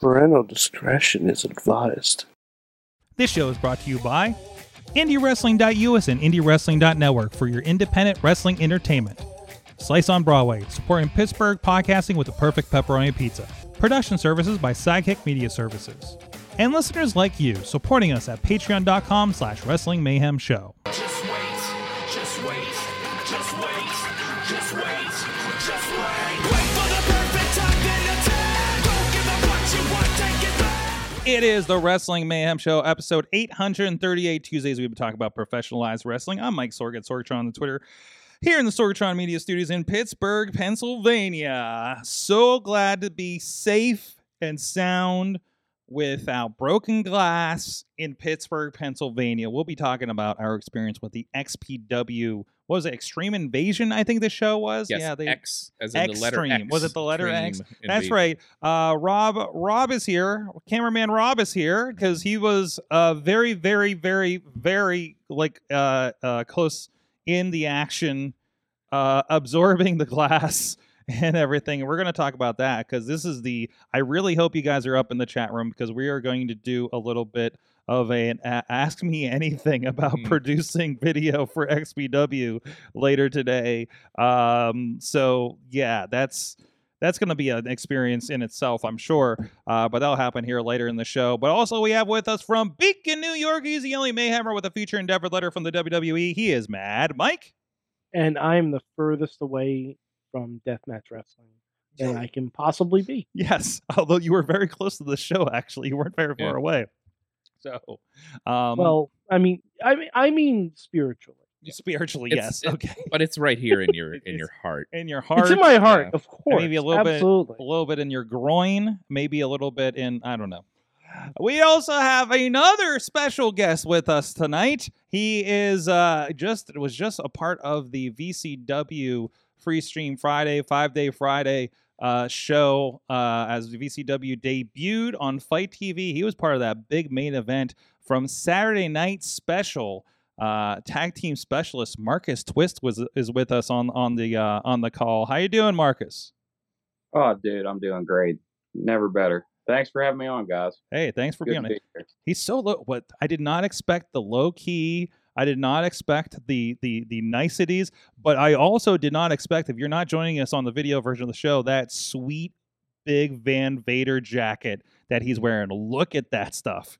Parental discretion is advised. This show is brought to you by IndieWrestling.us and IndieWrestling.network for your independent wrestling entertainment. Slice on Broadway, supporting Pittsburgh podcasting with the perfect pepperoni pizza. Production services by Sidekick Media Services. And listeners like you, supporting us at patreon.com slash wrestling mayhem show. Just wait, just wait, just wait, just wait, just wait. Wait for the perfect time then attack. Don't give up what you want, take it back. It is the Wrestling Mayhem Show, episode 838. Tuesdays, we've been talking about professionalized wrestling. I'm Mike Sorg at Sorgatron on Twitter, here in the Sorgatron Media Studios in Pittsburgh, Pennsylvania. So glad to be safe and sound without broken glass in Pittsburgh, Pennsylvania. We'll be talking about our experience with the XPW. What was it? Extreme Invasion, I think the show was. Yes, yeah, they X as in the letter Xtreme. X. Was it the letter X? Xtreme That's indeed. right. Uh, Rob Rob is here. Cameraman Rob is here because he was uh, very, very, very, very like uh, uh, close in the action, uh, absorbing the glass and everything. And we're going to talk about that because this is the. I really hope you guys are up in the chat room because we are going to do a little bit of a, an a- ask me anything about Mhm. producing video for XBW later today. Um, so yeah, that's that's going to be an experience in itself, I'm sure. Uh, but that'll happen here later in the show. But also, we have with us from Beacon, New York, he's the only Mayhemmer with a future endeavor letter from the WWE. He is Mad Mike. and I'm the furthest away from deathmatch wrestling than I can possibly be. Yes, although you were very close to the show, actually, you weren't very far Yeah. away. So, um, well, I mean, I mean, I mean spiritually. spiritually, It's- yes, it- okay, But it's right here in your in It's- your heart. in your heart, it's in my heart, yeah. of course. Maybe a little bit- absolutely. a little bit in your groin, maybe a little bit in, I don't know. We also have another special guest with us tonight. He is uh, just was just a part of the VCW Free Stream Friday, Five Day Friday uh, show uh, as the VCW debuted on Fight TV. He was part of that big main event from Saturday Night Special. Uh, tag team specialist Marcus Twist was is with us on on the uh, on the call. How you doing, Marcus? Oh, dude, I'm doing great. Never better. Thanks for having me on, guys. Hey, thanks for Good being to on be it. here. He's so low. What I did not expect the low key. I did not expect the the the niceties, but I also did not expect if you're not joining us on the video version of the show that sweet big Van Vader jacket that he's wearing. Look at that stuff.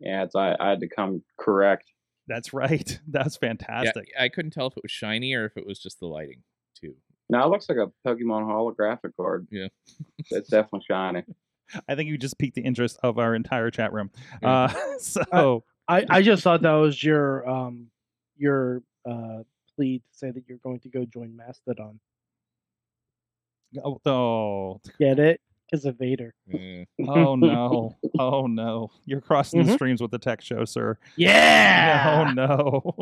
Yeah, it's, I, I had to come correct. That's right. That's Yeah, fantastic. I couldn't tell if it was shiny or if it was just the lighting too. Now it looks like a Pokemon holographic card. Yeah. It's definitely shiny. I think you just piqued the interest of our entire chat room. Yeah. Uh, so I, I just thought that was your um your uh plea to say that you're going to go join Mastodon. oh, oh, Get it? Because of Vader. Yeah. oh no, oh no, you're crossing the Mhm. streams with the tech show, sir. Yeah. No, no.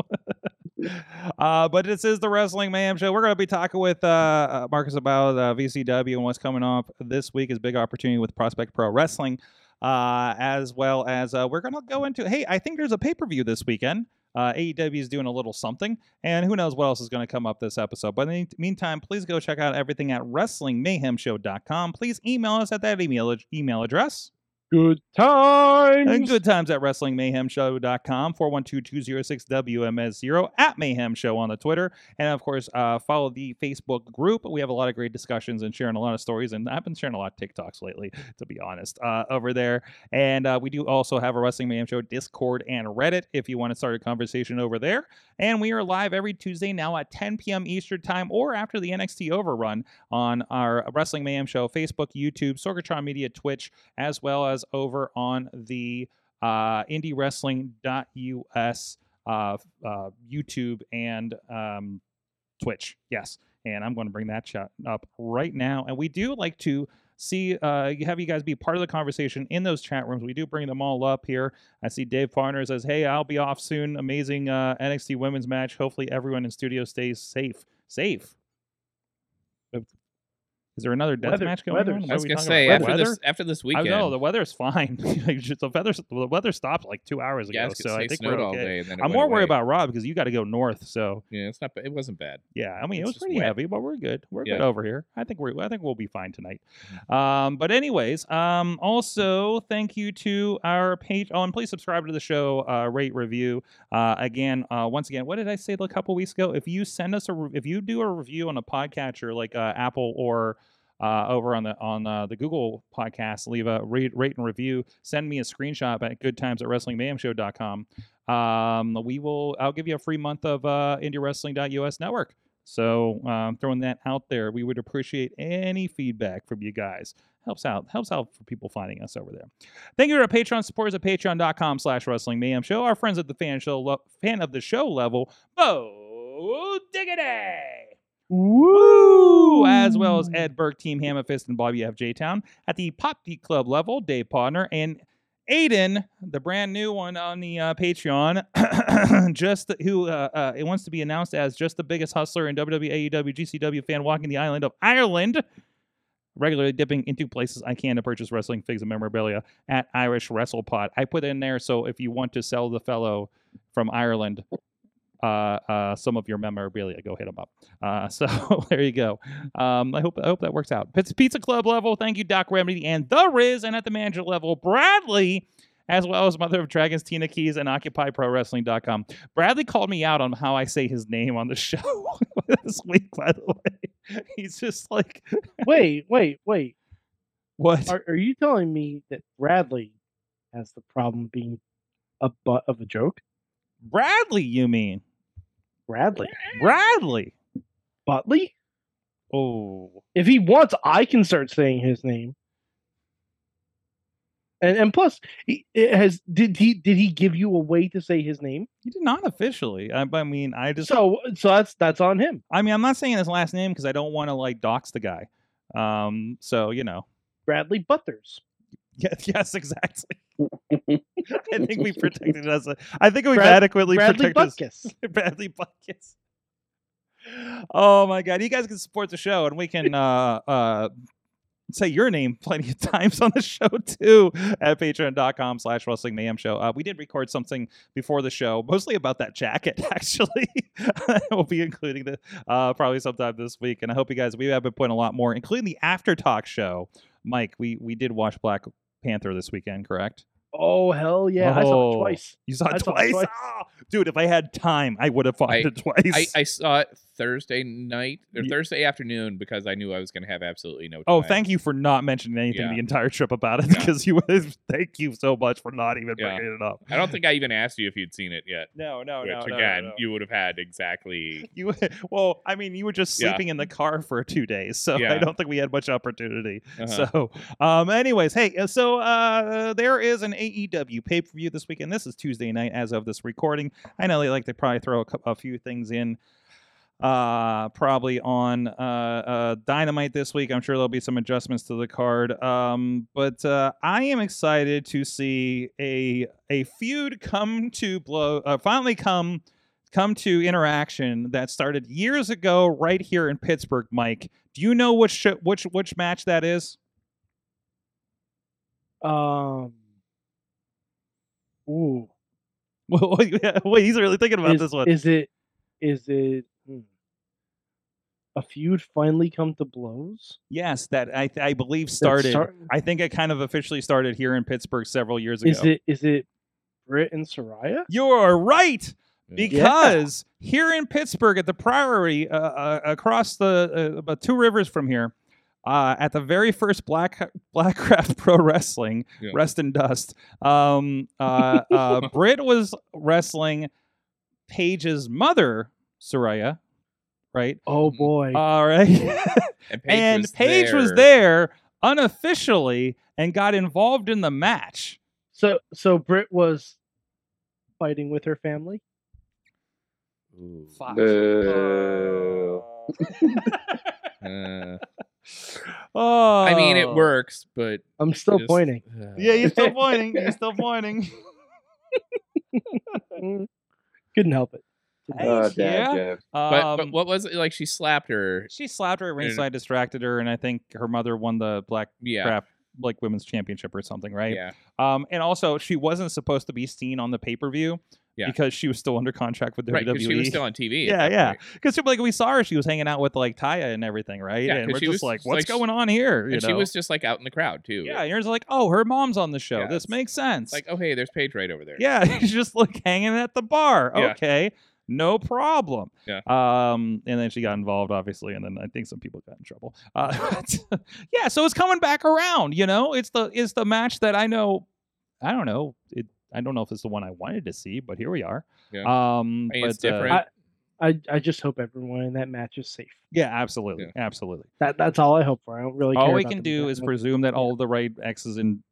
uh, but this is the Wrestling Mayhem Show. We're going to be talking with uh, uh, Marcus about uh, VCW and what's coming up this week is big opportunity with Prospect Pro Wrestling, uh, as well as uh, we're going to go into. Hey, I think there's a pay per view this weekend. Uh, AEW is doing a little something, and who knows what else is going to come up this episode. But in the meantime, please go check out everything at WrestlingMayhemShow.com. Please email us at that email email address. Good times. And good times at WrestlingMayhemShow.com, 412-206-WMS0, at Mayhem Show on the Twitter. And, of course, uh, follow the Facebook group. We have a lot of great discussions and sharing a lot of stories. And I've been sharing a lot of TikToks lately, to be honest, uh, over there. And uh, we do also have a Wrestling Mayhem Show Discord and Reddit if you want to start a conversation over there. And we are live every Tuesday now at 10 p.m. Eastern Time or after the NXT Overrun on our Wrestling Mayhem Show Facebook, YouTube, Sorgatron Media, Twitch, as well as over on the uh, indiewrestling.us uh, uh, YouTube and um, Twitch. Yes. And I'm going to bring that chat up right now. And we do like to see, uh, have you guys be part of the conversation in those chat rooms. We do bring them all up here. I see Dave Farner says, Hey, I'll be off soon. Amazing uh, NXT women's match. Hopefully, everyone in studio stays safe. Safe. Is there another death Weather- match going weather. on? What I I are was we gonna talking say about? after Weather? this after this I weekend. know the weather's fine. Like, just the weather the weather stopped like two hours ago, Yeah, I was so gonna I say think snowed we're all okay. day. And then it I'm went more worried away. about Rob because you got to go north. So Yeah, it's not. ba- It wasn't bad. yeah, I mean it It's was just pretty wet. heavy, but we're good. We're good Yeah. Mm-hmm. over here. I think we're I think we'll be fine tonight. Um, but anyways, um, also thank you to our page. Oh, and please subscribe to the show. Uh, rate, review. Uh, again, uh, once again, what did I say a couple weeks ago? If you send us a, re- if you do a review on a podcatcher like uh, Apple or uh, over on the on uh, the Google podcast, leave a rate, rate and review. Send me a screenshot at good times at wrestlingmayhemshow.com. Um, we will. I'll give you a free month of uh, indiewrestling.us network. So um, throwing that out there, we would appreciate any feedback from you guys. Helps out, helps out for people finding us over there. Thank you to our Patreon supporters at patreon.com slash wrestling mayhem show, our friends at the fan show lo- fan of the show level, Bo Diggity. Woo! As well as Ed Burke, Team Hammerfist, and Bobby FJ Town at the Pop Geek Club level, Dave Podner and Aiden, the brand new one on the uh, Patreon, just the- who uh, uh, it wants to be announced as just the biggest hustler and WWE, AEW, GCW fan walking the island of Ireland. Regularly dipping into places I can to purchase wrestling figs and memorabilia at Irish WrestlePod. I put in there so if you want to sell the fellow from Ireland uh, uh, some of your memorabilia, go hit him up. Uh, so there you go. Um, I hope I hope that works out. It's Pizza Club level. Thank you, Doc Remedy and the Riz, and at the manager level, Bradley, as well as Mother of Dragons, Tina Keys, and OccupyProWrestling.com. Bradley called me out on how I say his name on the show this week. By the way, he's just like, wait, wait, wait. what? Are, are you telling me that Bradley has the problem being a butt of a joke? Bradley, you mean Bradley, Bradley? Butley. Oh, If he wants, I can start saying his name. And and plus, he, it has did he did he give you a way to say his name? he did not officially. I, I mean, I just So so that's that's on him. I mean, I'm not saying his last name because I don't want to like dox the guy. Um, so you know, Bradley Butters. yes, yes, exactly. I think we protected us. I think we've Brad- adequately Bradley protected us. Butkus. Bradley Buckets. Oh my god, you guys can support the show, and we can uh, uh, say your name plenty of times on the show too at patreon.com slash wrestling mayhem show. Uh, we did record something before the show, mostly about that jacket. Actually, we'll be including the uh, probably sometime this week, and I hope you guys we have been putting a lot more, including the after talk show. Mike, we we did watch Black Panther this weekend, correct? Oh hell yeah! I saw Oh. it twice. You saw it I saw twice, it twice. Ah, dude. If I had time, I would have fought I- it twice. I, I saw it Thursday night or Ye- Thursday afternoon because I knew I was going to have absolutely no time. Oh, thank you for not mentioning anything Yeah. the entire trip about it Yeah. because you was. Thank you so much for not even Yeah. bringing it up. I don't think I even asked you if you'd seen it yet. No, no, Which Oh, no, no, no, again, no. you would have had exactly. You well, I mean, you were just Yeah. sleeping in the car for two days, so I Yeah. don't think we had much opportunity. uh So, um, anyways, hey, uh, so uh, there is an AEW pay per view this weekend. This is Tuesday night as of this recording. I know they like to probably throw a, cou- a few things in, uh, probably on uh, uh, Dynamite this week. I'm sure there'll be some adjustments to the card. Um, but uh, I am excited to see a a feud come to blow, uh, finally come come to interaction that started years ago right here in Pittsburgh, Mike. Do you know which sh- which which match that is? Um. Ooh, Well, yeah, wait, he's really thinking about is, this one. is it? Is it? hmm. A feud finally come to blows. yes, that I I believe That started. start- I think it kind of officially started here in Pittsburgh several years ago. is it? Is it? Britt and Soraya. You're right. Yeah. because here in Pittsburgh at the Priory, uh, uh, across the uh, about two rivers from here, uh, at the very first Black Blackcraft Pro Wrestling, Yeah. Rest and Dust, um, uh, uh, Britt was wrestling Paige's mother, Soraya, right? Oh boy. All right. And Paige and was Paige there. was there unofficially and got involved in the match. so so Britt was fighting with her family. Ooh. Fuck. Boo. Uh, Oh. I mean, it works, but I'm still just- pointing. uh, Yeah, you're still pointing. You're still pointing. Mm. Couldn't help it. Hey, Oh, dad yeah. jokes. But, Um, but what Mm-hmm. was it? Like she slapped her. She slapped her at Yeah. ringside, distracted her, and I think her mother won the black Yeah. craft like women's championship or something, right? Yeah. Um, and also she wasn't supposed to be seen on the pay per view Yeah. because she was still under contract with WWE. Right. 'cause she was still on TV. E. Yeah, yeah. because like we saw her, she was hanging out with like Taya and everything, right? Yeah, and we're 'cause she just was like, just, what's like, going on here? You And know? she was just like out in the crowd too. yeah. And you're just like, oh, her mom's on the show. Yeah, This it's makes sense. Like, oh hey, there's Paige right over there. Yeah, he's just like hanging at the bar. Yeah. Okay, no problem. Yeah. Um, and then she got involved, obviously, and then I think some people got in trouble. Uh, yeah. So it's coming back around. You know, it's the it's the match that I know. I don't know. It. I don't know if it's the one I wanted to see, but here we are. Yeah. Um, I mean, it's but, uh, different. I, I just hope everyone in that match is safe. yeah, absolutely, Yeah. absolutely. That that's all I hope for. I don't really. all care we about can the do medical- is presume that all the right X's and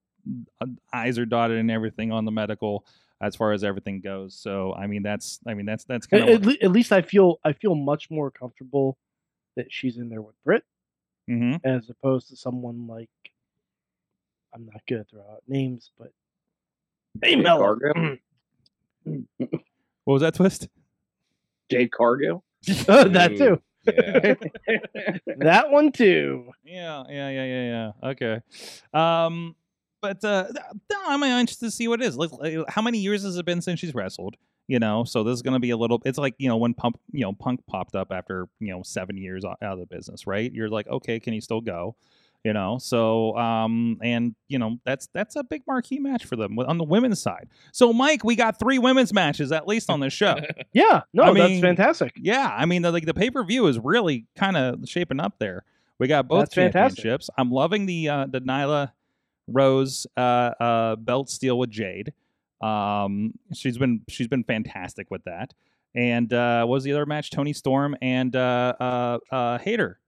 uh, I's are dotted and everything on the medical as far as everything goes. So I mean, that's I mean that's that's kind At, of at le- at least I feel I feel much more comfortable that she's in there with Britt hmm as opposed to someone like I'm not gonna throw out names, but hey Jade Mello, Mm. Cargill. What was that twist? Jade Cargill. that Ooh, too, yeah. that one too. Yeah, yeah, yeah, yeah, yeah. Okay. Um, but uh, th- no, I'm interested to see what it is. Like, like, how many years has it been since she's wrestled? You know, so this is gonna be a little. It's like you know when pump, you know, Punk popped up after you know seven years o- out of the business, right? You're like, okay, can he still go? You know, so um, and you know that's that's a big marquee match for them on the women's side. So Mike, we got three women's matches at least on this show. Yeah, no, I that's mean, fantastic. Yeah, I mean, the, like the pay per view is really kind of shaping up there. We got both That's fantastic. championships. I'm loving the uh, the Nyla Rose uh, uh, belt steal with Jade. Um, she's been she's been fantastic with that. And uh, what was the other match? Tony Storm and uh, uh, uh, Hater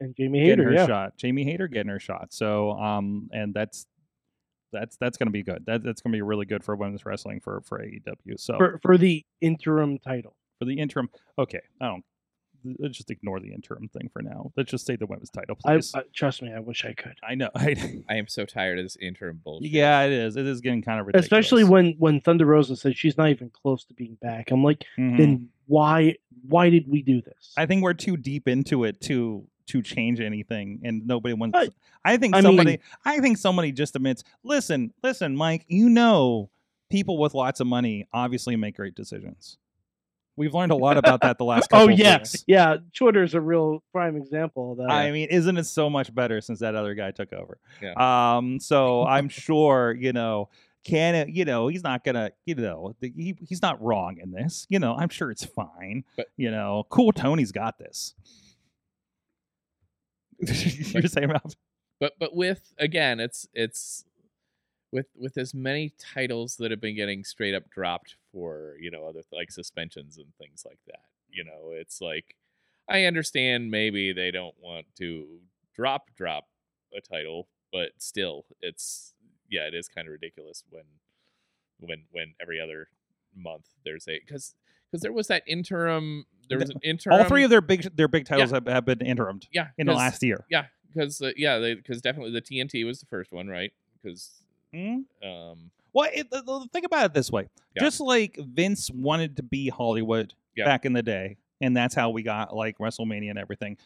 And Jamie getting Hayter, her yeah, shot. Jamie Hater getting her shot. So um, and that's that's that's gonna be good. That, that's gonna be really good for women's wrestling for for AEW. So for for the interim title. for the interim. Okay, I don't. Let's just ignore the interim thing for now. Let's just say the women's title, I, please. I, I trust me, I wish I could. know. I, I am so tired of this interim bullshit. yeah, it is. It is getting kind of ridiculous. Especially when when Thunder Rosa said she's not even close to being back. I'm like, Mhm. then why why did we do this? I think we're too deep into it to to change anything, and nobody wants. I- I think I somebody. mean- I think somebody just admits. Listen, listen, Mike. You know, people with lots of money obviously make great decisions. We've learned a lot about that the last. oh couple of yeah, weeks. yeah. Twitter is a real prime example of that. I mean, isn't it so much better since that other guy took over? Yeah. Um, so I'm sure, you know, can it, you know, he's not gonna, you know, the, he, he's not wrong in this. You know, I'm sure it's fine. But- you know, cool Tony's got this. You're saying Ralph? But but with again, it's it's with with as many titles that have been getting straight up dropped for, you know, other like suspensions and things like that. You know, it's like I understand maybe they don't want to drop drop a title, but still it's yeah, it is kind of ridiculous when when when every other month there's a cuz cuz there was that interim there was an interim all three of their big their big titles have, have been interimed yeah, in the 'cause- last year. yeah, because uh, yeah, because definitely the TNT was the first one, right? Because Hmm? um, Well, it, th- th- think about it this way: Yeah. just like Vince wanted to be Hollywood Yeah. back in the day, and that's how we got like WrestleMania and everything.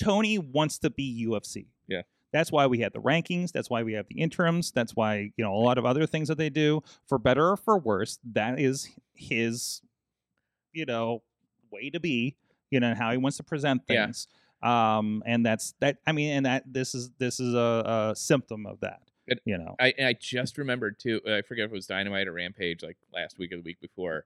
Tony wants to be UFC. Yeah. that's why we had the rankings. That's why we have the interims. That's why you know a lot of other things that they do, for better or for worse. That is his, you know, way to be. You know how he wants to present Yeah. things. Um, and that's that. I mean, and that this is this is a, a symptom of that. It- you know, I and I just remembered too. uh, I forget if it was Dynamite or Rampage, like last week or the week before,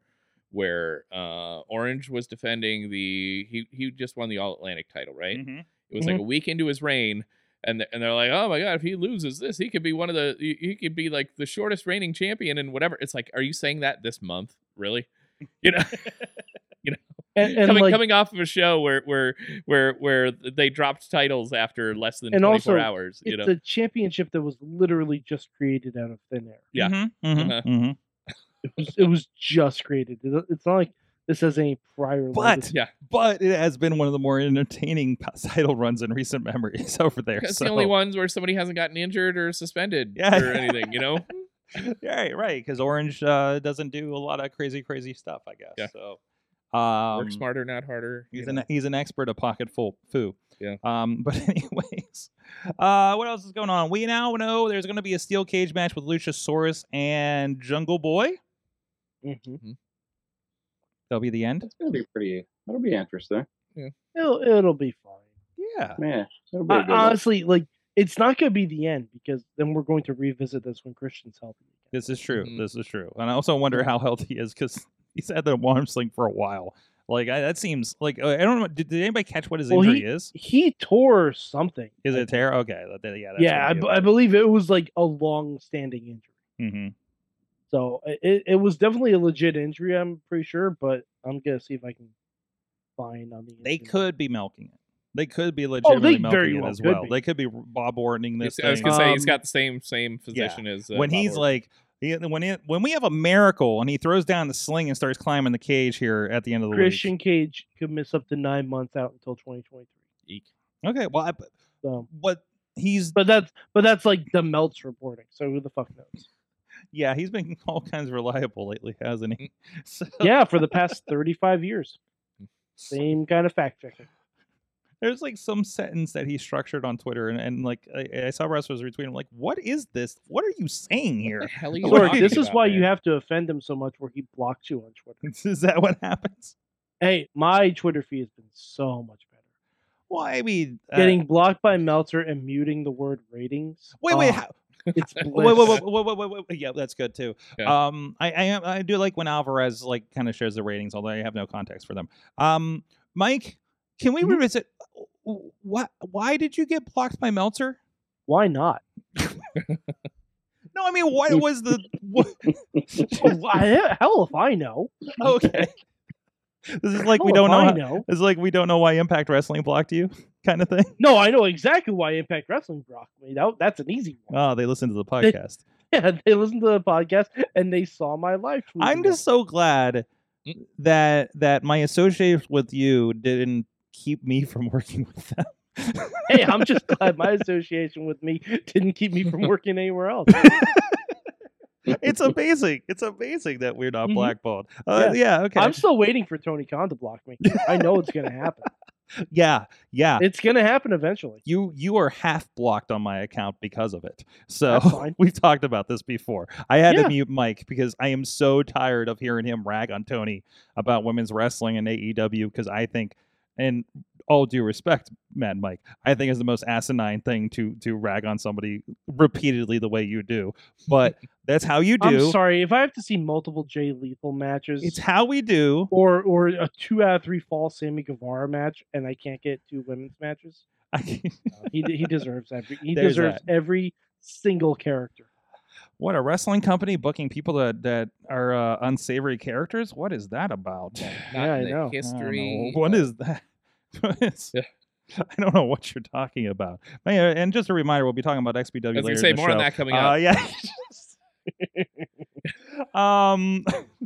where uh, Orange was defending the he he just won the All Atlantic title, right? Mhm. It was like a week into his reign. And, th- and they're like, oh my god, if he loses this, he could be one of the he, he could be like the shortest reigning champion and whatever. It's like, are you saying that this month, really? You know, and, and coming, like, coming off of a show where where where where they dropped titles after less than And 24 also, hours you know it's a championship that was literally just created out of thin air. Yeah. Mm-hmm, mm-hmm, Uh-huh. mm-hmm. It was, it was just created. It- It's not like this has any prior. But Yeah. but it has been one of the more entertaining p- title runs in recent memories over there. that's so. the only ones where somebody hasn't gotten injured or suspended Yeah. or anything you know right, right, because Orange uh, doesn't do a lot of crazy, crazy stuff. I guess Yeah. so. Um, Work smarter, not harder. you He's know. an he's an expert at pocket full foo. Yeah. Um. But anyways, uh, what else is going on? We now know there's going to be a steel cage match with Luchasaurus and Jungle Boy. Mhm. That'll be the end. It's gonna be pretty. That'll be interesting. It'll it'll be fine. Yeah. Man, it'll be a I- good one. honestly, like it's not going to be the end because then we're going to revisit this when Christian's healthy. again. This is true. Mm-hmm. Mhm. This is true. And I also wonder how healthy he is because he's had the arm sling for a while. Like I, that seems like uh, I don't know. Did, did anybody catch what his Well, injury is? He tore something. Is I it a tear? Okay. that- that- Yeah. That's yeah, I, b- I believe it was like a long-standing injury. hmm So i- it, it was definitely a legit injury. I'm pretty sure, but I'm gonna see if I can find on the. They injury. could be milking it. They could be legitimately milking Oh, very it well as could well. be. They could be Bob Ortoning this. He's- I was thing. gonna say he's Um, got the same same position as uh, when Bob he's Orton. like he- when he, when we have a miracle and he throws down the sling and starts climbing the cage here at the end of the Christian Cage could miss up to nine months out until 2023. week. Okay, well, I, So, but he's but that's but that's like the Melts reporting. So who the fuck knows? yeah, he's been all kinds of reliable lately, hasn't Mm. he? So yeah, for the past 35 years, same kind of fact checking. there's like some sentence that he structured on Twitter, and, and like I, I saw wrestlers retweeting, I'm like, what is this? What are you saying What here? the hell are you He's Sorry, talking this is about, why you man? have to offend him so much, where he blocks you on Twitter. is that what happens? Hey, my Twitter feed has been so much better. Well, I mean, uh, Getting blocked by Meltzer and muting the word ratings. wait, wait, oh, how, it's Wait, bliss. wait, wait, wait, wait, wait, wait, wait. Yeah, that's good too. Yeah. Um, I, I am- I do like when Alvarez like kind of shares the ratings, although I have no context for them. Um, Mike, can we Mhm. revisit what? Why did you get blocked by Meltzer? Why not? No, I mean, what was the? What, Why- Hell if Oh, I know. okay, this is like we Hell don't if know. I How, know. it's like we don't know why Impact Wrestling blocked you, kind of thing. No, I know exactly why Impact Wrestling blocked me. That, that's an easy one. Oh, they listened to the podcast. yeah, they listened to the podcast and they saw my live tweet. I'm just so glad that that my association with you didn't keep me from working with them. Hey, I'm just glad my association with me didn't keep me from working anywhere else. it's amazing. It's amazing that we're not Mhm. blackballed. Uh, Mm-hmm. yeah. Okay. I'm still waiting for Tony Khan to block me. I know it's gonna happen. yeah. Yeah. It's gonna happen eventually. you you are half blocked on my account because of it. That's So fine. we've talked about this before. I had Yeah. to mute Mike because I am so tired of hearing him rag on Tony about women's wrestling and AEW because I think, and all due respect, Mad Mike, I think is the most asinine thing to to rag on somebody repeatedly the way you do. But that's how you I'm do. sorry if I have to see multiple Jay Lethal matches It's how we do. or or a two out of three fall Sammy Guevara match, and I can't get two women's matches. He he deserves every he There's deserves every single character. What a wrestling company booking people that that are uh, unsavory characters. What is that about? Not Yeah, I in the know. I don't know. History. What of- is that? What is- Yeah. I don't know what you're talking about. But yeah, and just a reminder, we'll be talking about XPW I was later. gonna in say the more on show. that coming Uh, up. yeah. um,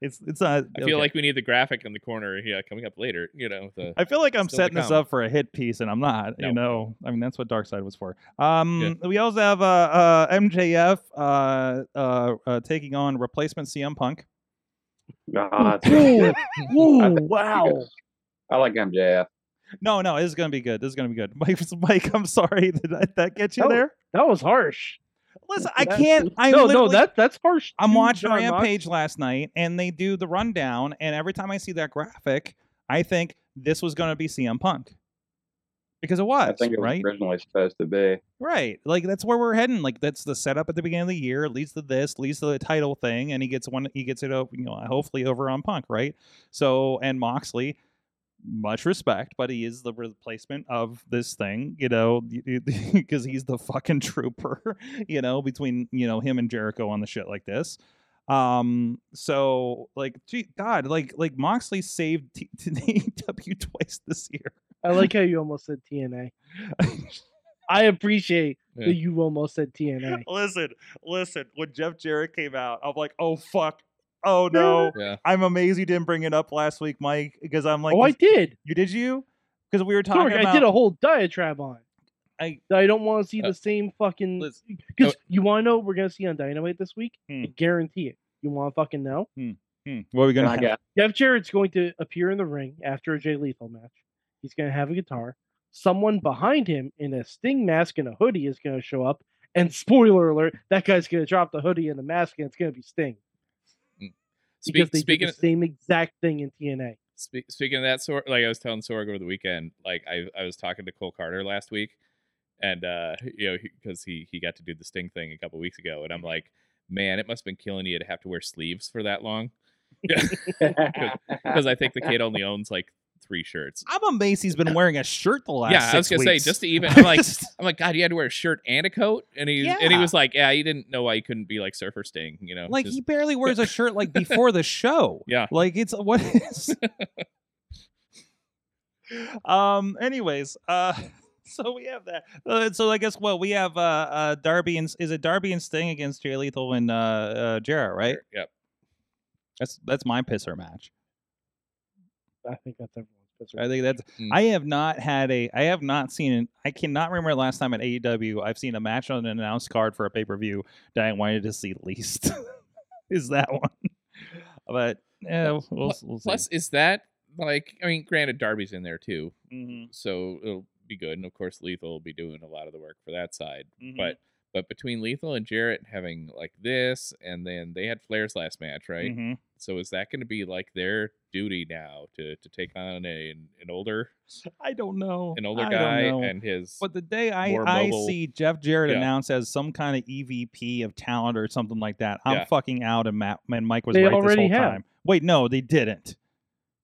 it's it's not. I feel like we need the graphic in the corner. Yeah, coming up later. You know, the, I feel like I'm Still to setting this come. up for a hit piece, and I'm not. No. You know, I mean that's what Dark Side was for. Um, we also have uh, uh MJF uh, uh uh taking on replacement CM Punk. Ah, it's gonna be Ooh, good. ooh, I think it's wow. good. I like MJF. No, no, this is gonna be good. This is gonna be good. Mike, Mike, I'm sorry. Did I, that get you Oh, That was- there? That was harsh. Listen, I That- can't. I no, no, literally- that that's harsh. I'm too, watching John Mox. Rampage last night, and they do the rundown, and every time I see that graphic, I think this was gonna be CM Punk because it was I think it was right, originally supposed to be. right. Like that's where we're heading. Like that's the setup at the beginning of the year leads to this, leads to the title thing, and he gets one. He gets it. o- You know, hopefully over on Punk, right? So and Moxley. Much respect, but he is the replacement of this thing, you know, because he's the fucking trooper, you know, between you know him and Jericho on the shit like this. Um, so like, gee, God, like, like Moxley saved T- AEW twice this year. I like how you almost said TNA. I appreciate Yeah. that you almost said TNA. listen, listen. When Jeff Jarrett came out, I'm like, oh fuck, oh no. Yeah. I'm amazed you didn't bring it up last week, Mike, because I'm like, oh, I 'cause- did. you did you? Because we were talking Sorry, about. I did a whole diatribe on. it. I- that I don't want to see Uh, the same fucking. Liz, Because you want to know what we're gonna see on Dynamite this week? Hmm. I guarantee it. You want to fucking know? Hmm, Hmm. What are we gonna? I have? got Jeff Jarrett's going to appear in the ring after a Jay Lethal match. He's going to have a guitar. Someone behind him in a Sting mask and a hoodie is going to show up. And spoiler alert, that guy's going to drop the hoodie and the mask, and it's going to be Sting because Speak, they speaking did the same exact thing in TNA. Spe- speaking of that sort, like I was telling Sorg over the weekend, like I I was talking to Cole Carter last week, and uh, you know because he, he got to do the sting thing a couple weeks ago, and I'm Mm-hmm. like, man, it must have been killing you to have to wear sleeves for that long, because I think the kid only owns like three shirts. I'm amazed he's been wearing a shirt the last. yeah, I was six gonna weeks. say just to even, I'm like, I'm like, God, you had to wear a shirt and a coat, and he and he Yeah. was like, yeah, you didn't know why you couldn't be like Surfer Sting, you know, like just- he barely wears a shirt like before the show. yeah. Like it's what is Um anyways, uh so we have that. Uh, so I guess what we have uh uh Darby and is it Darby and Sting against Jay Lethal and uh uh Jarrett, right? Yep. That's that's my pisser match. I think that's everyone's that's I right. think that's Mm. I have not had a I have not seen an I cannot remember the last time at AEW I've seen a match on an announced card for a pay-per-view that I wanted to see least. is that one. But yeah, we'll, we'll see. Plus, is that like, I mean, granted, Darby's in there too, Mhm. so it'll be good. And of course, Lethal will be doing a lot of the work for that side. Mhm. But but between Lethal and Jarrett having like this, and then they had Flair's last match, right? Mhm. So is that going to be like their duty now to to take on a, an, an older I don't know. an older Oh, I don't guy know. and his but the day I, more I mobile- see Jeff Jarrett Yeah. announced as some kind of EVP of talent or something like that, I'm Yeah. fucking out. And Matt and Mike was They right already this whole have. time. Wait, no, they didn't.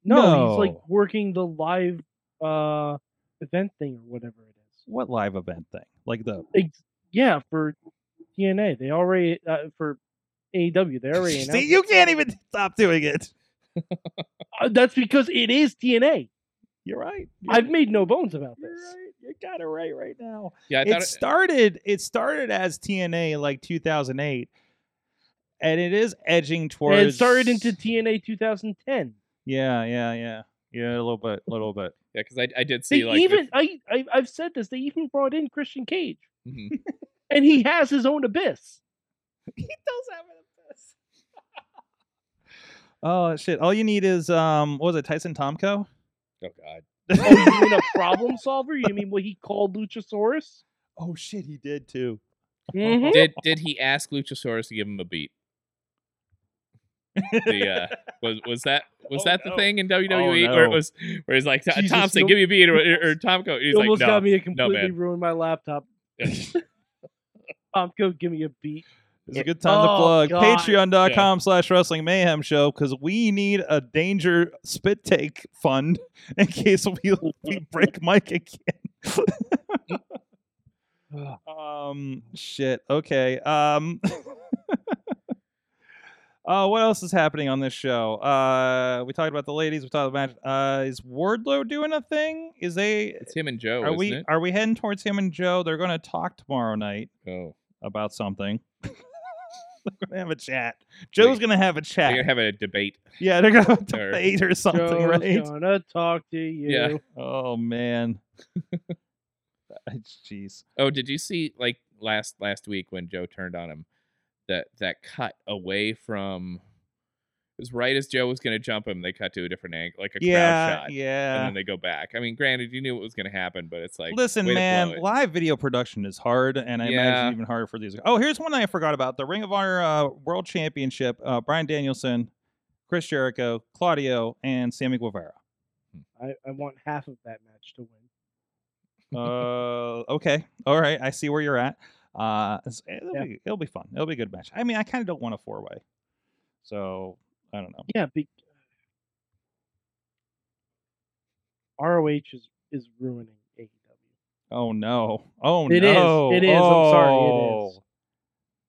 No, he's like No. working the live uh event thing or whatever it is. What live event thing? Like the Ex- yeah, for TNA, they already uh, for AEW, they already announced. see, you can't even stop doing it. Uh, that's because it is TNA. You're right. You're, I've made no bones about you're this. right. You're kind of right right now. yeah, I it thought it- started it started as TNA like 2008, and it is edging towards. And it started into TNA 2010. yeah, yeah, yeah, yeah, a little bit, a little bit. yeah, because I, I did They see like the- even I, I I've said this. They even brought in Christian Cage, Mhm. and he has his own abyss. he does have an abyss. oh shit! All you need is um, what was it Tyson Tomko? oh god, Oh, you mean a problem solver? You mean what he called Luchasaurus? oh shit, he did too. Mhm. did did he ask Luchasaurus to give him a beat? the uh, was was that was Oh, that the no. thing in WWE where it no. was where he's like "T- Jesus, Thompson, you give me a beat or, or, or Tomko. He's You like, almost got no. me to completely man. ruin my laptop. Um, go give me a beat. It's a Yeah. good time Oh, to plug God. patreon.com slash wrestling mayhem show because we need a danger spit take fund in case we, we break Mike again. um shit. Okay. Um Uh, what else is happening on this show? Uh, we talked about the ladies. We talked about uh, is Wardlow doing a thing? Is they It's him and Joe, are isn't we it? are we heading towards him and Joe? They're going to talk tomorrow night oh, about something. they're gonna have a chat. Joe's gonna have a we're chat. gonna have a debate. yeah, they're gonna have a Or- debate or something, Joe's right? gonna talk to you. Yeah. Oh man. Jeez. Oh, did you see like last last week when Joe turned on him that that cut away from it was right as Joe was gonna jump him, they cut to a different angle, like a crowd Yeah, shot, and yeah. then they go back. I mean, granted, you knew what was gonna happen, but it's like, Listen, way to blow man, it. live video production is hard, and I Yeah. imagine even harder for these. Oh, here's one I forgot about: the Ring of Honor uh, World Championship. Uh, Brian Danielson, Chris Jericho, Claudio, and Sammy Guevara. I, I want half of that match to win. uh, okay. All right. I see where you're at. Uh, it's- it'll, Yeah. be, it'll be fun. It'll be a good match. I mean, I kind of don't want a four way. So, I don't know. Yeah, be- ROH is is ruining AEW. Oh, no. Oh, It is. no. It is. I'm sorry. It is. Oh.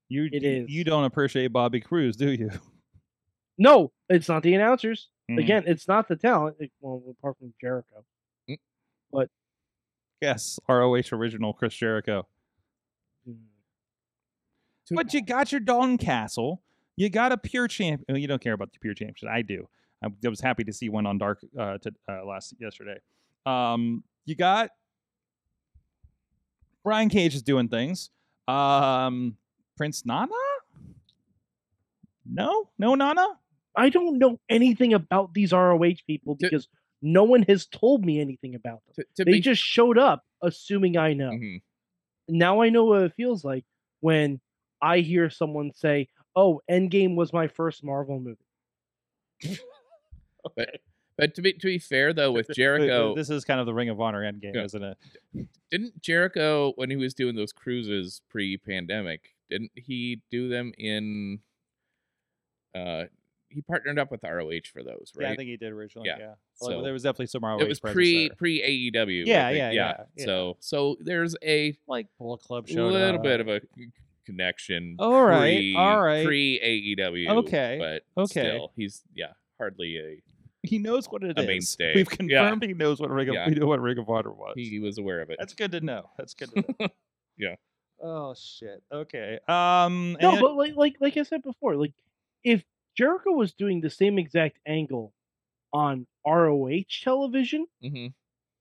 You, It you- is. You don't appreciate Bobby Cruz, do you? No, it's not the announcers. Mm. Again, it's not the talent. it- well, apart from Jericho. Yes. ROH original Chris Jericho. Hmm. To- But you got your Dalton Castle. You got a pure champ. oh, You don't care about the pure championship. I do. I, I was happy to see one on dark uh, to, uh, last yesterday. Um, you got Brian Cage is doing things. Um, Prince Nana? No, no Nana. I don't know anything about these ROH people To- because no one has told me anything about them. To, to They be, just showed up assuming I know. Mhm. Now I know what it feels like when I hear someone say, "Oh, Endgame was my first Marvel movie." But to be to be fair though, with uh, Jericho, This is kind of the Ring of Honor endgame, Yeah. isn't it? didn't Jericho when he was doing those cruises pre-pandemic, didn't he do them in? Uh, he partnered up with ROH for those, Yeah, I right? think he did originally. Yeah. Yeah. Like, So- there was definitely some ROH it was presence pre E there. pre Yeah, AEW. I think. yeah, yeah, yeah, yeah. So so there's a like Bullet Club showed little up. bit of a c- connection. All right, pre- all right. Pre AEW. Okay, But okay. Still, he's yeah hardly a He knows what it A is. mainstay. We've Yeah. confirmed he knows what Ring of Yeah. he knew what Ring of Honor was. he was aware of it. That's good to know. That's good to know. Yeah. Oh shit. Okay. Um. No, and- but like like like I said before, like if Jericho was doing the same exact angle on ROH television, hmm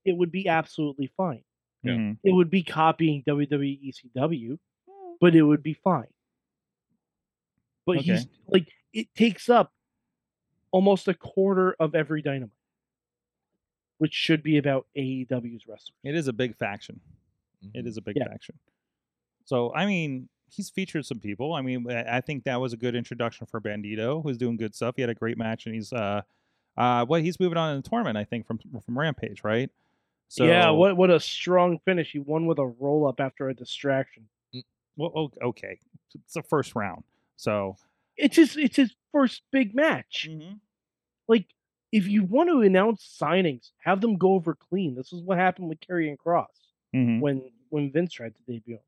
it would be absolutely fine. yeah. Mhm. It would be copying WWE ECW, but it would be fine. But Hmm. Okay. he's like it takes up almost a quarter of every dynamite. Which should be about AEW's wrestling. it is a big faction. mm-hmm. It is a big Yeah. faction. So I mean, he's featured some people. I mean, I I think that was a good introduction for Bandito, who's doing good stuff. He had a great match, and he's uh, uh, well, he's moving on in Torment, I think, from from Rampage, right? So yeah, what what a strong finish. He won with a roll up after a distraction. Well, o- okay, it's the first round. So It's his it's his first big match. Mm. like if you want to announce signings, have them go over clean. This is what happened with Kerry and Cross Mhm. when when Vince tried to debut. him.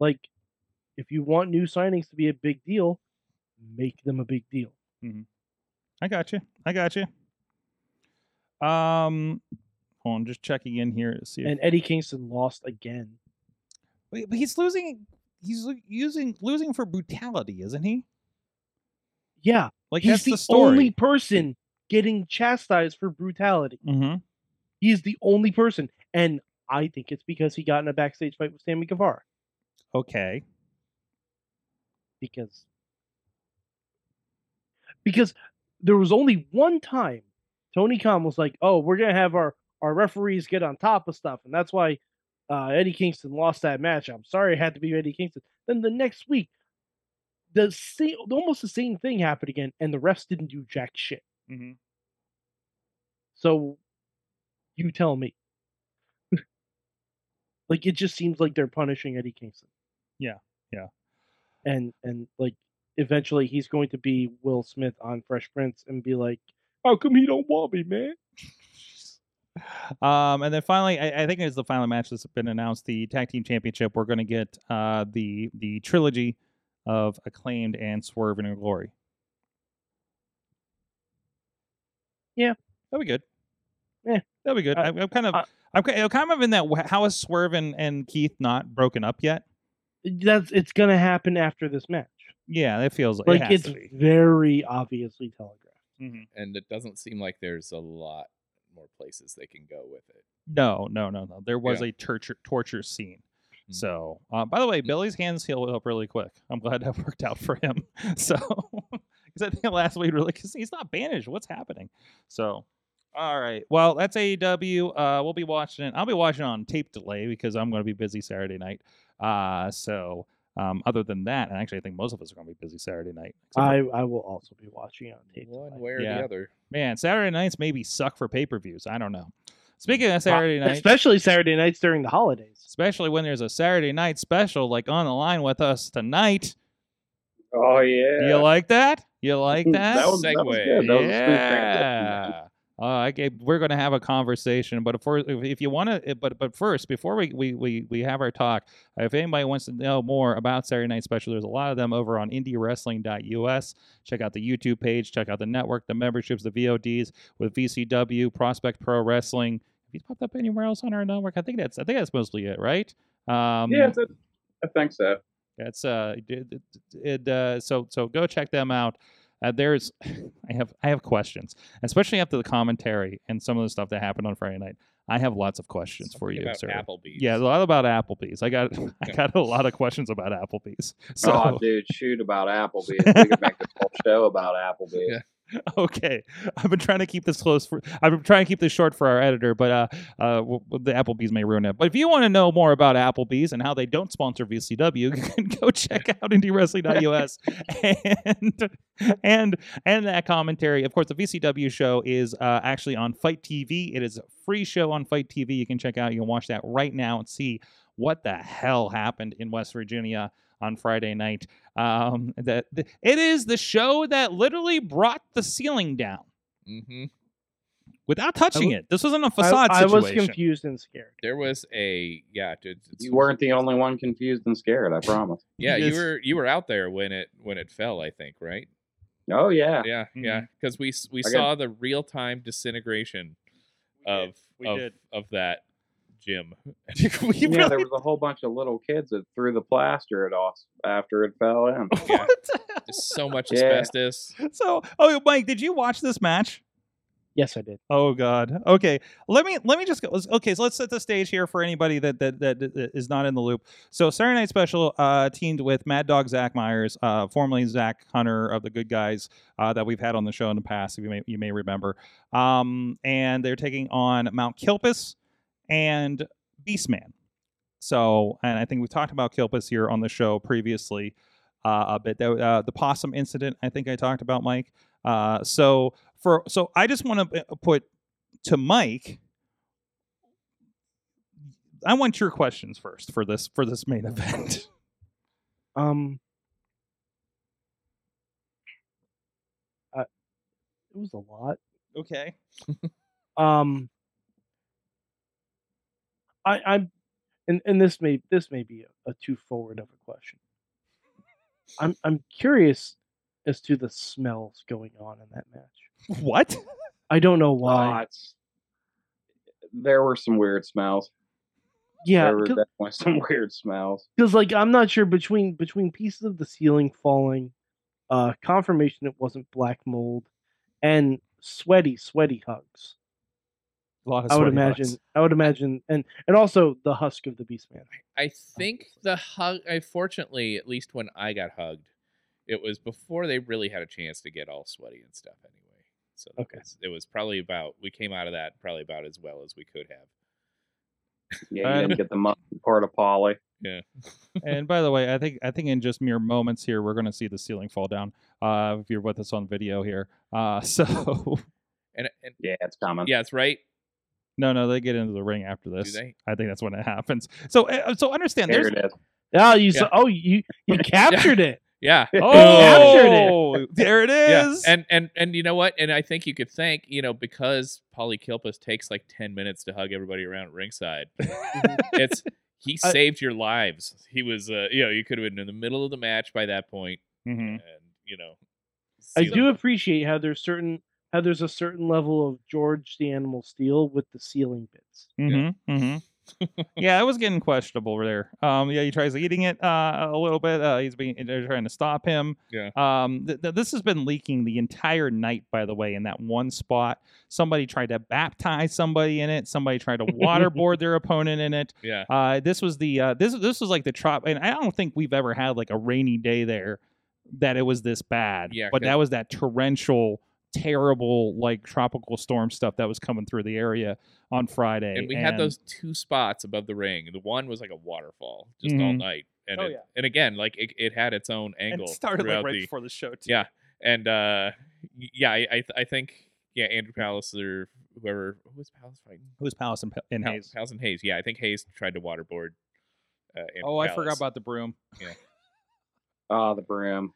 Like, if you want new signings to be a big deal, make them a big deal. I got you. I got you. Um, hold on, just checking in here to see. If, And Eddie Kingston lost again. Wait, but he's losing. He's lo- using losing for brutality, isn't he? Yeah, Like he's that's the, the, story. only person getting chastised for brutality. hmm He is the only person, and I think it's because he got in a backstage fight with Sammy Guevara. Okay. because because there was only one time Tony Khan was like, "Oh, we're gonna have our our referees get on top of stuff," and that's why uh, Eddie Kingston lost that match. I'm sorry, it had to be Eddie Kingston. Then the next week, the same almost the same thing happened again, and the refs didn't do jack shit. Mm-hmm. So you tell me. like it just seems like they're punishing Eddie Kingston. Yeah, yeah. And and like eventually he's going to be Will Smith on Fresh Prince and be like, How come he don't want me, man? Um, and then finally, I, I think it's the final match that's been announced. The tag team championship. We're going to get uh, the the trilogy of acclaimed and swerve and glory. Yeah. that'll be good. Yeah. Uh, that'll be good. I- I, I'm kind of. I- I'm ki- I'm kind of in that. wh- How is Swerve and, and Keith not broken up yet? That's it's gonna happen after this match. Yeah, that feels like, Like it has it's to be. very obviously telegraphed. Mhm. and it doesn't seem like there's a lot more places they can go with it. No, no, no, no. There was Yeah. a torture torture scene. Mm. So, uh, by the way, Billy's hands healed up really quick. I'm glad that worked out for him. So, because I think last week really, because he's not bandaged. What's happening? So, all right. Well, that's AEW. Uh, we'll be watching it. I'll be watching on tape delay because I'm going to be busy Saturday night. Uh, so, um, other than that, and actually, I think most of us are going to be busy Saturday night. except for- I, I will also be watching on tape. One tonight. way or Yeah. the other. man, Saturday nights maybe suck for pay per views. I don't know. Speaking of Saturday nights, Especially Saturday nights during the holidays. especially when there's a Saturday night special like on the line with us tonight. Oh yeah. You like that? You like that? That was, that was Segue. good. That was a smooth transition. yeah. Uh, okay, we're going to have a conversation, but if, we're- if if you want to, but but first, before we, we we we have our talk, if anybody wants to know more about Saturday Night Special, there's a lot of them over on IndieWrestling.us. Check out the YouTube page, check out the network, the memberships, the VODs with VCW, Prospect Pro Wrestling. Have you popped up anywhere else on our network? I think that's I think that's mostly it, right? Um, Yeah, it's a, I think so. that's uh, it, it- it, uh, so so go check them out. Uh, there's, I have I have questions, especially after the commentary and some of the stuff that happened on Friday night. I have lots of questions for Something you, about sir. Applebee's. Yeah, a lot about Applebee's. I got I got a lot of questions about Applebee's. So oh, dude, shoot about Applebee's. We could make this whole show about Applebee's. Yeah. okay, I've been trying to keep this close for. I've been trying to keep this short for our editor, but uh, uh, w- w- the Applebee's may ruin it. But if you want to know more about Applebee's and how they don't sponsor VCW, you can go check out IndieWrestling.us and and and that commentary. Of course, the VCW show is uh, actually on Fight TV. It is a free show on Fight TV. You can check out. You can watch that right now and see what the hell happened in West Virginia on Friday night. Um, that th- it is the show that literally brought the ceiling down hmm without touching it. This wasn't a facade I, I was situation. confused and scared. There was a yeah. Dude, it's- You weren't the only one confused and scared, I promise. Yeah, Yes. you were you were out there when it when it fell. I think right. Oh, yeah. Yeah, yeah. Because we s- we I got- saw the real time disintegration of We of, did. of that gym. We yeah, there really- was a whole bunch of little kids that threw the plaster at us after it fell in. yeah. What the hell? There's so much Yeah. asbestos. So, oh, Mike, did you watch this match? Yes, I did. Oh God. Okay. Let me let me just go. let's- Okay, so let's set the stage here for anybody that that that, that is not in the loop. So Saturday Night Special uh, teamed with Mad Dog Zach Myers, uh, formerly Zach Hunter of the Good Guys uh, that we've had on the show in the past. If you may you may remember, um, and they're taking on Mount Kilpis and Beastman. So, and I think we've talked about Kilpis here on the show previously uh, a bit. There- Uh, the possum incident, I think I talked about, Mike. Uh, so for so I just want to put to Mike. I want your questions first for this for this main event. Um, I, it was a lot. okay. Um, I, I'm, and, and this may this may be a, too forward of a question. I'm I'm curious as to the smells going on in that match. What? I don't know why. Lots. There were some weird smells. yeah, there were definitely some weird smells. because like I'm not sure between between pieces of the ceiling falling, uh, confirmation it wasn't black mold, and sweaty sweaty hugs. A lot of I would sweaty imagine. butts. I would imagine, and and also the husk of the beast man. I think the hug. I fortunately, at least when I got hugged, it was before they really had a chance to get all sweaty and stuff. Anyway, so that Okay. was- it was probably about we came out of that probably about as well as we could have. Yeah, you didn't get the mustard part of Polly. Yeah. and by the way, I think I think in just mere moments here, we're going to see the ceiling fall down. Uh, if you're with us on video here, uh, so And and Yeah, it's coming. yeah, it's right. no, no, they get into the ring after Do this. they? I think that's when it happens. So, uh, so understand. There There's it is. Oh, you Yeah. saw, oh you you captured it. Yeah. oh, there it is. Yeah, and and and you know what? And I think you could thank you know because Polykilpus takes like ten minutes to hug everybody around ringside. it's he Mm-hmm. I- saved your lives. He was uh, you know you could have been in the middle of the match by that point, Mhm. and you know. I see do them. appreciate how there's certain how there's a certain level of George the Animal Steel with the ceiling bits. hmm hmm yeah, it was getting questionable there. Um, yeah, he tries eating it uh, a little bit. Uh, he's being they're trying to stop him. Yeah. Um, th- th- this has been leaking the entire night. By the way, in that one spot, somebody tried to baptize somebody in it. Somebody tried to waterboard their opponent in it. Yeah. Uh, this was the uh, this this was like the trop, and I don't think we've ever had like a rainy day there that it was this bad. Yeah, but 'cause- that was that torrential, terrible like tropical storm stuff that was coming through the area on Friday. And we had those two spots above the ring. The one was like a waterfall just all Mhm. night, and Oh, it, yeah. and again like it, it had its own and angle. started like throughout right the- before the show. Too. Yeah, and uh y- yeah, I I, th- I think yeah Andrew Palace or whoever who was Palace fighting. who's Palace and, Pa- and Hal- Hayes? Pals and Hayes. Yeah, I think Hayes tried to waterboard. Uh, Andrew Oh, I forgot Palace. about the broom. Ah, the brim.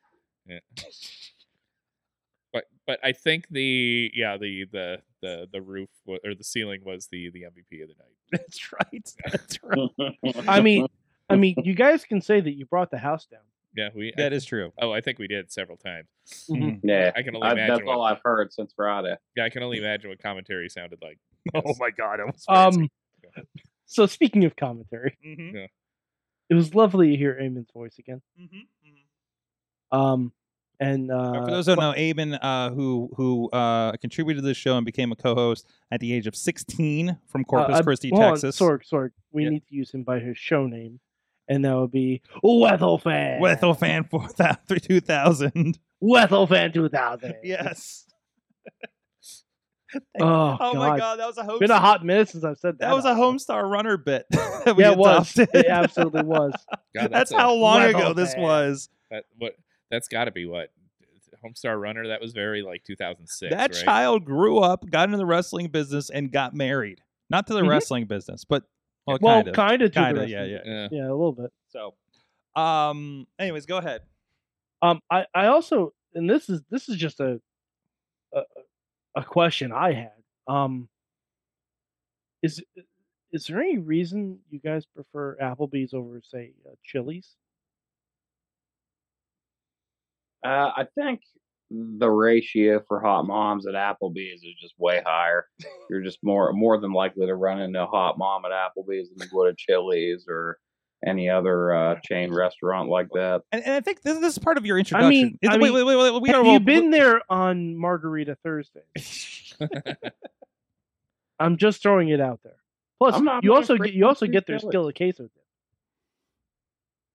But but I think the yeah the the the the roof wa- or the ceiling was the the MVP of the night. That's right. That's right. I mean, I mean, you guys can say that you brought the house down. Yeah, we. I, that is true. oh, I think we did several times. Mhm. yeah, I can only I, that's imagine. all what, I've heard since Friday. yeah, I can only imagine what commentary sounded like. Oh my god, it was Um, so speaking of commentary, Mm-hmm. crazy. Mm-hmm. it was lovely to hear Eamon's voice again. Mhm, mhm, mhm. Um, And uh, For those who don't know, Aben, uh, who who uh, contributed to this show and became a co-host at the age of 16 from Corpus I- Christi, hold on, Texas. Sorg, Sorg, we Yeah. need to use him by his show name, and that would be Wethelfan. Wethelfan 4000, 2000. Wethelfan 2000. Yes. Oh, Oh my God, that was a home. Been a hot minute since I've said that. that was a out loud. Homestar Runner bit. that we Yeah, it was. adopted. It absolutely was. God, That's, a- how long ago Wethelfan. this was. that, what that's got to be what Homestar Runner. That was very like 2006. that right? child grew up, got into the wrestling business, and got married. Not to the Mhm. wrestling business, but well, well, kind of. kind of, Kinda, yeah, yeah. Yeah. yeah, a little bit. So, um, anyways, go ahead. Um, I, I also, and this is this is just a, a, a question I had. Um, is is there any reason you guys prefer Applebee's over, say, uh, Chili's? Uh, I think the ratio for hot moms at Applebee's is just way higher. You're just more more than likely to run into a hot mom at Applebee's than you would at Chili's or any other uh, chain restaurant like that. And, and I think this, this is part of your introduction. I mean- It's- I wait, mean, wait, wait, wait, we Have are you well- been there on Margarita Thursday? I'm just throwing it out there. Plus, I'm not- you I'm not also afraid get you also to get their tell it. skill of queso dip.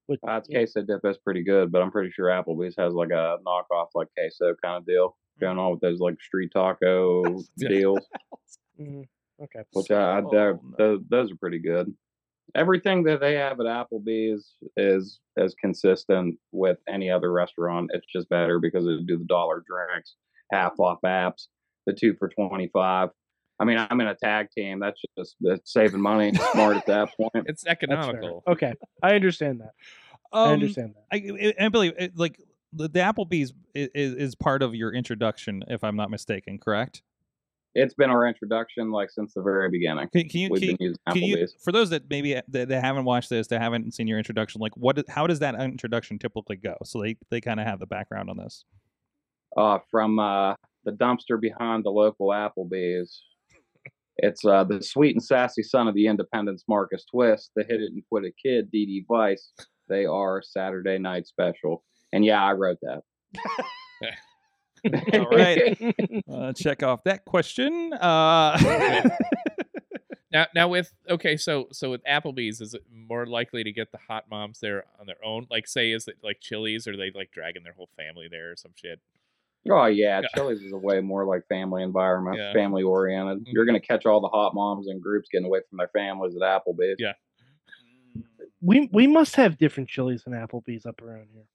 Which, Uh, it's yeah, queso dip is pretty good, but I'm pretty sure Applebee's has like a knockoff like queso kind of deal going on with those like street taco Yeah. deals, mm, okay. which I, I Oh, they're- no. those, those are pretty good. Everything that they have at Applebee's is is consistent with any other restaurant. It's just better because they do the dollar drinks, half off apps, the two for twenty five. I mean, I'm in a tag team. That's just that's saving money. Smart at that point. It's That's fair. economical. Okay, I understand that. I Um, understand that. I, I I believe it, like the, the Applebee's is, is, is part of your introduction, if I'm not mistaken. Correct? It's been our introduction like since the very beginning. Can, can you We've can, been using can you Applebee's. for those that maybe uh, that, that haven't watched this, that haven't seen your introduction, like what? How does that introduction typically go? So they they kind of have the background on this. uh, from uh, the dumpster behind the local Applebee's. It's uh, the sweet and sassy son of the independence, Marcus Twist, the hit it and quit it kid, DD Vice. They are Saturday night special. And yeah, I wrote that. All right, uh, check off that question. Uh, Now, now with okay, so so with Applebee's, is it more likely to get the hot moms there on their own? Like, say, is it like Chili's, or they like dragging their whole family there or some shit? Oh yeah, Yeah. Chili's is a way more like family environment, Yeah. family oriented. Mm-hmm. You're gonna catch all the hot moms and groups getting away from their families at Applebee's. Yeah. We we must have different chilies and Applebee's up around here.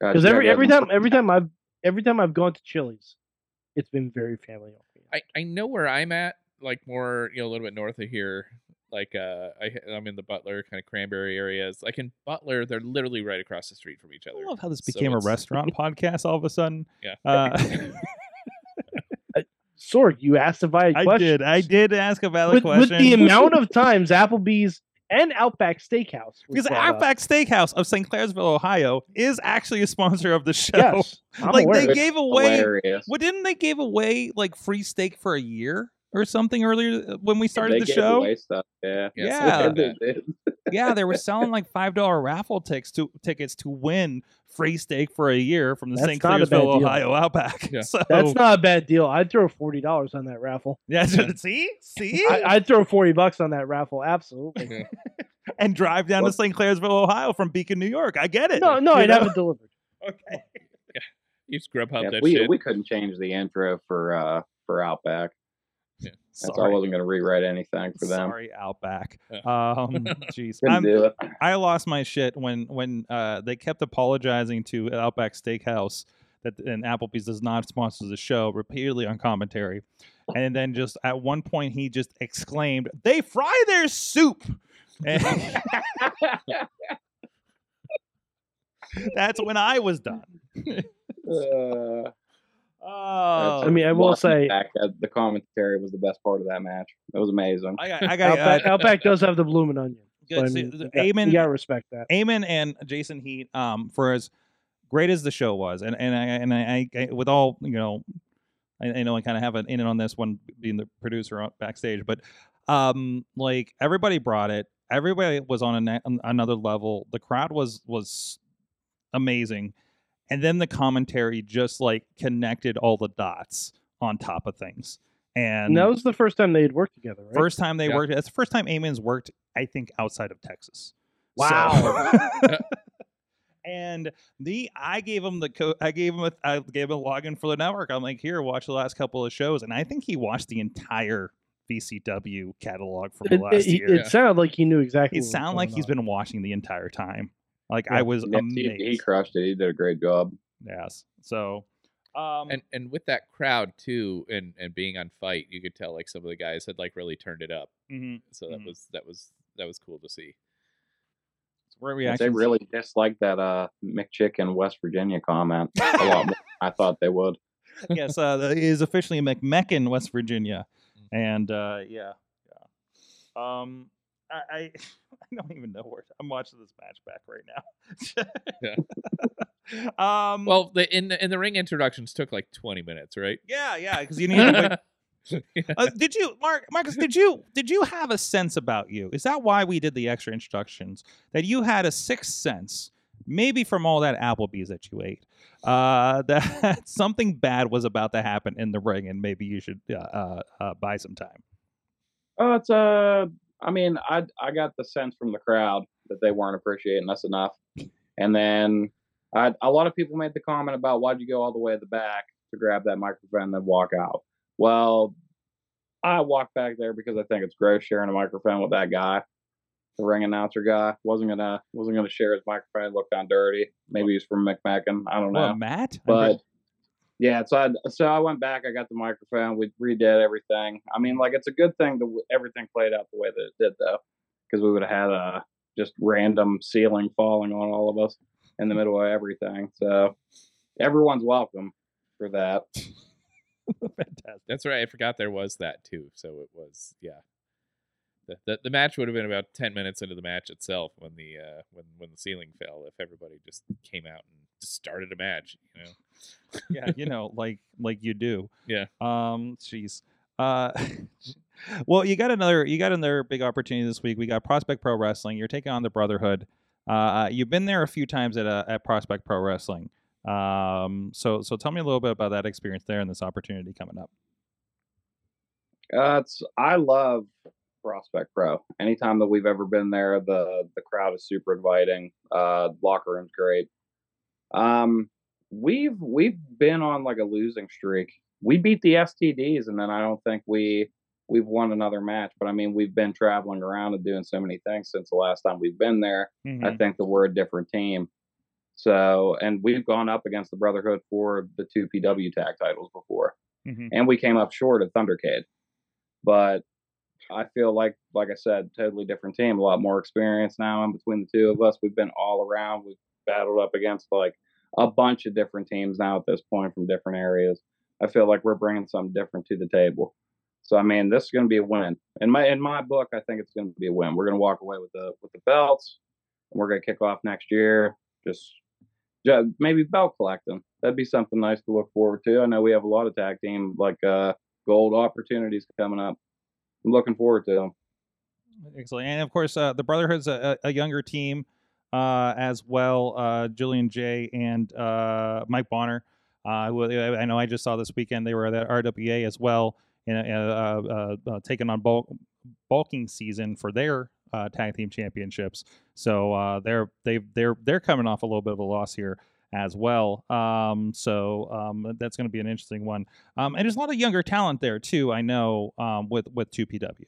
God, Because you every guys every have- time every time I've every time I've gone to Chili's, it's been very family oriented. I I know where I'm at, like more you know a little bit north of here. Like uh, I I'm in the Butler kind of Cranberry areas. Like in Butler, they're literally right across the street from each other. I love how this So became a it's- restaurant podcast all of a sudden. Yeah. Uh, Sorg, you asked a valid I question. did. I did ask a valid With, with question. the amount of times Applebee's and Outback Steakhouse, was because brought up. Outback Steakhouse of St. Clairsville, Ohio, is actually a sponsor of the show. yes, I'm like aware. they It's gave away. hilarious. Well, didn't they give away like free steak for a year or something earlier uh, when we started They the gave show? away stuff, Yeah. Yeah, Yeah. something like that. They did. yeah, they were selling like five dollar raffle tickets to tickets to win free steak for a year from the That's St. not a bad Clairsville, deal. Ohio Outback. Yeah. So That's not a bad deal. I'd throw forty dollars on that raffle. Yeah, see, see, I, I'd throw forty bucks on that raffle. Absolutely. Yeah. and drive down to What? St. Clairsville, Ohio from Beacon, New York. I get it. No, no, You I'd know? have it delivered. Okay. You just Grubhub Yeah, that we shit. we couldn't change the intro for uh for Outback. That's why I Sorry. wasn't gonna rewrite anything for them. Sorry, Outback. Yeah. Um, jeez, Couldn't I'm- do it. I lost my shit when when uh, they kept apologizing to Outback Steakhouse that and Applebee's does not sponsor the show repeatedly on commentary, and then just at one point he just exclaimed, "They fry their soup." And that's when I was done. Uh, Oh, I mean, I will watching say- back, uh, the commentary was the best part of that match. It was amazing. I got, I got, uh, Outback, Outback does have the blooming onion. good. but I See, mean, the- you, got, Amen, you gotta respect that. Amen and Jason Heat, um, for as great as the show was, and and I and I, I with all you know, I, I know I kind of have an in on this one being the producer on, backstage, but um, like everybody brought it. Everybody was on a, na- an- another level. The crowd was was amazing, and then the commentary just like connected all the dots on top of things. And And that was the first time they had worked together, right? first time they Yeah. worked. That's the first time Amon's worked, I think, outside of Texas. So- Wow. and the I gave him the co- I gave him a I gave him a login for the network. I'm like, here, watch the last couple of shows, and I think he watched the entire VCW catalog from the it, last it, year. it sounded like he knew exactly. It what was sounded like going he's on. been watching the entire time. Like Yeah. I was Yeah, he, amazed. he crushed it. He did a great job. yes. So, um, and and with that crowd too and and being on fight you could tell like some of the guys had like really turned it up mhm. so that Mm-hmm. Mhm. was that was that was cool to see Where are we But They actually? really disliked that uh McChicken West Virginia comment a lot more. than I thought they would. yes, uh, that is officially McMeckin, West Virginia, and uh, yeah, yeah. Um, I, I I don't even know where I'm watching this match back right now. Um, well the in the, in the ring introductions took like 20 minutes right yeah, yeah, because you need. To wait. Uh, did you, Mark, Marcus? Did you did you have a sense about you? Is that why we did the extra introductions? That you had a sixth sense, maybe from all that Applebee's that you ate, uh, that something bad was about to happen in the ring, and maybe you should uh, uh, uh, buy some time. Oh, it's uh I mean, I I got the sense from the crowd that they weren't appreciating us enough. And then I, a lot of people made the comment about why'd you go all the way to the back to grab that microphone and then walk out. Well, I walked back there because I think it's gross sharing a microphone with that guy, the ring announcer guy. wasn't gonna wasn't gonna share his microphone. It looked on dirty. Maybe he's from McMacken. I don't know. Well, Matt, I'm but pretty- yeah, so I so I went back. I got the microphone. We redid everything. I mean, like it's a good thing that w- everything played out the way that it did, though, because we would have had a just random ceiling falling on all of us in the middle of everything. So everyone's welcome for that. fantastic. that's right i forgot there was that too so it was yeah the, the, the match would have been about 10 minutes into the match itself when the uh when when the ceiling fell if everybody just came out and just started a match you know yeah, you know, like like you do. Yeah. Um, jeez. Uh, well, you got another you got another big opportunity this week. We got Prospect Pro Wrestling. You're taking on the Brotherhood. Uh, you've been there a few times at uh, at Prospect Pro Wrestling. Um, so so tell me a little bit about that experience there and this opportunity coming up. Uh, it's I love Prospect Pro. Anytime that we've ever been there, the the crowd is super inviting. Uh, locker room's great. Um, we've we've been on like a losing streak. We beat the STDs, and then I don't think we we've won another match. But I mean, we've been traveling around and doing so many things since the last time we've been there. Mm-hmm. I think that we're a different team. So, and we've gone up against the Brotherhood for the two PW tag titles before, Mhm. and we came up short at Thundercade. But I feel like, like I said, totally different team, a lot more experience now in between the two of us. We've been all around. We've battled up against like a bunch of different teams now at this point from different areas. I feel like we're bringing something different to the table. So I mean, this is going to be a win. In my in my book, I think it's going to be a win. We're going to walk away with the with the belts we're gonna kick off next year. Just, ju- maybe belt collecting. That'd be something nice to look forward to. I know we have a lot of tag team like uh gold opportunities coming up. I'm looking forward to them. Excellent. And of course, uh, the Brotherhood's a, a a younger team uh, as well. Uh, Julian J and uh, Mike Bonner, uh, who I I know I just saw this weekend. They were at RWA as well, and uh, uh, uh, taking on bulk, bulking season for their uh, tag team championships. So uh, they're they they're they're coming off a little bit of a loss here as well. Um, so um, that's going to be an interesting one. Um, and there's a lot of younger talent there too. I know um, with with two PW.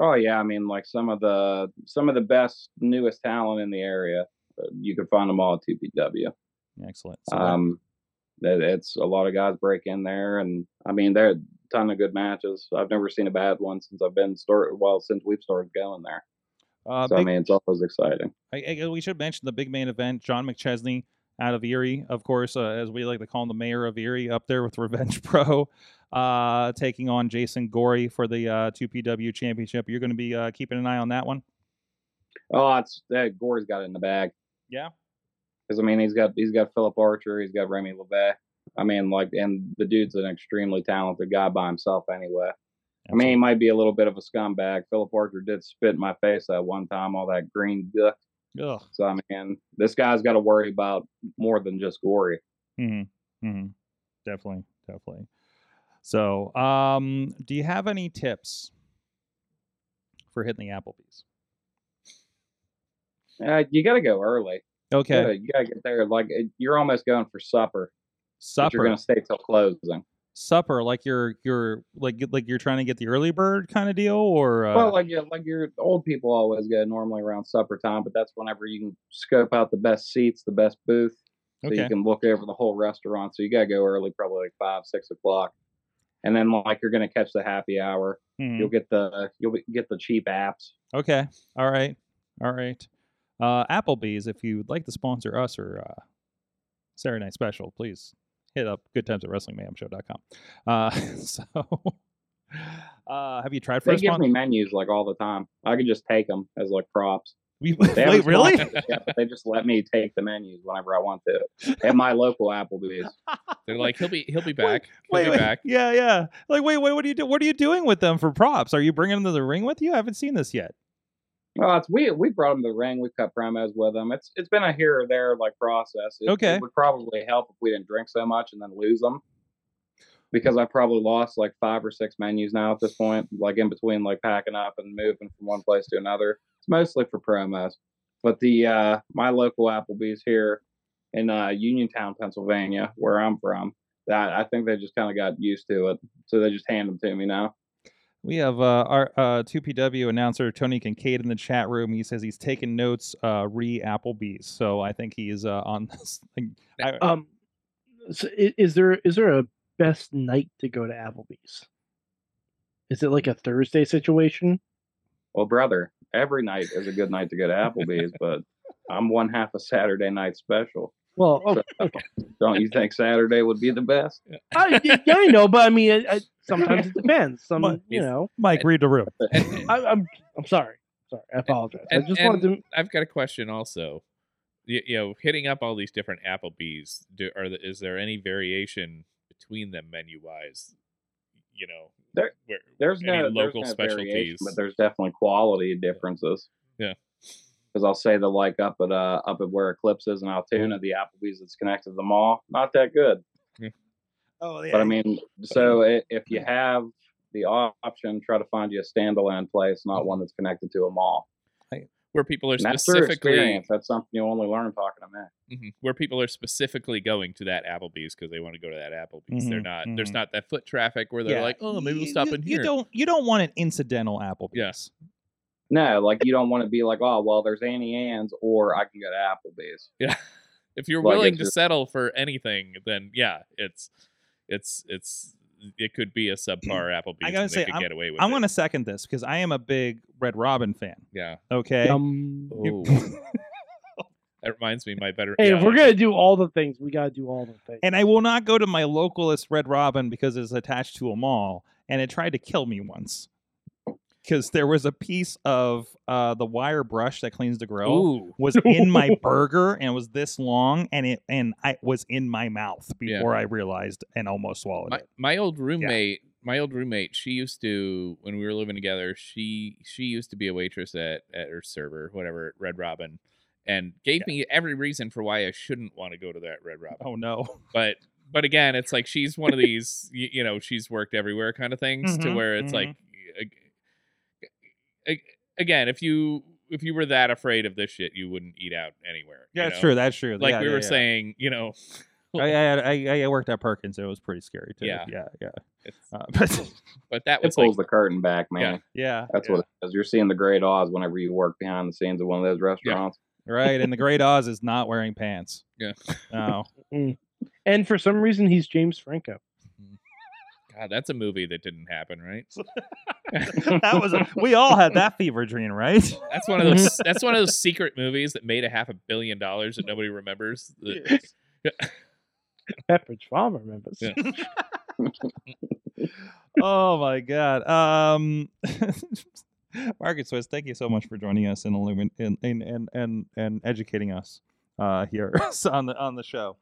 Oh yeah, I mean like some of the some of the best newest talent in the area. Uh, You can find them all at TPW. Excellent. So that- Um, that it's a lot of guys break in there, and I mean there are a ton of good matches. I've never seen a bad one since I've been start well since we've started going there. Uh, so I big- mean it's always exciting. I, I- we should mention the big main event, John McChesney out of Erie, of course, uh, as we like to call him, the mayor of Erie, up there with Revenge Pro, uh, taking on Jason Gorey for the uh, 2PW Championship. You're going to be uh, keeping an eye on that one. Oh, it's that Gore's got it in the bag. Yeah. because I mean he's got he's got Philip Archer, he's got Remy LeVay. I mean, like, and the dude's an extremely talented guy by himself. Anyway, I mean, he might be a little bit of a scumbag. Philip Archer did spit in my face that one time, all that green guck Ugh. So I mean, this guy's got to worry about more than just gory. hmm hmm Definitely. Definitely. So, um, do you have any tips for hitting the Applebee's? Uh, you got to go early. You Okay. gotta- You got to get there like it- you're almost going for supper. but You're Supper. going to stay till closing. Supper, like you're you're like like you're trying to get the early bird kind of deal, or uh, well, like yeah, like your old people always go normally around supper time, but that's whenever you can scope out the best seats, the best booth, so okay, you can look over the whole restaurant. So you got to go early, probably like five, six o'clock, and then like you're going to catch the happy hour. Mhm. You'll get the you'll be- get the cheap apps. okay, all right, all right. Uh, Applebee's, if you'd like to sponsor us or uh, Saturday Night Special, please hit up Good Times at WrestlingMayhemShow.com. Uh, so, uh, have you tried They first? give me menus like all the time. I can just take them as like props. Wait, They haven't really? sponsored it yet, but they just let me take the menus whenever I want to at my local Applebee's. They're like, he'll be he'll be Wait, back. He'll be back. Yeah, yeah. Like, wait, wait. What are you do? What are you doing with them for props? Are you bringing them to the ring with you? I haven't seen this yet. Well, it's we we brought them to the ring. We cut promos with them. It's it's been a here or there like process. It, Okay. it would probably help if we didn't drink so much and then lose them. Because I probably lost like five or six menus now at this point, like in between like packing up and moving from one place to another. It's mostly for promos. But the uh my local Applebee's here in uh Uniontown, Pennsylvania, where I'm from, that I think they just kinda got used to it. So they just hand them to me now. We have uh, our uh, 2PW announcer Tony Kincaid in the chat room. He says he's taking notes uh, re Applebee's, so I think he's uh, on this. Thing. I, Um, so i- is there is there a best night to go to Applebee's? Is it like a Thursday situation? Well, brother, every night is a good night to go to Applebee's, but I'm one half a Saturday night special. Well, So, Don't you think Saturday would be the best? I, yeah, I know, but I mean, I, I, sometimes it depends. Some, But- you know, Mike, read the room. And- I, I'm I'm sorry, sorry, I apologize. and- I just and- wanted to. I've got a question also. You, you know, hitting up all these different Applebee's, do, are the, is there any variation between them menu wise? You know, There- where, There's any no local there's no specialties. variation, but there's definitely quality differences. Yeah. Because I'll say the like up at uh up at where Eclipse is in Altoona, the Applebee's that's connected to the mall, not that good. Oh, yeah. But I mean, so i- if you have the option, try to find you a standalone place, Mm-hmm. not one that's connected to a mall. where people are And that's their specifically experience. That's something you only learn talking to me. Mhm. where people are specifically going to that Applebee's because they want to go to that Applebee's. They're Mhm, not. There's mhm. not that foot traffic where they're like, oh, maybe we'll stop you, in you here. don't. You don't want an incidental Applebee's. No, like you don't want to be like, oh, well, there's Annie Ann's, or I can go to Applebee's. Yeah. If you're Like, willing if to you're- settle for anything, then yeah, it's it's it's it could be a subpar Applebee's. gotta and say, they could get away with I'm it. going to second this because I am a big Red Robin fan. Yeah. Okay. Um, You- Oh. That reminds me, my better. hey, yeah, if we're gonna do all the things, we gotta do all the things. and I will not go to my localist Red Robin because it's attached to a mall, and it tried to kill me once because there was a piece of uh, the wire brush that cleans the grill Ooh. was in my burger and was this long, and it and I was in my mouth Yeah. before I realized and almost swallowed My, it. my old roommate, my old roommate, she used to when we were living together. She she used to be a waitress at at her server, whatever, at Red Robin, and gave me every reason for why I shouldn't want to go to that Red Robin. Oh no! But but again, it's like she's one of these, you, you know, she's worked everywhere kind of things to Mhm, where it's mhm. like, ag- ag- again, if you if you were that afraid of this shit, you wouldn't eat out anywhere. you Yeah, that's know? true. That's true. Like Yeah, we yeah, were yeah. saying, you know, I, I, I I worked at Perkins. and It was pretty scary too. Yeah. yeah, yeah. it's- Uh, but but that It was like pulls the curtain back, man. Yeah. yeah, That's what it is. You're seeing the great Oz whenever you work behind the scenes of one of those restaurants. right. And the Great Oz is not wearing pants. Yeah. Oh, and for some reason, he's James Franco. God, that's a movie that didn't happen, right? that was a, we all had that fever dream, right? That's one of those. Mm-hmm. that's one of those secret movies that made a half a billion dollars that nobody remembers. The- Pepperidge Farm remembers. Yeah. oh my god. Um Margaret Swiss, thank you so much for joining us and illumin and and and and, and educating us uh here on the on the show.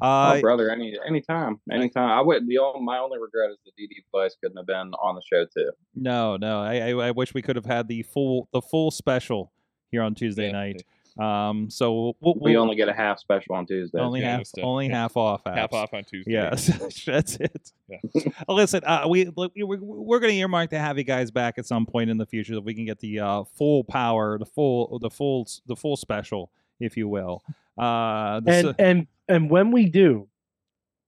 Oh, Uh brother, any anytime, anytime. I would. The only, my only regret is the DD Vice couldn't have been on the show too. no, no. I, I I wish we could have had the full the full special here on Tuesday Yeah. night. Um, so we'll, we'll, We only get a half special on Tuesday. only Yeah, half it's definitely- only half off apps. Half off on Tuesday. Yes, that's it. Yeah. Uh, Listen, uh, we look, we- we're, we're going to earmark to have you guys back at some point in the future that we can get the uh, full power, the full, the full, the full special, if you will. Uh, the and s- and and when we do,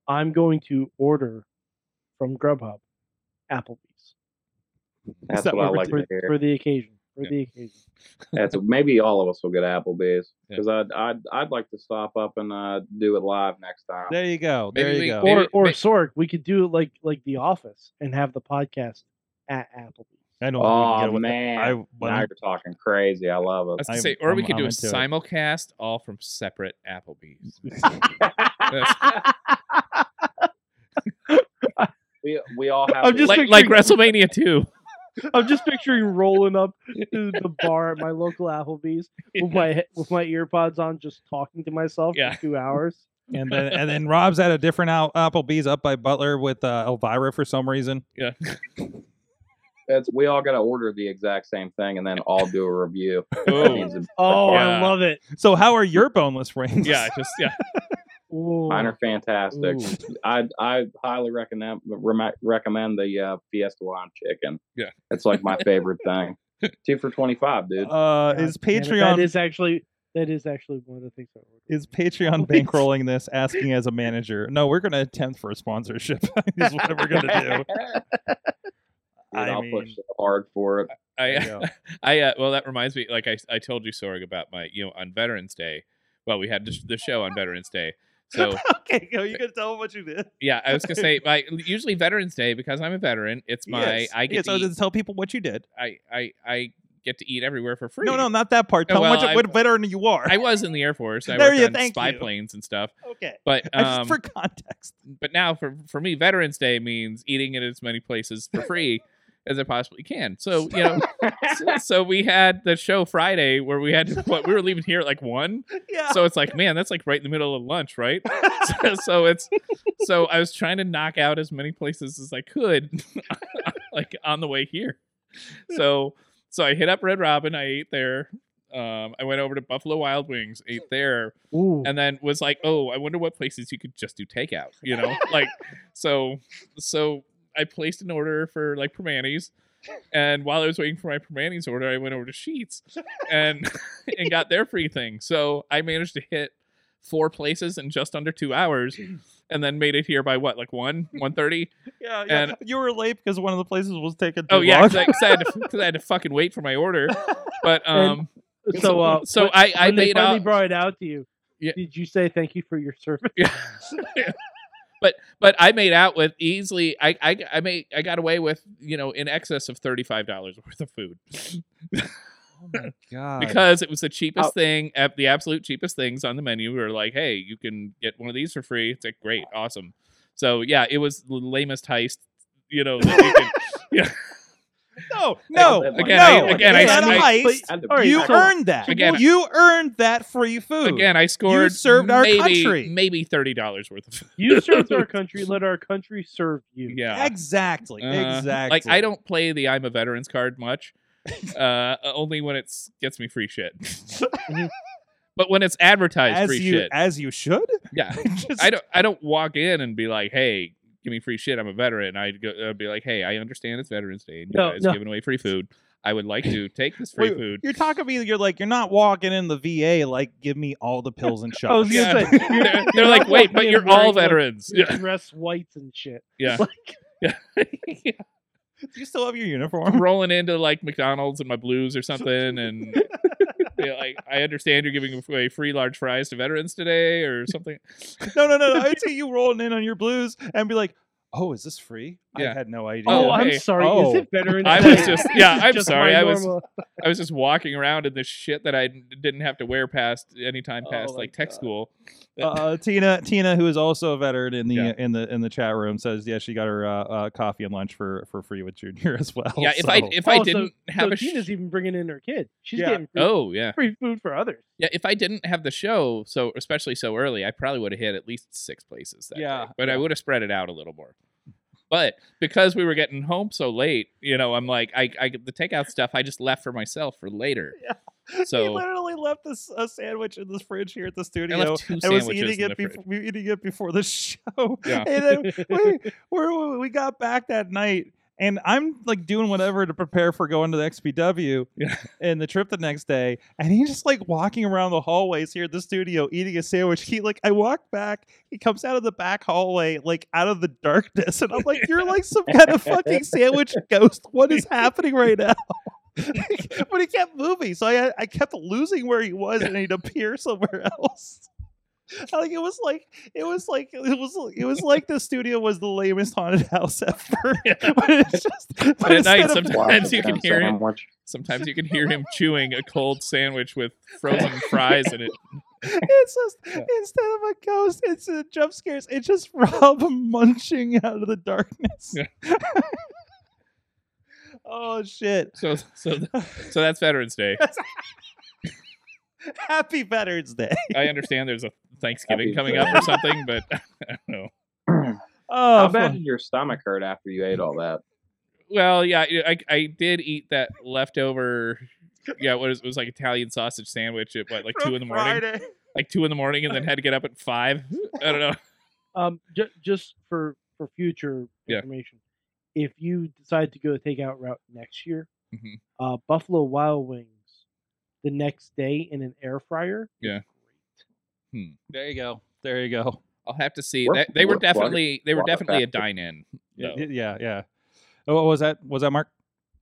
I'm going to order from Grubhub, Applebee's That's that what I what we're like for, to hear. for the occasion. For Yeah. the occasion, That's maybe all of us will get Applebee's Yeah. because I'd, I'd I'd like to stop up and uh, do it live next time. there you go. Maybe There you we- go. maybe- or or may- Sorg, we could do it like like The Office and have the podcast at Applebee's. I don't. think we can get Oh away with that. man, I- but now I'm- you're talking crazy. I love I was it. gonna I'm- say, or we I'm- could do I'm a into it. simulcast all from separate Applebee's. we we all have. I'm to- Just like, like picturing- WrestleMania 2. I'm just picturing rolling up to the bar at my local Applebee's with my he- with my earpods on, just talking to myself Yeah. for two hours. and then and then Rob's at a different out, Applebee's up by Butler with uh, Elvira for some reason. Yeah. that's we all got to order the exact same thing and then all do a review. That Oh, means it's- Oh, Yeah. I love it. So how are your boneless rings? yeah, just yeah. Ooh. Mine are fantastic. I I highly recommend remi- recommend the uh, Fiesta Line Chicken. Yeah. it's like my favorite thing. Two for twenty five, dude. Uh, God is damn it, Patreon That is, is actually that is actually one of the things I ordered. Patreon Please. bankrolling this? Asking as a manager? No, we're going to attempt for a sponsorship. is what we're going to do. Dude, I I'll mean- uh, push so hard for it. There you go. I, I uh, well, that reminds me. Like I, I told you, Sorg, about my you know on Veterans Day. Well, we had the sh- the show on Veterans Day. So okay, go. You can tell them what you did. yeah, I was gonna say, my, usually Veterans Day because I'm a veteran. It's my Yes. I get Yes, to so eat- just tell people what you did. I, I I get to eat everywhere for free. No, no, not that part. Oh, Tell 'em well, what, I- you- what veteran you are. I was in the Air Force. I There worked you- on thank spy you. planes and stuff. okay. But I um, just for context. but now for for me, Veterans Day means eating at as many places for free as I possibly can. So you know, so, so we had the show Friday where we had what we were leaving here at like one. Yeah. So it's like, man, that's like right in the middle of lunch, right? So, so it's so I was trying to knock out as many places as I could, like on the way here. So so I hit up Red Robin. I ate there. Um, I went over to Buffalo Wild Wings, ate there Ooh. and then was like, "Oh, I wonder what places you could just do takeout." You know, like so. So I placed an order for like permanis, and while I was waiting for my permanis order, I went over to Sheets and and got their free thing. So I managed to hit four places in just under two hours, and then made it here by what, like one one thirty? yeah, yeah. and- you were late because one of the places was taken. Too Oh yeah, long. because I, 'cause I had to because I had to fucking wait for my order. But And- um, so uh, so when- I I when they made finally out. brought it out to you. Yeah. Did you say thank you for your service? Yeah. but but I made out with easily I I I made I got away with, you know, in excess of $35 worth of food. oh my god. because it was the cheapest Oh. thing, at the absolute cheapest things on the menu. We were like, "Hey, you can get one of these for free." It's like, "Great, awesome." So, yeah, it was the lamest heist, you know, that you can- no, no, Like, again, no. I- again, it's I- not a I- heist. I had to All right, you pack so- up earned that. Again- you earned that free food. Again, I scored served our maybe, country. maybe $30 worth of food. You served our country. Let our country serve you. Yeah. Exactly. Uh, exactly. Like I don't play the I'm a veterans card much. uh only when it's gets me free shit. but when it's advertised as free you shit. as you should. yeah. Just- I don't I don't walk in and be like, "Hey, give me free shit. I'm a veteran." I'd go I'd be like, "Hey, I understand it's Veterans Day and you No, guys no. giving away free food. I would like to take this free Wait, food." You're talking to me. You're like you're not walking in the VA. Like give me all the pills and shots. I was gonna Yeah. say you're- they're you're they're not like, "Wait, walking but in you're all wearing, like, veterans." you're Yeah. dressed whites and shit. Yeah. Like, yeah. Do you still have your uniform? rolling into like McDonald's and my blues or something, and yeah, like I understand you're giving away free large fries to veterans today or something. no, no, no, no. I'd see you rolling in on your blues and be like, "Oh, is this free? I Yeah. had no idea." oh, Oh, I'm hey. sorry. Oh. Is it Veterans I Day? was just- yeah, This is I'm just sorry, my I was- normal- I was just walking around in this shit that I didn't have to wear past any time past Oh my like tech God. school. uh, Tina, Tina, who is also a veteran in the Yeah. in the in the chat room, says, "Yeah, she got her uh, uh, coffee and lunch for for free with Junior as well." yeah, if I so- if I Oh, so- didn't have So a sh- Tina's even bringing in her kid. She's Yeah. getting free, oh yeah free food for others. yeah if I didn't have the show so especially so early I probably would have hit at least six places that Yeah, day, but yeah. I would have spread it out a little more. But because we were getting home so late, you know, I'm like, I, I the takeout stuff I just left for myself for later. he So literally left a, s- a sandwich in the fridge here at the I studio. left two I was sandwiches eating in the it fridge. before eating it before the show. Yeah. And then we, we we got back that night, and I'm like doing whatever to prepare for going to the XPW Yeah. and the trip the next day. And he's just like walking around the hallways here at the studio eating a sandwich. He like I walk back, he comes out of the back hallway, like out of the darkness, and I'm like, You're like some kind of fucking sandwich ghost. What is happening right now? but he kept moving, so I I kept losing where he was, and he'd appear somewhere else. Like it was like it was like it was it was like the studio was the lamest haunted house ever. but it's just but But at night, instead of- sometimes- Wow, Sometimes you can damn hear him. sandwich. Sometimes you can hear him chewing a cold sandwich with frozen fries in it. it's just instead of a ghost, it's a jump scares. It's just Rob munching out of the darkness. Yeah. oh shit! So so so that's Veterans Day. Happy Veterans Day. I understand there's a Thanksgiving Happy coming up or something, but I don't know. Oh, How bad fuck. did your stomach hurt after you ate all that? Well, yeah, I, I did eat that leftover. Yeah, what is, it was like Italian sausage sandwich at what, like two in the morning, Friday. like two in the morning, and then had to get up at five. I don't know. Um, ju- just for for future Yeah. information, if you decide to go the takeout route next year, Mhm. uh, Buffalo Wild Wings the next day in an air fryer. Yeah. There you go. There you go. I'll have to see. We're- That, they were we're plug- definitely they were plug it definitely a back to- dine-in. Yeah, though. yeah, yeah. Oh, what was that? Was that Mark?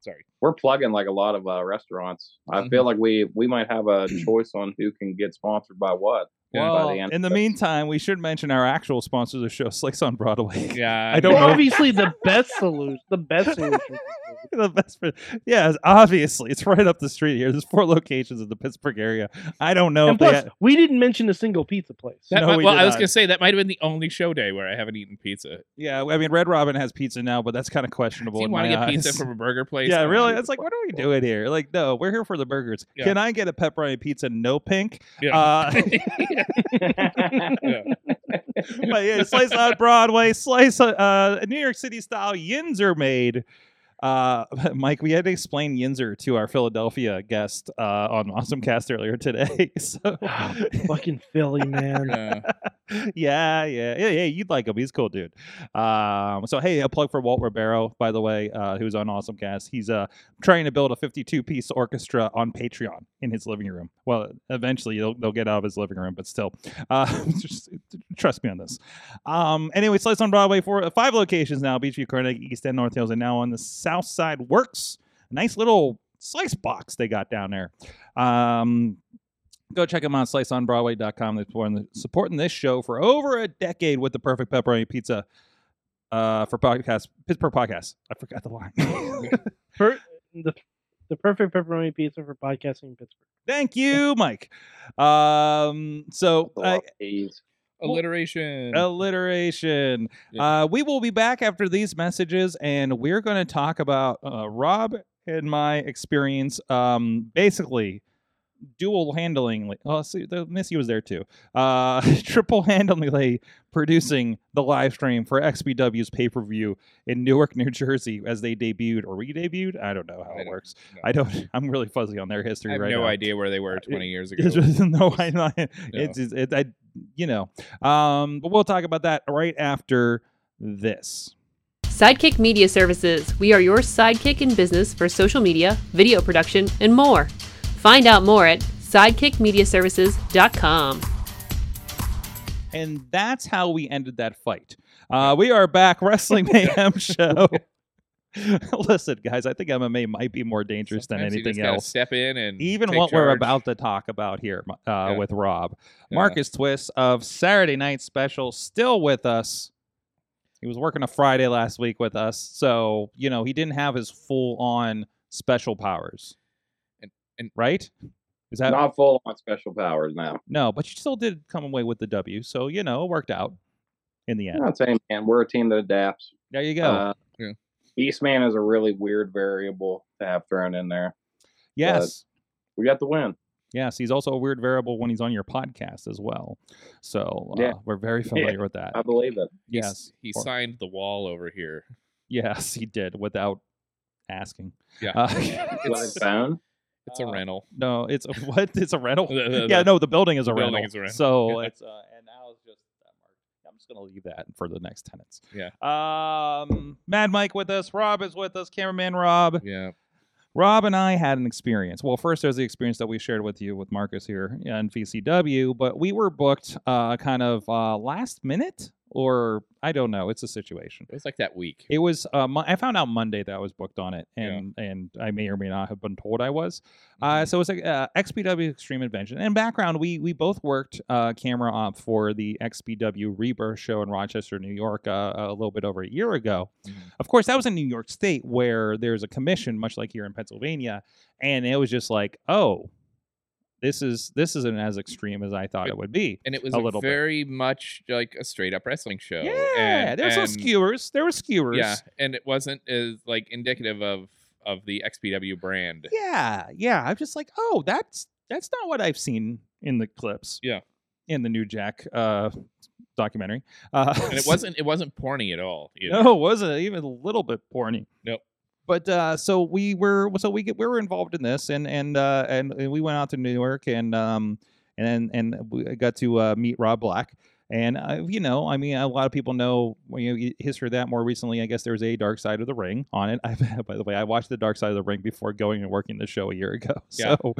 Sorry. We're plugging like a lot of uh, restaurants. I Mm-hmm. feel like we we might have a choice on who can get sponsored by what. Yeah. by Well, end in the of this. meantime, we should mention our actual sponsor of the show, Slicks on Broadway. Yeah, I don't Well, know. Obviously, the best solution. The best solution. is to the best for yeah it's- obviously it's right up the street here there's four locations in the pittsburgh area i don't Oh, know and if they plus, had, we didn't mention a single pizza place. That No, might- we well, did I was not. gonna say that might have been the only show day where I haven't eaten pizza. yeah i mean red robin has pizza now but that's kind of questionable Do you in want to my get pizza eyes. from a burger place? yeah Come really on. it's like what are we doing here like no we're here for the burgers Yeah. can i get a pepperoni pizza no pink Yeah. uh Yeah. but yeah slice on broadway slice uh new york city style yins are made uh mike we had to explain yinzer to our philadelphia guest uh on awesome cast earlier today so Fucking Philly, man. yeah, Yeah. yeah, yeah, yeah. You'd like him. He's a cool, dude. Um, so hey, a plug for Walt Ribeiro, by the way, uh, who's on Awesome Cast. He's uh trying to build a 52 piece orchestra on Patreon in his living room. Well, eventually they'll, they'll get out of his living room, but still, uh, just, trust me on this. Um, anyway, Slice on Broadway for uh, five locations now: Beachview, Carnegie, East End, North Hills, and now on the South Side Works. Nice little slice box they got down there. Um, go check them out, sliceonbroadway.com. They're supporting, supporting this show for over a decade with the perfect pepperoni pizza uh, for podcast Pittsburgh podcast. I forgot the line. Per- the, the perfect pepperoni pizza for podcasting in Pittsburgh. Thank you, Mike. Um, so The I, lot A's. Alliteration. alliteration. Uh, we will be back after these messages, and we're going to talk about uh, Rob and my experience. Um, basically, dual handling. Oh, see, the Missy was there too. Uh, triple handlingly producing the live stream for XBW's pay per view in Newark, New Jersey, as they debuted or re-debuted. I don't know how I it don't works. know. I don't. I'm really fuzzy on their I history have right no now. idea where they were 20 years ago. It's just- no, I, I, it's, it's it, I, you know. Um, but we'll talk about that right after this. Sidekick Media Services. We are your sidekick in business for social media, video production, and more. Find out more at sidekickmediaservices.com. And that's how we ended that fight. Uh, we are back, Wrestling Mayhem Show. Listen, guys, I think MMA might be more dangerous Sometimes than you just anything gotta else. Step in and Even Mm, take what we're charge. about to talk about here uh, with Rob. Yeah. Marcus Twist of Saturday Night Special, still with us. He was working a Friday last week with us, so you know he didn't have his full on special powers. And- and- right? Is that Not full on special powers now. no? But you still did come away with the W, so you know it worked out in the I'm end. not saying, man, we're a team that adapts. There you go. Uh, Yeah. Beastman is a really weird variable to have thrown in there. yes, We got the win. yes. He's also a weird variable when he's on your podcast as well. So uh, Yeah. Uh, we're very familiar with that. I believe it. He yes, s- He Or- signed the wall over here. yes, he did without asking. Yeah. Uh, With his It's- phone. It's a Uh, rental. No, it's a, what? It's a rental. The- the- yeah, the- no, the building is a the building rental. is a rental. So Yeah. it's uh, and now it's just that mark. I'm just gonna leave that for the next tenants. Yeah. Um, Mad Mike with us. Rob is with us. Cameraman Rob. Yeah. Rob and I had an experience. Well, first there's the experience that we shared with you with Marcus here in VCW, but we were booked uh, kind of uh, last minute, or I don't know. It's a situation. It was like that week. It was. Uh, Mon- I found out Monday that I was booked on it, and and I may or may not have been told I was. Mm-hmm. Uh, so it's like uh, XPW Extreme Adventure. And background, we we both worked uh, camera op for the XPW Rebirth show in Rochester, New York, uh, a little bit over a year ago. Mhm. Of course, that was in New York State, where there's a commission, much like here in Pennsylvania, and it was just like, oh, this is this isn't as extreme as I thought it would be. and it was a a little bit. very much like a straight up wrestling show. yeah, and, there were some and- skewers. There were skewers. Yeah, and it wasn't as like indicative of of the XPW brand. Yeah, yeah. I'm just like, oh, that's that's not what I've seen in the clips. Yeah. in the New Jack uh, documentary, uh, And it wasn't it wasn't porny at all. either. No, it wasn't even a little bit porny. Nope. But uh, so we were, so we get, we were involved in this, and and uh, and, and we went out to New York, and um, and and we got to uh, meet Rob Black, and uh, you know, I mean, a lot of people know you know, y- history of that. More recently, I guess there was a Dark Side of the Ring on it. I, by the way, I watched the Dark Side of the Ring before going and working the show a year ago. Yeah. So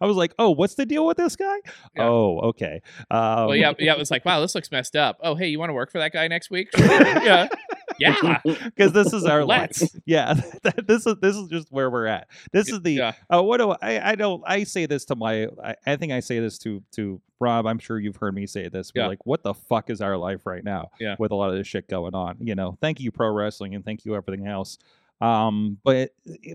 I was like, oh, what's the deal with this guy? Yeah. Oh, okay. Um, Well, yeah, yeah. It was like, wow, this looks messed up. Oh, hey, you want to work for that guy next week? Sure, yeah, yeah. because this is our life. Let's. Yeah, that, this is this is just where we're at. This is the Yeah. uh, what do I I don't I say this to my I, I think I say this to to Rob. I'm sure you've heard me say this. We're Yeah. like, what the fuck is our life right now? Yeah. with a lot of this shit going on. You know, thank you pro wrestling and thank you everything else. Um, but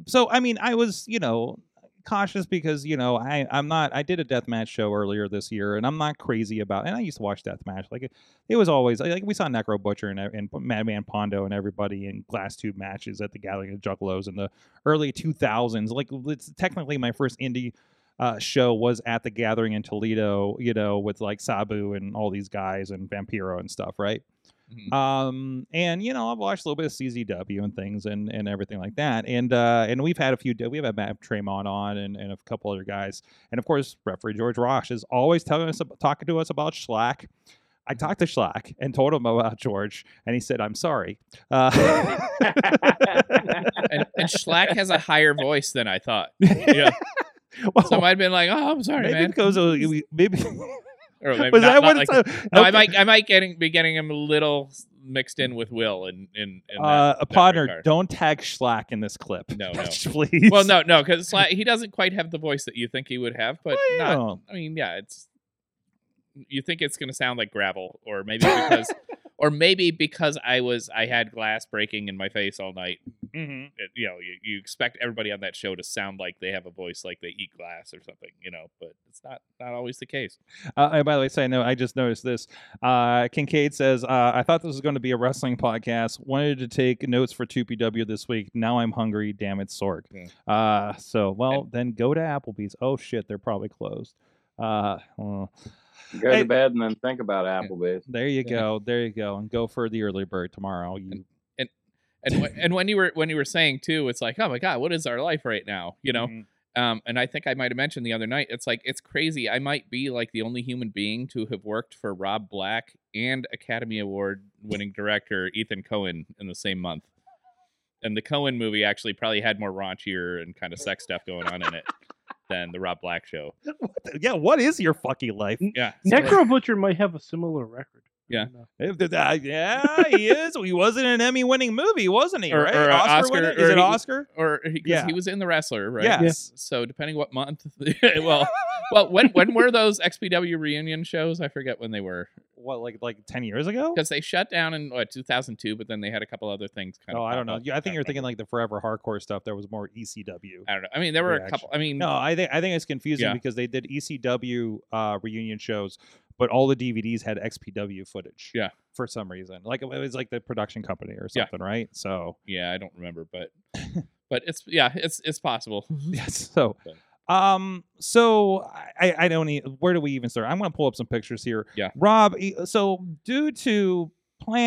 so I mean, I was you know cautious because you know I I'm not I did a deathmatch show earlier this year and I'm not crazy about and I used to watch deathmatch like it was always like we saw Necro Butcher and, and Madman Pondo and everybody in glass tube matches at the Gathering of Juggalos in the early 2000s. Like it's technically my first indie uh, show was at the Gathering in Toledo, you know, with like Sabu and all these guys and Vampiro and stuff, right? Mhm. Um, and you know, I've watched a little bit of CZW and things and and everything like that. And uh, and we've had a few. We've had Matt Tremont on and, and a couple other guys. And of course, referee George Rosh is always telling us, ab- talking to us about Schlack. I talked to Schlack and told him about George, and he said, "I'm sorry." Uh, And, and Schlack has a higher voice than I thought. Yeah, well, so I'd been like, oh, I'm sorry, maybe man. because of, we- maybe Or maybe was that not- not what like it's? that. No, I okay. might I might getting be getting him a little mixed in with Will and and, and Uh, a partner, regard. don't tag Schlack in this clip. No, no. please. well, no, no, because he doesn't quite have the voice that you think he would have, but I not. don't. I mean, yeah, it's you think it's gonna sound like gravel, or maybe because, or maybe because I was I had glass breaking in my face all night. Mhm. It- you know, you, you expect everybody on that show to sound like they have a voice like they eat glass or something, you know, but it's not not always the case. Uh, and by the way, say no. I just noticed this. Uh, Kincaid says, uh, "I thought this was going to be a wrestling podcast. Wanted to take notes for 2PW this week. Now I'm hungry. Damn it, Sorg. Yeah. Uh, so well, then go to Applebee's. Oh shit, they're probably closed. Uh, well, Go Hey. to bed and then think about Applebee's. there you Yeah. go. There you go. And go for the early bird tomorrow. You, And wh- and when you were when you were saying too, it's like, oh my god, what is our life right now? You know, Mhm. Um, and I think I might have mentioned the other night, it's like it's crazy. I might be like the only human being to have worked for Rob Black and Academy Award winning director Ethan Cohen in the same month. And the Cohen movie actually probably had more raunchier and kind of sex stuff going on in it than the Rob Black show. What the- yeah. What is your fucking life? Yeah. so- Necro Butcher might have a similar record. Yeah. No. If the- uh, yeah, he is. He wasn't an Emmy-winning movie, wasn't he? Or- right? or, uh, winning- Oscar- Is or it he- Oscar? Or because Yeah. he was in The Wrestler, right? Yes. So depending what month, well, well, when when were those XPW reunion shows? I forget when they were What, like like ten years ago? because they shut down in what 2002, but then they had a couple other things. Kind Oh, of I don't pop know. up. You- I think you're remember. thinking like the forever hardcore stuff. There was more ECW. I don't know. I mean, there were a couple. I mean, No, I think I think it's confusing Yeah. because they did ECW uh, reunion shows, but all the DVDs had XPW footage. Yeah. For some reason, like it was like the production company or Yeah. something, right? So yeah, I don't remember, but but it's yeah, it's it's possible. yes, so. Okay. Um. So I I don't. E- where do we even start? I'm gonna pull up some pictures here. Yeah. Rob. e- So due to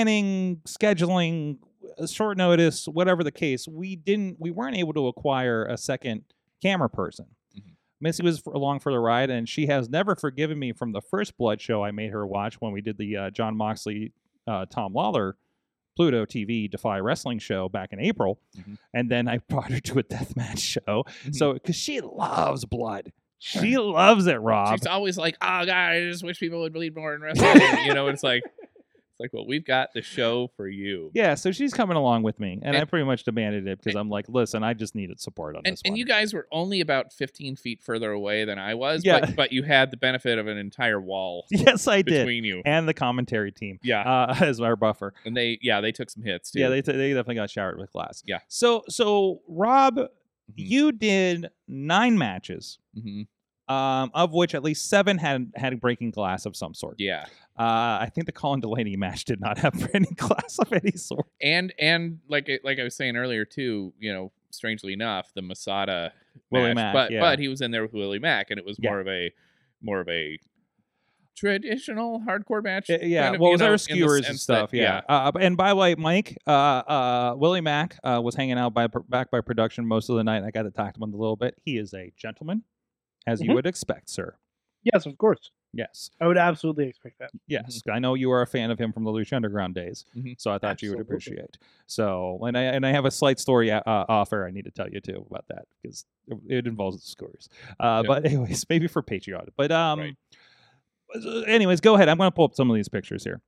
planning, scheduling, uh, short notice, whatever the case, we didn't. We weren't able to acquire a second camera person. Mm-hmm. Missy was f- along for the ride, and she has never forgiven me from the first Blood show I made her watch when we did the uh, John Moxley, uh, Tom Lawler, Pluto TV Defy Wrestling show back in April, Mhm. and then I brought her to a death match show. Mm-hmm. So because she loves blood, she loves it, Rob. She's always like, "Oh God, I just wish people would believe more in wrestling." you know, it's like, it's like, well, we've got the show for you. Yeah, so she's coming along with me, and, I And- pretty much demanded it because I'm like, listen, I just needed support on And, this and one. you guys were only about 15 feet further away than I was, Yeah. but, but you had the benefit of an entire wall yes, I did, between you. and the commentary team Yeah. uh, as our buffer. And they, yeah, they took some hits too. Yeah, they, they definitely got showered with glass. Yeah. So so Rob, you did nine matches, hmm um, of which at least seven had had breaking glass of some sort. Yeah. Uh, I think the Colin Delaney match did not have breaking glass of any sort. And, and like, I- like I was saying earlier too, you know, strangely enough, the Masada, Willie Mack, but, yeah. but he was in there with Willie Mack and it was Yeah. more of a, more of a traditional hardcore match. Uh, yeah, kind of, well, you it was know, in our the skewers and sense that- stuff. yeah. Uh, but- and by the way, Mike, uh, uh, Willie Mack uh, was hanging out by back by production most of the night. and I got to talk to him a little bit. He is a gentleman, as you Mm-hmm. Mhm. would expect, sir. Yes, of course. Yes, I would absolutely expect Mm-hmm. that. yes. I know you are a fan of him from the Lucha Underground days, Mhm. so I thought you would Absolutely. appreciate. So, and I and I have a slight story uh, off air I need to tell you too about that because it, it involves the scores. Uh, Yeah. But anyways, maybe for Patreon. But um, Right. anyways, go ahead. I'm going to pull up some of these pictures here.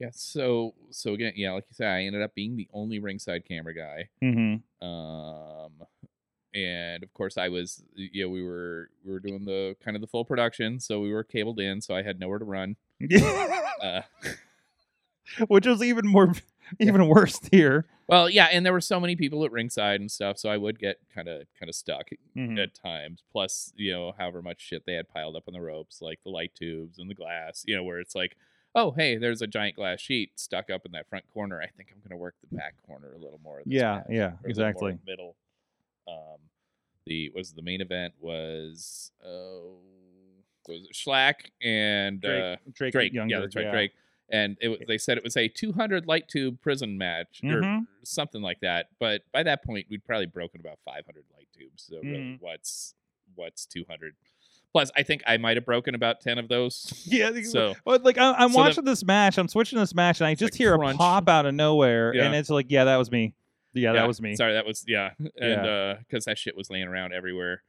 Yeah, so so again, yeah, like you said, I ended up being the only ringside camera guy. Mm-hmm. Um and of course I was yeah, we were we were doing the kind of the full production, so we were cabled in, so I had nowhere to run. Uh which was even more even worse here well, yeah, and there were so many people at ringside and stuff, so I would get kind of kind of stuck Mm-hmm. Hmm. at times. Plus, you know, however much shit they had piled up on the ropes, like the light tubes and the glass, you know, where it's like, oh, hey, there's a giant glass sheet stuck up in that front corner. I think I'm gonna work the back corner a little more. This Yeah, match, yeah, or a little more exactly. Middle. Um, the was the main event was oh was it Schlack and uh, drake, Drake. yeah, Younger, that's right, Drake. And it was, they said it was a 200 light tube prison match or Mhm. something like that. But by that point, we'd probably broken about 500 light tubes. So really, Mhm. what's what's 200? Plus, I think I might have broken about 10 of those. Yeah, they- So But like I, I'm So the- watching this match, I'm switching this match, and I just like hear crunch. a pop out of nowhere, Yeah. and it's like, yeah, that was me. Yeah, that was me. Sorry, that was yeah, and Yeah. because that shit was laying around everywhere.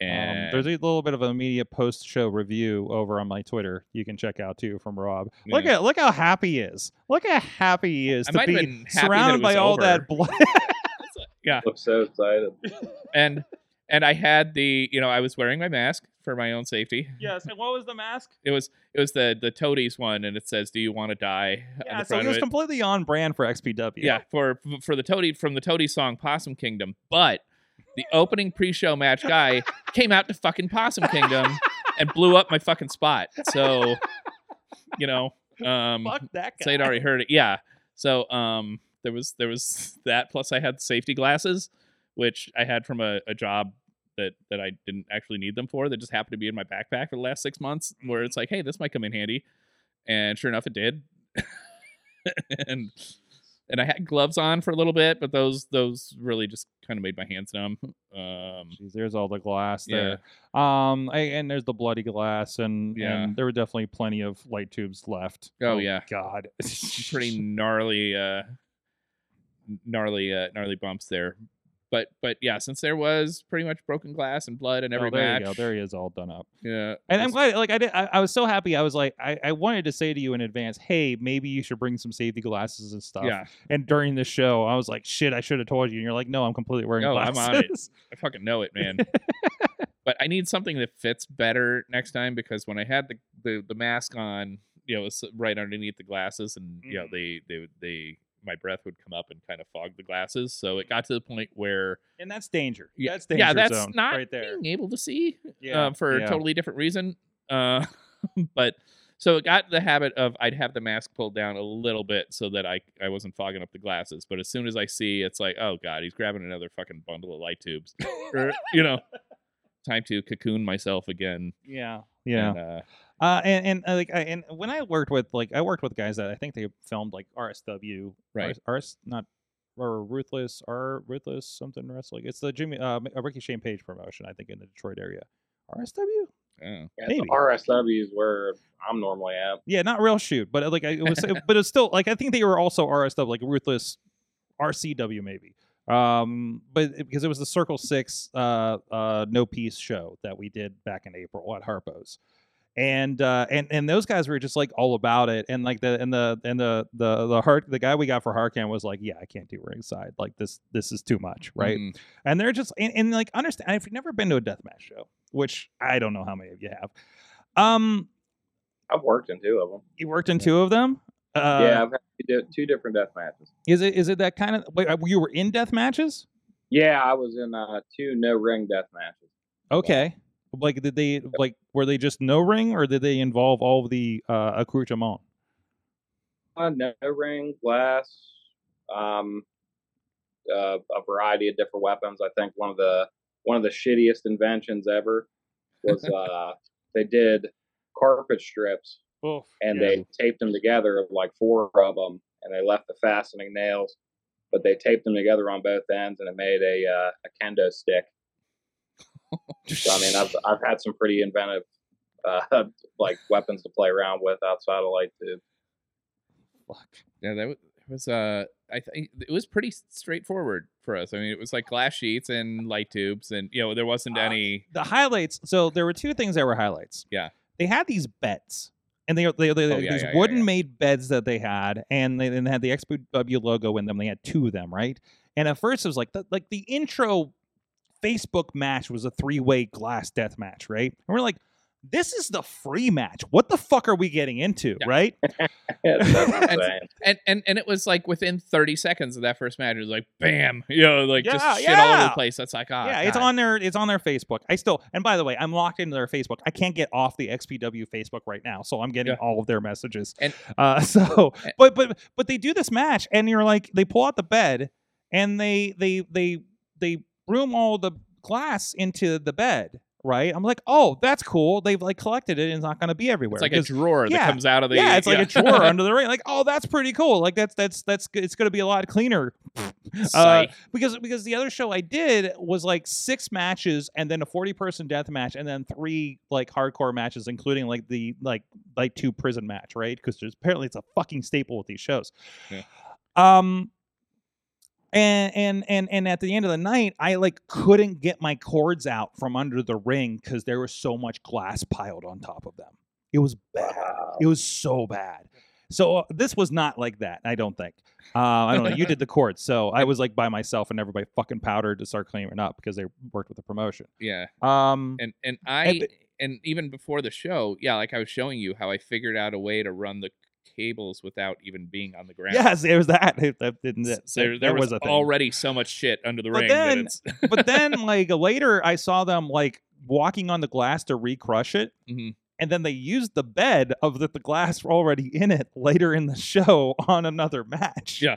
Um, And there's a little bit of a media post-show review over on my Twitter. You can check out too from Rob. Look Yeah. at look how happy he is. Look how happy he is I to might have be been happy that it surrounded by was all over. that blood. yeah, I'm so excited. and and I had the you know I was wearing my mask for my own safety. yes. And what was the mask? It was it was the the toadies one, and it says, "Do you want to die?" on Yeah, the so front he of was it. completely on brand for XPW. yeah, for for the toady from the toady song Possum Kingdom, but the opening pre-show match guy came out to fucking Possum Kingdom and blew up my fucking spot. So, you know, um, Fuck that guy. so I'd already heard it. Yeah. So um, there was there was that. Plus, I had safety glasses, which I had from a, a job that that I didn't actually need them for. That just happened to be in my backpack for the last six months. Where it's like, hey, this might come in handy, and sure enough, it did. and and I had gloves on for a little bit, but those those really just kind of made my hands numb. Um, Jeez, there's all the glass yeah. there. Um, I, and there's the bloody glass, and, Yeah. and there were definitely plenty of light tubes left. Oh, yeah. God, pretty gnarly uh gnarly uh gnarly bumps there but but yeah since there was pretty much broken glass and blood and Oh, every there match you go. There he is, all done up. yeah And I'm it's- glad. Like I did, I, I was so happy. I was like, I, I wanted to say to you in advance, hey, maybe you should bring some safety glasses and stuff. yeah And during the show, I was like, shit, I should have told you. And you're like, no, I'm completely wearing No, I'm glasses. on it. i fucking know it man but i need something that fits better next time because when i had the the, the mask on you know it was right underneath the glasses and you know Mhm. they they would- they my breath would come up and kind of fog the glasses so it got to the point where and that's danger. Yeah, that's danger yeah that's zone not right there. being able to see Yeah, um, for yeah. a totally different reason. Uh, but so it got the habit of I'd have the mask pulled down a little bit so that I I wasn't fogging up the glasses. But as soon as I see, it's like, oh god, he's grabbing another fucking bundle of light tubes, or you know, time to cocoon myself again. Yeah. Yeah. And, uh, Uh, and and uh, like I, and when I worked with like I worked with guys that I think they filmed like RSW, Right. RS, RS not or Ruthless or Ruthless something wrestling. It's the Jimmy uh, M- uh, Ricky Shane Page promotion, I think, in the Detroit area. RSW? Oh. Yeah, Maybe. the RSW is where I'm normally at. Yeah, not real shoot, but uh, like I, it was, it- but it's still like I think they were also RSW, like Ruthless, RCW maybe. Um, but it- because it was the Circle Six uh uh no peace show that we did back in April at Harpo's. And uh, and and those guys were just like all about it, and like the and the and the the the heart the guy we got for Harkan was like, yeah, I can't do ringside, like this this is too much, right? Mm. and they're just and, and like understand if you've never been to a deathmatch show which i don't know how many of you have um I've worked in two of them. you worked in two of them uh yeah, I've had two, di- two different death matches. is it is it that kind of wait, uh, you were in death matches Yeah, I was in uh, two no ring death matches. okay like did they like were they just no ring or did they involve all of the uh accoutrement Uh, no ring, glass, um, uh, a variety of different weapons. I think one of the one of the shittiest inventions ever was uh, they did carpet strips oh and they taped them together like four of them and they left the fastening nails but they taped them together on both ends and it made a uh, a kendo stick so i mean i've i've had some pretty inventive uh, like weapons to play around with outside of like the Yeah, that was, was uh I think it was pretty s- straightforward for us. I mean, it was like glass sheets and light tubes and you know, there wasn't Uh, any the highlights so there were two things that were highlights Yeah. they had these beds and they, they, they Oh, yeah, these yeah, yeah, wooden yeah. made beds that they had and they, then had the xpw logo in them they had two of them right and at first it was like the, like the intro facebook match was a three-way glass death match right and we're like this is the free match what the fuck are we getting into Yeah. right yeah, that's what I'm And- saying. and, and and it was like within 30 seconds of that first match it was like bam, you know, like Yeah, just shit all over yeah. the place. That's like ah. yeah, it's God. on their it's on their Facebook. I still and by the way, I'm locked into their Facebook. I can't get off the XPW Facebook right now, so I'm getting Yeah. all of their messages. And- Eh. uh, so, And- but but but they do this match, and you're like, they pull out the bed, and they they they they broom all the glass into the bed, right? I'm like, oh, that's cool. They've like collected it, and it's not going to be everywhere. It's like a 'Cause- drawer yeah, that comes out of the yeah, it's like a drawer under the ring. Like, oh, that's pretty cool. Like that's that's that's it's going to be a lot cleaner Uh, Sigh. because because the other show I did was like six matches and then a forty person death match and then three like hardcore matches, including like the like like two prison match, right? Because there's apparently it's a fucking staple with these shows. Yeah. Um. And, and and and at the end of the night, I like couldn't get my cords out from under the ring because there was so much glass piled on top of them. It was bad. Wow. It was so bad. So uh, this was not like that. I don't think. Uh, I don't know. You did the court, so I was like by myself, and everybody fucking powdered to start cleaning up because they worked with the promotion. yeah. Um, and and I but- and even before the show, yeah, like I was showing you how I figured out a way to run the cables without even being on the ground. yes, it was that. It- that didn't. S- That, so there, that- there that was, a thing. already so much shit under the But ring. then- that it's, but then, like later, I saw them like walking on the glass to recrush it. Mhm. And then they used the bed of the, the glass were already in it later in the show on another match. Yeah.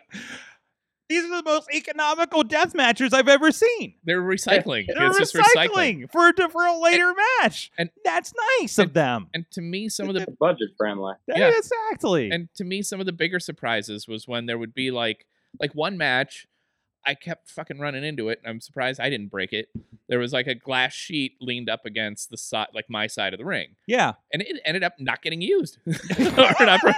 These are the most economical death matches I've ever seen. they're recycling. They're it's just recycling. recycling for a different later match. and- that's nice of and- them. And to me, some of the budget friendly That- yeah. Exactly. and to me, some of the bigger surprises was when there would be like like one match. I kept fucking running into it. and I'm surprised I didn't break it. There was like a glass sheet leaned up against the side, like my side of the ring. yeah. and it ended up not getting used. Or not pro-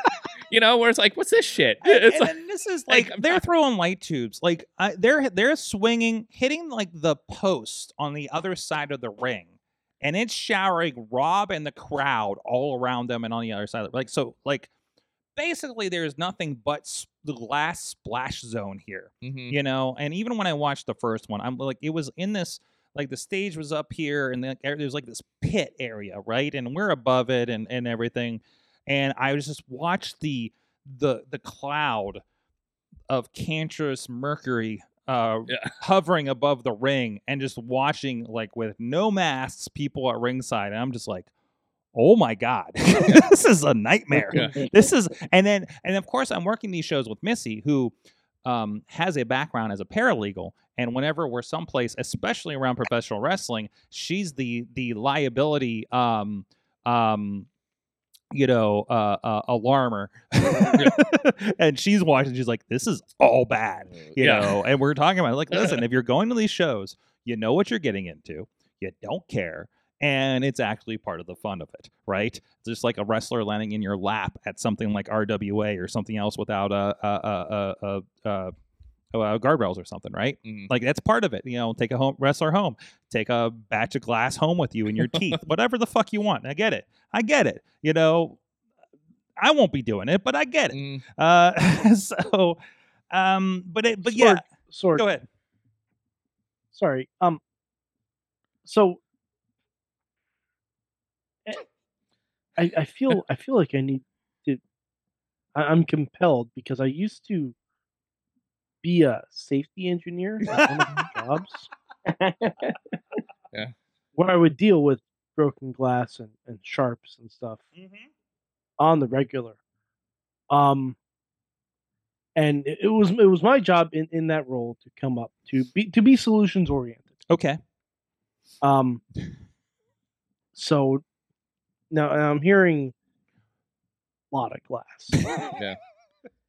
you know, where it's like, what's this shit? And, It's and like, then this is like, like, I'm they're not- throwing light tubes. Like I, they're they're swinging, hitting like the post on the other side of the ring, and it's showering Rob and the crowd all around them and on the other side. Of, like so, like basically, there's nothing but s- the glass splash zone here. Mhm. you know and even when i watched the first one i'm like it was in this like the stage was up here and like there- there's like this pit area right and we're above it and and everything and i was just watched the the the cloud of cancerous mercury uh Yeah. hovering above the ring and just watching like with no masks people at ringside and i'm just like oh my god this is a nightmare Yeah. this is and then and of course i'm working these shows with missy who um, has a background as a paralegal and whenever we're someplace especially around professional wrestling she's the the liability um, um, you know, uh, uh, alarmer, and she's watching. She's like, "This is all bad," you Yeah. know. And we're talking about like, listen, if you're going to these shows, you know what you're getting into. You don't care, and it's actually part of the fun of it, right? Just like a wrestler landing in your lap at something like RWA or something else without a a a a, a, a, a guardrails or something, right? Mhm. Like that's part of it. You know, take a home wrestler home, take a batch of glass home with you in your teeth, whatever the fuck you want. I get it. I get it. You know, I won't be doing it, but I get it. Mm, Uh, so, um, but it, but yeah, Sorg, Sorg, go ahead. Sorry. Um. So. I, I I feel I feel like I need to. I, I'm compelled because I used to be a safety engineer at one of my jobs where I would deal with broken glass and, and sharps and stuff Mm-hmm. on the regular. Um, and it, it was it was my job in, in that role to come up to be to be solutions oriented. Okay. Um, so now I'm hearing a lot of glass.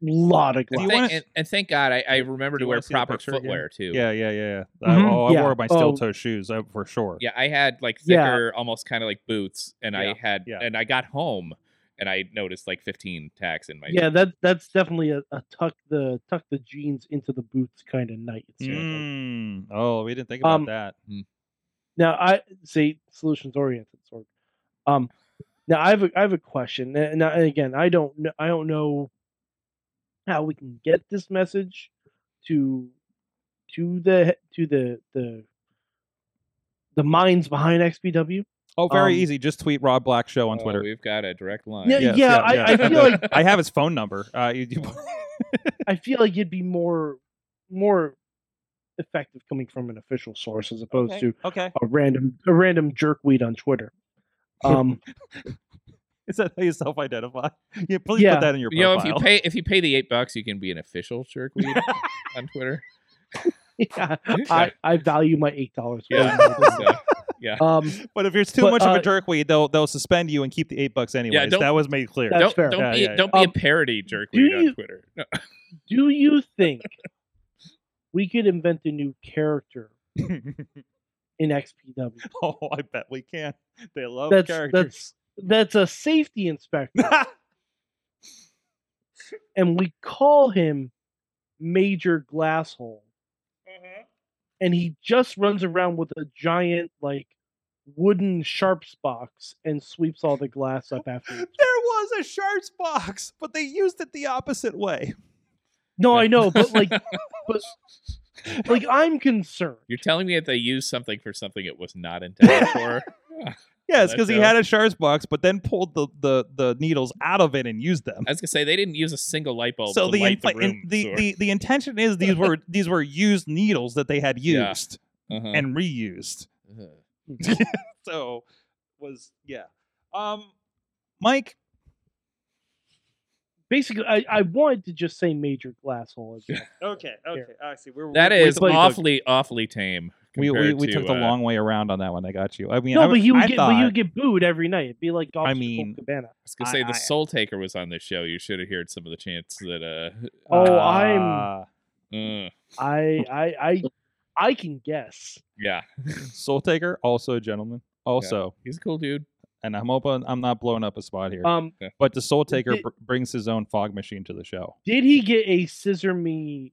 Yeah. lot of And, glass. you thank, wanna- and, and thank God I, I remember Do to you wear wanna see the proper picture again? footwear too. Yeah, yeah, yeah. yeah. Mhm, Uh, oh, I yeah. wore my steel Oh. toe shoes uh, for sure. Yeah, I had like Yeah. thicker, almost kind of like boots, and Yeah, I had, yeah. and I got home, and I noticed like 15 tacks in my. Yeah, that that's definitely a, a tuck the tuck the jeans into the boots kind of night. it sounds like. Mm. Oh, we didn't think about Um, that. Now I say solutions oriented sort. Um, now I have a, I have a question, and, and I- and again I don't know, I don't know how we can get this message to to the to the the the minds behind XPW. Oh, very um, easy. Just tweet Rob Black Show on Oh, Twitter. We've got a direct line. Yeah, Uh, Yes, yeah, yeah, I, yeah. I feel like I have his phone number. Uh, you, you- I feel like it'd be more more effective coming from an official source as opposed Okay. to okay. a random a random jerkweed on Twitter. Um, Is that how you self-identify? Yeah, please Yeah. put that in your You know, if profile. you pay if you pay the eight bucks, you can be an official jerkweed on Twitter. yeah, Yeah. I, I value my eight dollars. Yeah. so, yeah. Um, but if it's too But, much of uh, a jerkweed, they'll they'll suspend you and keep the eight bucks anyways. don't- that was made clear. That's don't fair. don't Yeah, be yeah, yeah. don't be a Um, parody jerkweed do you- on Twitter. No. do you think we could invent a new character in XPW? oh, I bet we can. They love That's characters. that's that's a safety inspector, and we call him Major Glasshole, Mm-hmm. and he just runs around with a giant like wooden sharps box and sweeps all the glass up there afterwards. was a sharks box, but they used it the opposite way. No, I know, but like, but like, I'm concerned. You're telling me that they used something for something it was not intended for. Yes, that because he joke. had a sharks box, but then pulled the, the, the needles out of it and used them. I was gonna say they didn't use a single light bulb. So to the, light infl- the, room, in- the, so- the the intention is these were these were used needles that they had Yeah. used Uh-huh. and reused. Uh-huh. so was yeah. Um, Mike, Basically, I, I wanted to just say Major Glasshole. As well. Okay, okay. I see. We're, that we- is we took- awfully awfully tame. We we, compared we to, took the uh, long way around on that one. I got you. I mean, I, no, but you would I get thought, but you would get booed every night. It'd be like Officer Colt mean, Cabana. I was gonna I- say the I- Soul Taker was on this show. You should have heard some of the chants that uh, Oh, I'm uh, uh, I I I I can guess. yeah, Soul Taker, also a gentleman, also, he's a cool dude. and I'm hoping I'm not blowing up a spot here. Um, but the Soul Taker did- br- brings his own fog machine to the show. did he get a scissor me?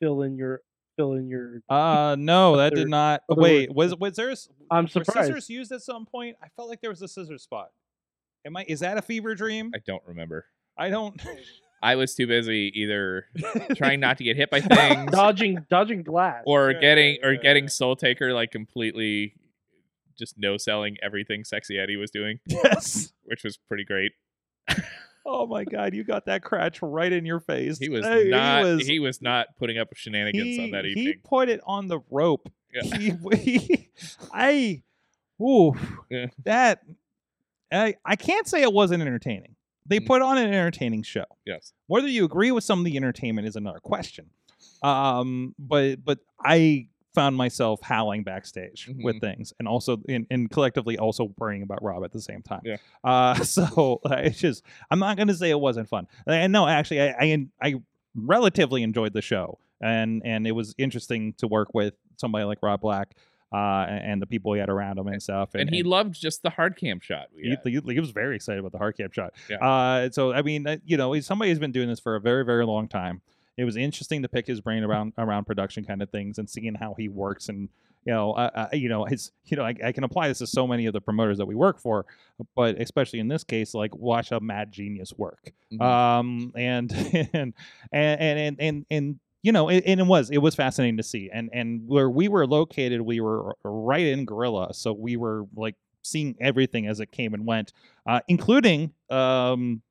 Fill in your fill in your. Uh no, that Other- did not. other Wait, words. was was there s- I'm were surprised. scissors used at some point? I felt like there was a scissors spot. Am I? Is that a fever dream? I don't remember. I don't. I was too busy either trying not to get hit by things Dodging dodging glass. or Yeah, getting yeah, or yeah, getting yeah. Soul Taker like completely just no selling everything Sexy Eddie was doing, yes. which was pretty great. Oh my God, you got that crotch right in your face. He was Uh, not he was, not putting up with shenanigans he, on that he evening. put it on the rope. Yeah. He, he- I, ooh, Yeah. that I, I can't say it wasn't entertaining. They Mm. put on an entertaining show. Yes. Whether you agree with some of the entertainment is another question. Um, but but I found myself howling backstage with Mhm. things and also and, and collectively also worrying about Rob at the same time. Yeah. Uh, so uh, it's just I'm not gonna say it wasn't fun. And no, actually, I I, I relatively enjoyed the show and and it was interesting to work with somebody like Rob Black uh, and, and the people he had around him and stuff. and he loved just the hard cam shot. We he, had. he, he was very excited about the hard cap shot. Yeah. Uh, so I mean, uh, you know, he's somebody who's been doing this for a very, very long time. It was interesting to pick his brain around around production kind of things and seeing how he works and you know, uh, uh, you know, his, you know, I, I can apply this to so many of the promoters that we work for, but especially in this case, like watch a mad genius work Mhm. um and and and and and, and you know and, and it was it was fascinating to see and and where we were located we were right in gorilla so we were like seeing everything as it came and went uh including um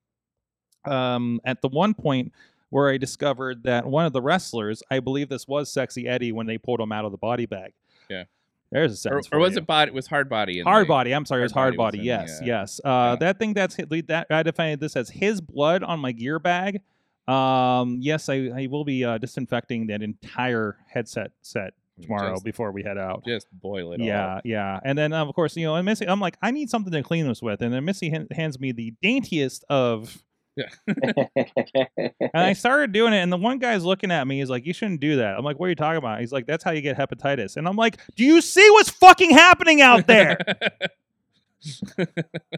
um at the one point where i discovered that one of the wrestlers i believe this was sexy eddie when they pulled him out of the body bag Yeah. there's a or, sentence or for was you. it body? It was hard body. in Hard the- body. I'm sorry, it was hard Hard body body. was yes, in, yeah. yes. Uh, Yeah. That thing that's hit- that I defined this as his blood on my gear bag. Um, yes, I, I will be uh, disinfecting that entire headset set tomorrow Just, before we head out. just boil it. all. Yeah, yeah. And then um, of course, you know, and Missy, I'm like, I need something to clean this with, and then Missy han- hands me the daintiest of. And I started doing it, and the one guy's looking at me. He's like, "You shouldn't do that." I'm like, "What are you talking about?" He's like, "That's how you get hepatitis." And I'm like, "Do you see what's fucking happening out there?"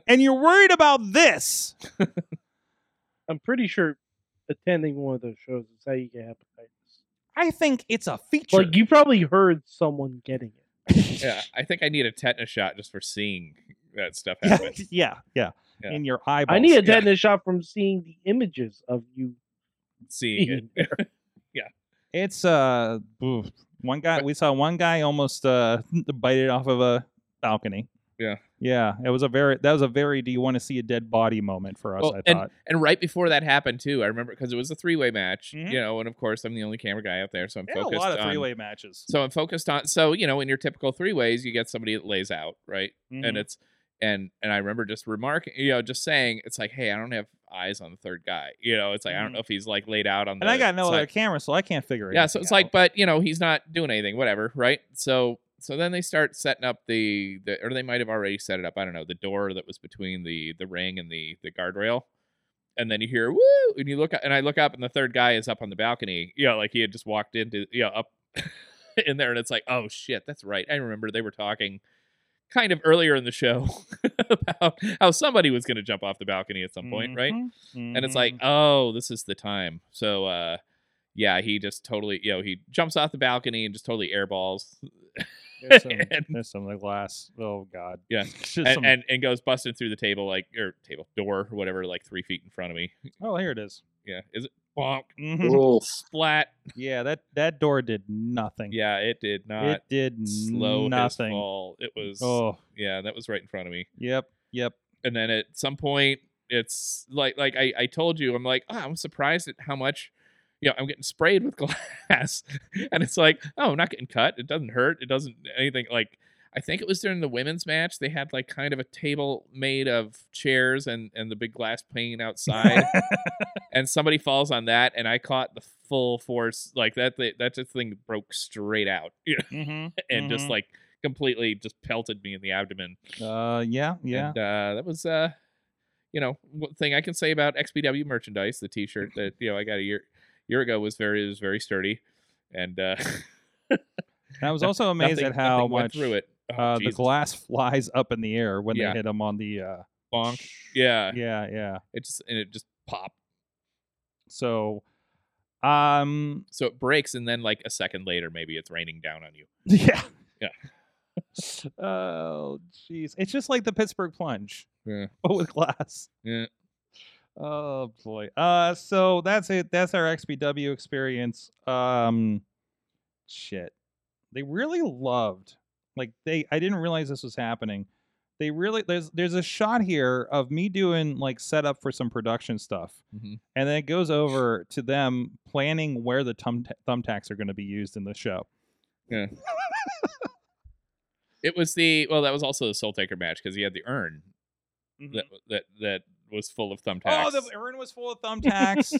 and you're worried about this. I'm pretty sure attending one of those shows is how you get hepatitis. I think it's a feature. Like you probably heard someone getting it. yeah, I think I need a tetanus shot just for seeing that stuff yeah, happen. yeah, yeah, Yeah. In your eyeballs. I need a yeah. tetanus shot from seeing the images of you. seeing it. It's uh, oof. one guy. We saw one guy almost uh bite it off of a balcony. Yeah. Yeah. It was a very. That was a very. Do you want to see a dead body moment for us? Well, I and, thought. and right before that happened too, I remember because it was a three-way match, Mhm. you know, and of course I'm the only camera guy out there, so I'm They had focused a lot of on- three-way matches. So I'm focused on so you know in your typical three ways you get somebody that lays out right, and Mhm. it's and and I remember just remarking, you know, just saying it's like, hey, I don't have eyes on the third guy, you know, it's like I don't Mhm. know if he's like laid out on. and the I got no side. other camera, so I can't figure it. Yeah, so it's like, but you know, he's not doing anything, whatever, right? So so then they start setting up the, the or they might have already set it up. I don't know, the door that was between the the ring and the the guardrail. And then you hear woo, and you look up, and I look up, and the third guy is up on the balcony. Yeah, like he had just walked into yeah up in there, and it's like, oh shit, that's right. I remember they were talking kind of earlier in the show about how somebody was going to jump off the balcony at some Mm-hmm. point, right? and it's Mm. like oh this is the time so uh yeah he just totally you know he jumps off the balcony and just totally airballs Mm-hmm. there's some, and- there's some like glass. Oh God. Yeah. Just and, some- and and goes busting through the table like or table door or whatever like three feet in front of me oh, here it is. yeah is it bonk Mhm. Oof. splat yeah. That that door did nothing. yeah it did It not did slow nothing. his fall it was Oh, yeah that was right in front of me yep, yep. and then at some point it's like like I, I told you I'm like oh, I'm surprised at how much you know I'm getting sprayed with glass and it's like oh I'm not getting cut it doesn't hurt it doesn't anything like I think it was during the women's match they had like kind of a table made of chairs and and the big glass pane outside and somebody falls on that and I caught the full force like that thi- that just thing broke straight out you know, mm-hmm. and just Mhm. like completely just pelted me in the abdomen Uh, yeah, yeah. and, uh, that was, uh, you know, one thing I can say about XPW merchandise, the T-shirt that you know I got a year year ago was very was very sturdy, and uh, And I was also amazed nothing- at how nothing went much through it. Oh, uh, the Jesus. glass flies up in the air when Yeah. they hit him on the. Uh, bonk. Yeah, yeah, yeah. it just and it just popped. So, um, So it breaks, and then like a second later, maybe it's raining down on you. yeah, Yeah. oh, jeez, it's just like the Pittsburgh plunge, Yeah. but with glass. Yeah. Oh boy. Uh, so that's it. That's our XPW experience. Um, shit. They really loved. Like they, I didn't realize this was happening. They really there's there's a shot here of me doing like setup for some production stuff, Mhm. and then it goes over to them planning where the thumb thumbtacks are going to be used in the show. It was the well, that was also the Soul Taker match because he had the urn Mm-hmm. that that that was full of thumbtacks. Oh, the urn was full of thumbtacks.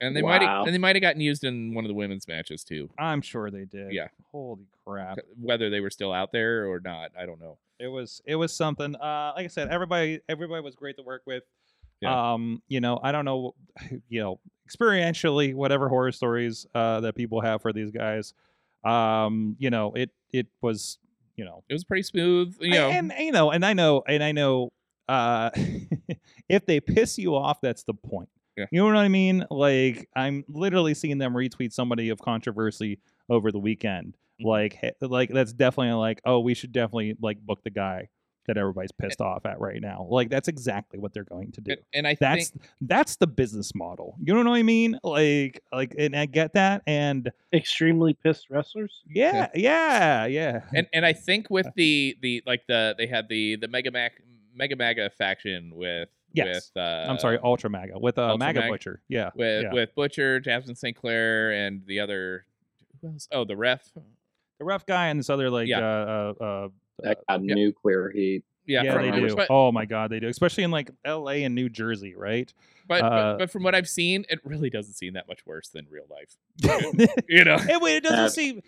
and they might Wow. and they might have gotten used in one of the women's matches too. I'm sure they did. Yeah. Holy crap. Whether they were still out there or not, I don't know. It was it was something. Uh, like I said, everybody everybody was great to work with. Yeah. Um, you know, I don't know, you know, experientially, whatever horror stories uh, that people have for these guys. Um, you know, it it was, you know, It was pretty smooth, you know. and you know, and I know, and I know, uh, if they piss you off, that's the point. Yeah. You know what I mean? Like I'm literally seeing them retweet somebody of controversy over the weekend. Mm-hmm. Like, he- like that's definitely like, oh, we should definitely like book the guy that everybody's pissed off at right now. Like that's exactly what they're going to do. and, and I That's think that's the business model. You know what I mean? Like, like, and I get that. And Extremely pissed wrestlers. yeah, yeah, yeah. and and I think Uh. with the the like the they had the the Mega Mac Mega Maga faction with Yes. with uh I'm sorry, Ultra Maga with a uh, Ultra Maga Mag- Butcher. Yeah, with yeah. with Butcher, Jasmine St. Clair, and the other who else? Oh, the ref. the rough guy and this other like Yeah. uh, uh, uh That got yeah. nuclear heat. Yeah, yeah from- they Farmer. do But, oh my god they do especially in like la and new jersey right but, uh, but but from what I've seen, it really doesn't seem that much worse than real life. You know. Hey, wait, it doesn't That- seem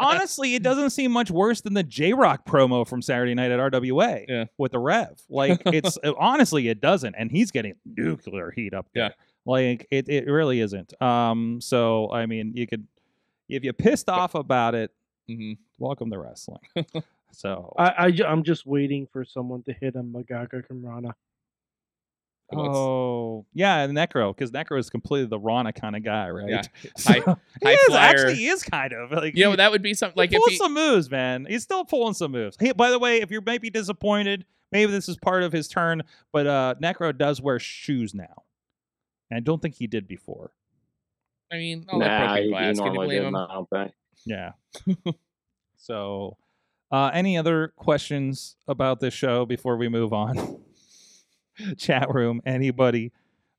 honestly it doesn't seem much worse than the j-rock promo from saturday night at rwa Yeah. with the rev like it's uh, honestly it doesn't and he's getting nuclear heat up there Yeah. like it, it really isn't um so i mean you could if you're pissed off about it Mm-hmm. Mhm. welcome to wrestling so I, I ju- I'm just waiting for someone to hit a Magaga Kamrana. What's- Oh yeah, Necro, because Necro is completely the Rana kind of guy, right? Yeah. So- High- he high is flyer. actually he is kind of like You know, he- that would be something like he if pulls he, some moves, man. He's still pulling some moves. He, by the way, if you're maybe disappointed, maybe this is part of his turn, but uh Necro does wear shoes now, and I don't think he did before. I mean, all Oh, that Nah, broken you, you glass. Can you normally blame didn't. him? I don't think. Yeah. so, uh any other questions about this show before we move on? Chat room, anybody?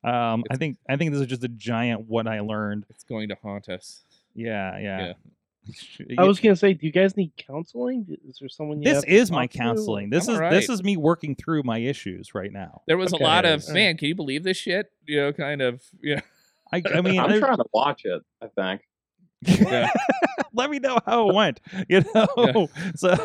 Um, I It's- think I think this is just a giant what I learned. It's going to haunt us. Yeah, yeah. I You- was gonna say, do you guys need counseling? Is there someone? You this have to is my talk to? counseling. This I'm is alright. this is me working through my issues right now. There was a lot Okay. of man. Can you believe this shit? You know, kind of. Yeah. I, I mean, I'm there- trying to watch it. I think. Yeah. let me know how it went. You know, so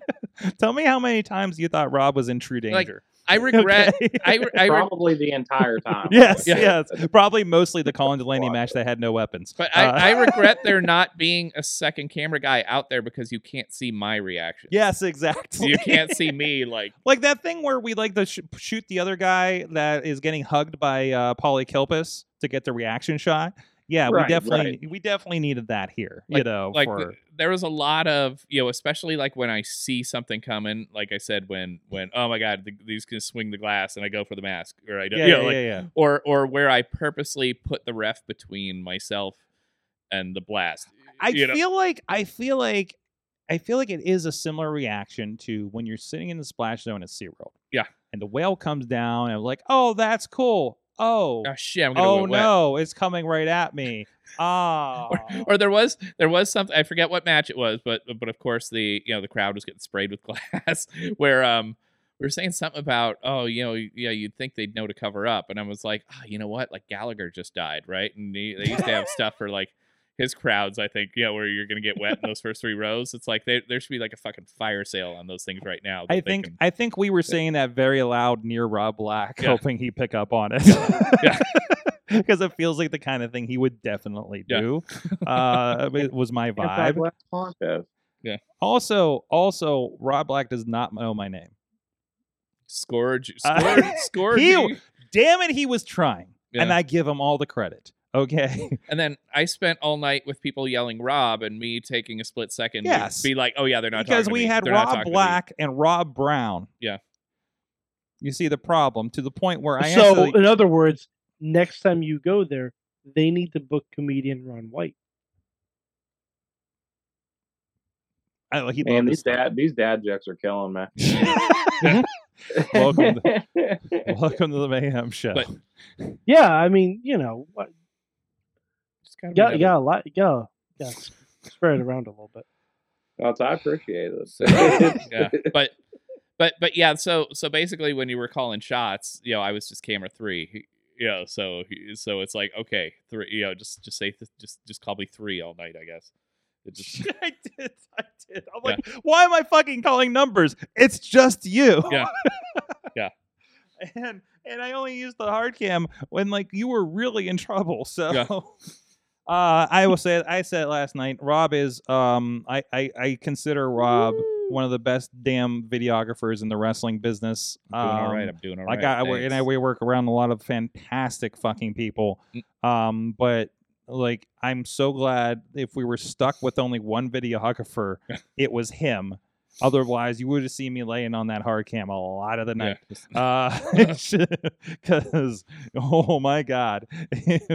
tell me how many times you thought Rob was in true Like, danger. I regret. Okay? I, re- I re- Probably the entire time. yes, Yeah. yes, probably mostly the Colin Delaney Wow. match that had no weapons. But I, Uh, I regret there not being a second camera guy out there because you can't see my reaction. yes, exactly. You can't see me like like that thing where we like to sh- shoot the other guy that is getting hugged by uh, Polly Kilpis to get the reaction shot. Yeah, we Right, definitely we definitely needed that here. you know, like for th- there was a lot of you know, especially like when I see something coming, like I said, when when oh my god, the, these can swing the glass and I go for the mask or I don't, yeah, you yeah, know, like, yeah, yeah. or or where I purposely put the ref between myself and the blast. I you know? feel like I feel like I feel like it is a similar reaction to when you're sitting in the splash zone at SeaWorld. Yeah. And the whale comes down and I'm like, oh, that's cool. Oh, oh shit, I'm gonna oh get wet. no, it's coming right at me. Ah. or, or there was there was something I forget what match it was, but but of course the you know the crowd was getting sprayed with glass. where um we were saying something about oh you know yeah you'd think they'd know to cover up, and I was like oh you know what like Gallagher just died right, and he, they used to have stuff for like his crowds I think yeah where you're gonna get wet in those first three rows. It's like they, there should be like a fucking fire sale on those things right now. that I they think can- I think we were saying that very loud near Rob Black, Yeah. hoping he pick up on it. Yeah. Because it feels like the kind of thing he would definitely Yeah. do. Uh, it was my vibe. Anti-black podcast. Also, also, Rob Black does not know my name. scourge Uh, scourge scourge. Heel. Damn it, he was trying, and Yeah. I give him all the credit. Okay, And then I spent all night with people yelling Rob and me taking a split second to Yes. be like, oh yeah, they're not because talking to we me. had They're not Rob talking to me." Black and Rob Brown. Yeah. you see the problem to the point where I so, actually- in other words, next time you go there, they need to book comedian Ron White. I, he Man, loved this these dad these dad jokes are killing me. stuff. Welcome Welcome to the Mayhem Show. But- Yeah, I mean, you know, what- Just gotta be yeah, another- yeah, a lot, yeah, yeah, s- spread it around a little bit. That's, I appreciate So- it. yeah. But but but yeah, so so basically when you were calling shots, you know, I was just camera three. you know, so he- so it's like okay, three. You know, just just say th- just just call me three all night, I guess. It just I did. I did. I'm like, why am I fucking calling numbers? It's just you. Yeah. Yeah. And and I only used the hard cam when like you were really in trouble. So Yeah. uh I will say I said it last night. Rob is um I I, I consider Rob one of the best damn videographers in the wrestling business. I'm doing all right. Um, I'm doing all I right. got I work and I thanks. we work around a lot of fantastic fucking people. Mm. Um, but like I'm so glad if we were stuck with only one videographer, it was him. Otherwise, you would have seen me laying on that hard cam a lot of the night. Yeah, just- Because oh my god,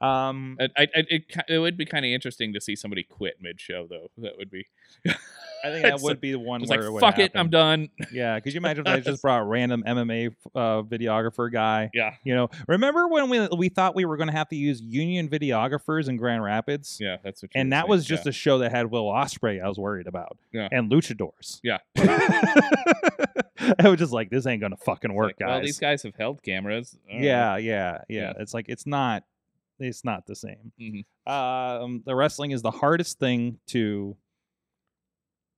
um, I, I, I- it, ki- it would be kind of interesting to see somebody quit mid show though. That would be. I think that would be the one Just where like it would fuck it, I'm happen. done. Yeah, could you imagine if I just brought a random MMA uh, videographer guy? Yeah, You know, remember when we we thought we were going to have to use union videographers in Grand Rapids? yeah, that's what. you were And that saying, was just yeah. a show that had Will Osprey. I was worried about, Yeah. and luchadors. Yeah. I was just like, this ain't gonna fucking It's work, like, guys. Well, these guys have held cameras. All right. yeah, yeah, yeah, Yeah. It's like it's not, it's not the same. Mhm. Um, the wrestling is the hardest thing to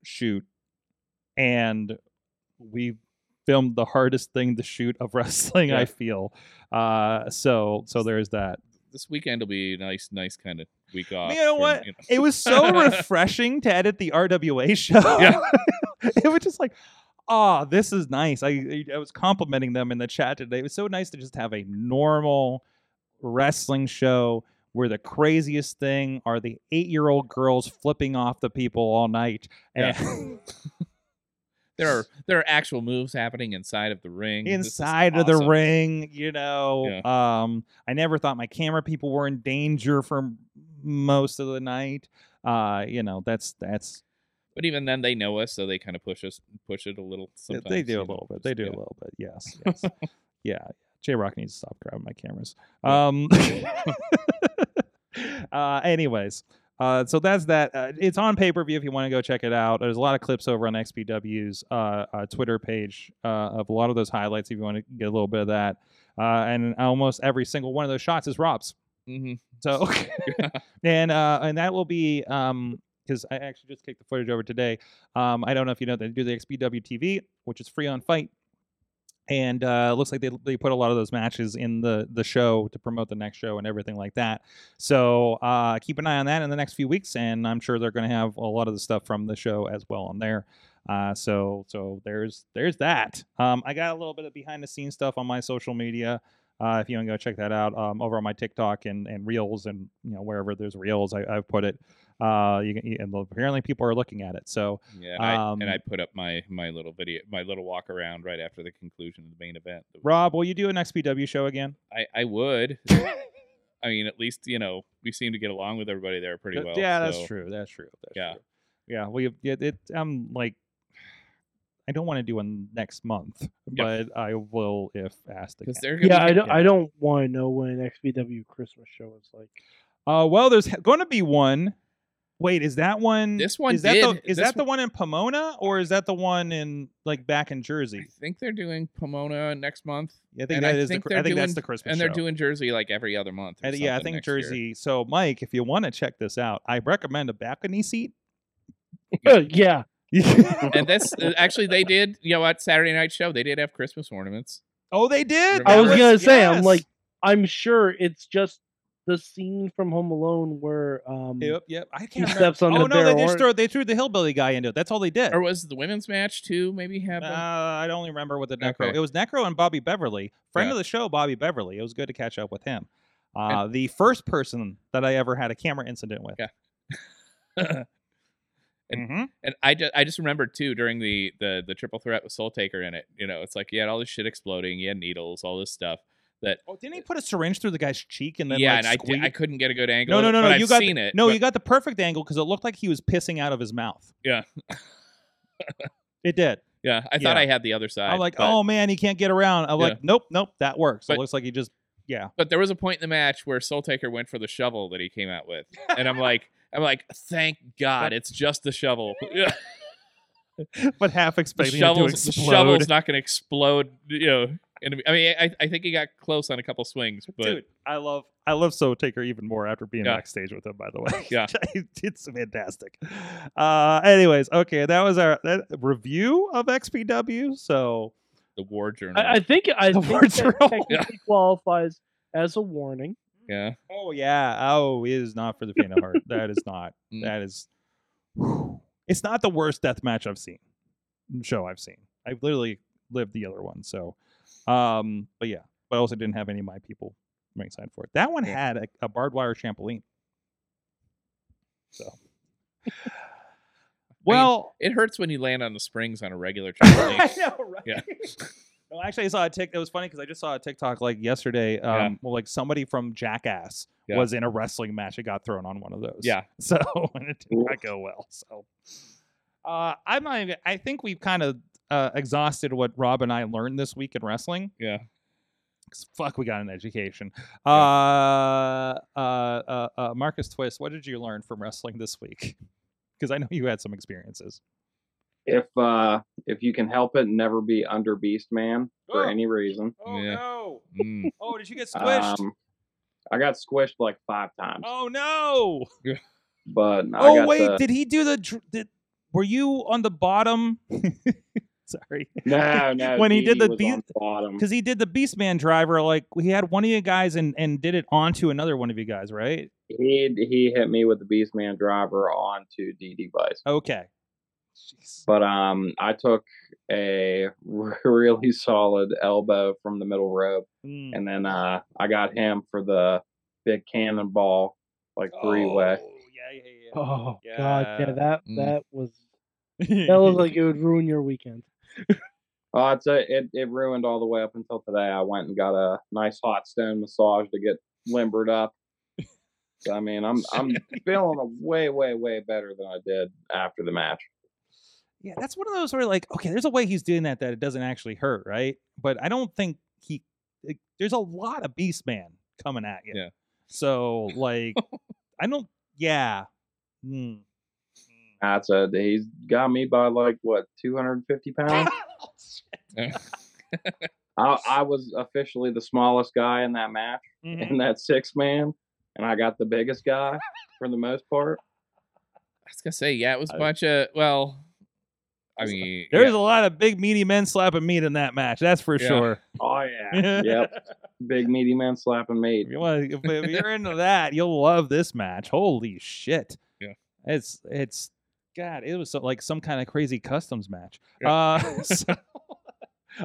shoot, and we filmed the hardest thing to shoot of wrestling. Yeah. I feel. Uh, so so there's that. This weekend will be a nice, nice kind of week off. you know for- what? you know. It was so refreshing to edit the RWA show. Yeah. it was just like, oh, this is nice. I I was complimenting them in the chat today. It was so nice to just have a normal wrestling show where the craziest thing are the eight year old girls flipping off the people all night. Yeah. And There are there are actual moves happening inside of the ring. This is inside of the awesome. ring, you know. Um, I never thought my camera people were in danger for m- most of the night. Uh, you know, that's that's But even then, they know us, so they kind of push us, push it a little. Yeah, Sometimes they do you a know, little bit. just- They do yeah. a little bit. Yes. yes. yeah. J Rock needs to stop grabbing my cameras. Yeah. Um. uh, anyways, uh, so that's that. Uh, it's on pay per view if you want to go check it out. There's a lot of clips over on XPW's uh, uh, Twitter page uh, of a lot of those highlights if you want to get a little bit of that. Uh, and almost every single one of those shots is Rob's. Mhm. So, and uh, and that will be um because I actually just kicked the footage over today. Um, I don't know if you know they do the XPW TV, which is free on Fight, and uh, it looks like they they put a lot of those matches in the the show to promote the next show and everything like that. So uh, keep an eye on that in the next few weeks, and I'm sure they're going to have a lot of the stuff from the show as well on there. Uh, so so there's there's that. Um, I got a little bit of behind the scenes stuff on my social media. Uh, if you want to go check that out um, over on my TikTok and, and Reels and you know wherever there's Reels, I, I've put it. Uh, you, can- you, and apparently people are looking at it. So Yeah, and, I, Um, and I put up my my little video, my little walk around right after the conclusion of the main event. That was- Rob, will you do an XPW show again? I I would. I mean, at least you know we seem to get along with everybody there pretty Th- well. yeah, that's so- true. That's true. That's Yeah. true. yeah. Well, you- it, it. I'm like, I don't want to do one next month, Yeah. but I will if asked again. Because they're gonna Yeah, be I getting- don't. I don't want to know what an XPW Christmas show is like. Uh, well, there's going to be one. Wait, is that one? This one is that did. the is This that the one in Pomona or is that the one in like back in Jersey? I think they're doing Pomona next month, I think And that I is think the. Cr- they're I think that's doing- the Christmas. and they're show. doing Jersey like every other month. or And yeah, I think something next year. Jersey. So, Mike, if you want to check this out, I recommend a balcony seat. Uh, yeah, and that's uh, actually they did. You know what? Saturday night show they did have Christmas ornaments. oh, they did. I was Yes, gonna say, I'm yes. like- I'm sure it's just the scene from Home Alone where um Yep, yep. I he can't remember. steps on Oh the no, they barrel. just or- threw, they threw the hillbilly guy into it. That's all they did. Or was the women's match too? Maybe Uh, happened. I don't remember what the necro. Okay. It was necro and Bobby Beverly, friend Yeah. of the show, Bobby Beverly. It was good to catch up with him. Uh, the first person that I ever had a camera incident with. Mm-hmm. Yeah. And- Mhm. and I just I just remembered too during the the the triple threat with Soul Taker in it. You know, it's like you had all this shit exploding, you had needles, all this stuff. That Oh, didn't he put a syringe through the guy's cheek and then yeah, like, and I did, I squeeze- couldn't get a good angle. No, of no, it, no, oh, but no. I've you got seen the- it. no, but you got the perfect angle because it looked like he was pissing out of his mouth. Yeah. it did. yeah, I thought yeah. I had the other side. I'm like, but, oh man, he can't get around. I'm Yeah. like, nope, nope, that works. it But- looks like he just But there was a point in the match where Soul Taker went for the shovel that he came out with, and I'm like, I'm like, thank God, But- it's just the shovel. Yeah. but half the expecting it to shovel's the explode. shovel's not going to explode. You know, And I mean, I, I think he got close on a couple swings, but Dude, I love I love So Taker even more after being Yeah. backstage with him. By the way, Yeah. it's fantastic. Uh, anyways, okay, that was our that review of XPW. So the war journal. I, I think I The think words that are all- technically Yeah. qualifies as a warning. yeah. Oh yeah. Oh, it is not for the faint of heart. That is not. Mm. That is. It's not the worst death match I've seen. mm, Show I've seen. I've literally lived the other one. So, um, but yeah. But I also didn't have any of my people ringside for it. That one Yeah. had a, a barbed wire trampoline. So. Well, It hurts when you land on the springs on a regular I trampoline. know, right? Yeah. No, actually, I saw a tick. It was funny because I just saw a TikTok like yesterday. Um, Yeah. well, like somebody from Jackass Yeah. was in a wrestling match and got thrown on one of those. yeah. So and it did Oof. not go well. So uh, I'm not. Even, I think we've kind of uh, exhausted what Rob and I learned this week in wrestling. Yeah. 'Cause fuck, we got an education. Uh, uh, uh, uh, Marcus Twist, what did you learn from wrestling this week? Because I know you had some experiences. If uh if you can help it, never be under Beast Man for Oh. any reason. Oh, Yeah. no! Mm. Oh, did you get Um, I got squished like five times, oh no! but I Oh got wait, the- did he do the? dr- Did, were you on the bottom? Sorry, no, no. when he Dee did Dee the was Beast- on bottom, because he did the Beastman driver. Like he had one of you guys and and did it onto another one of you guys, right? he he hit me with the Beast Man driver onto DD Vice. Okay. But um, I took a really solid elbow from the middle rope, Mm. and then uh, I got him for the big cannonball, like three way. Oh, yeah, yeah, yeah. Oh god, Yeah. yeah, that Mm. that was Oh, that looked like it would ruin your weekend. Oh, it's a, it it ruined all the way up until today. I went and got a nice hot stone massage to get limbered up. So, I mean, I'm I'm feeling way way way better than I did after the match. Yeah, that's one of those where like, okay, there's a way he's doing that that it doesn't actually hurt, right? But I don't think he. like, there's a lot of Beast Man coming at you. Yeah. So like, I don't. Yeah. Mm. That's a he's got me by like what 250 Oh, pounds. I I was officially the smallest guy in that match Mhm. Mm-hmm. in that six man, and I got the biggest guy for the most part. I was gonna say, yeah, it was a I- bunch of well, I There's a- mean, There's yeah, a lot of big meaty men slapping meat in that match. That's for Yeah. sure. Oh yeah, yep, big meaty man slapping meat. If, you want, if, if you're into that, you'll love this match. Holy shit! Yeah. it's it's God. It was so, like some kind of crazy customs match. Yeah. Uh, so-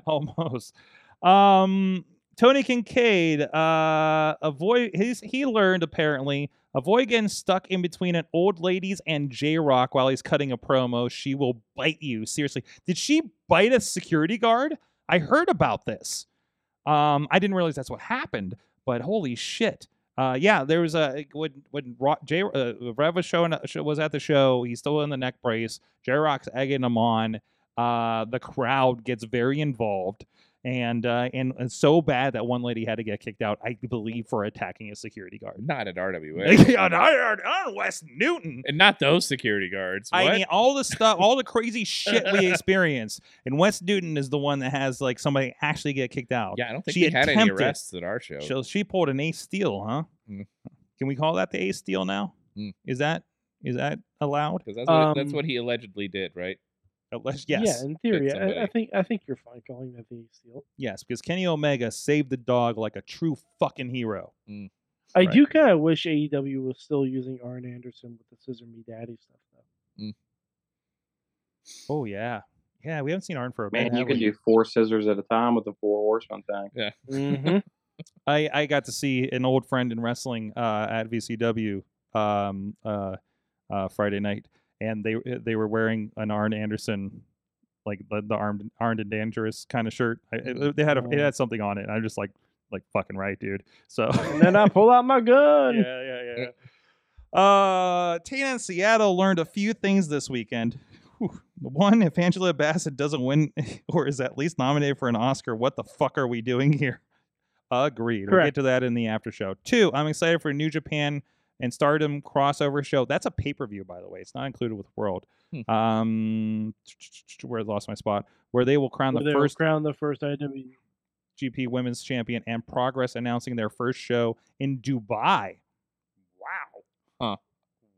almost. Um, Tony Kincaid. Uh, avoid his. He learned apparently avoid getting stuck in between an old ladies and J Rock while he's cutting a promo. She will bite you. Seriously, did she bite a security guard? I heard about this. Um, I didn't realize that's what happened, but holy shit. Uh, yeah, there was a when when Ro- J uh, Rev was showing sh- was at the show. He's still in the neck brace. J Rock's egging him on. Uh, the crowd gets very involved, and uh, and and so bad that one lady had to get kicked out, I believe, for attacking a security guard. not at RWA, Yeah, on, on West "Oh, Newton. and not those security guards. What? I mean, all the stuff, all the crazy shit we experienced, and West Newton is the one that has like somebody actually get kicked out. yeah, I don't think she we had any attempted- arrests at our show. So she pulled an ace steal, huh? Mm. Can we call that the ace steal now? Mm. Is that is that allowed? Because that's, what that's Um, what he allegedly did, right? Unless, yes, Yeah, in theory, I, I somebody. think I think you're fine calling that the steal. yes, because Kenny Omega saved the dog like a true fucking hero. I Right. do kind of wish AEW was still using Arn Anderson with the Scissor Me Daddy stuff though. Oh yeah, yeah. We haven't seen Arn for a bit. Man, you have could we? do four scissors at a time with the four horseman thing. I, I got to see an old friend in wrestling uh, at VCW um, uh, uh, Friday night, and they uh, they were wearing an Arn Anderson, like the, the armed armed and dangerous kind of shirt. I, it, they had a, it Oh. had something on it, and I'm just like like fucking right, dude. So And then I pull out my gun. yeah, yeah, yeah. yeah. Uh, Tina in Seattle learned a few things this weekend. Whew. One, if Angela Bassett doesn't win or is at least nominated for an Oscar, what the fuck are we doing here? Agreed. We'll get Correct. to that in the after show. Two, I'm excited for New Japan and Stardom crossover show. That's a pay per view, by the way. It's not included with World. Hmm. Um, where I lost my spot, where they will crown Where the they will first E. crown the first IW GP Women's Champion, and Progress announcing their first show in Dubai. Wow. Huh.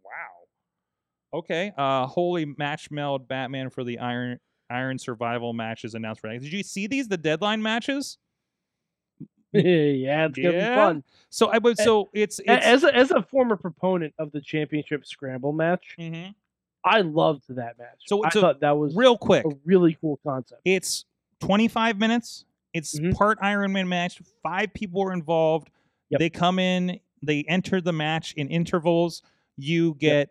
Wow. Okay. Uh, holy match meld Batman for the Iron Iron Survival matches announced for next. Did you see these? The deadline matches. yeah, it's gonna Yeah. be fun. So I would. A- So it's A- it's. eh, As a, as a former proponent of the championship scramble match, Mhm. I loved that match. So I it's a thought that was real quick. a really cool concept. It's 25 minutes. It's Mhm. part Iron Man match. Five people are involved. Yep. They come in, they enter the match in intervals. You get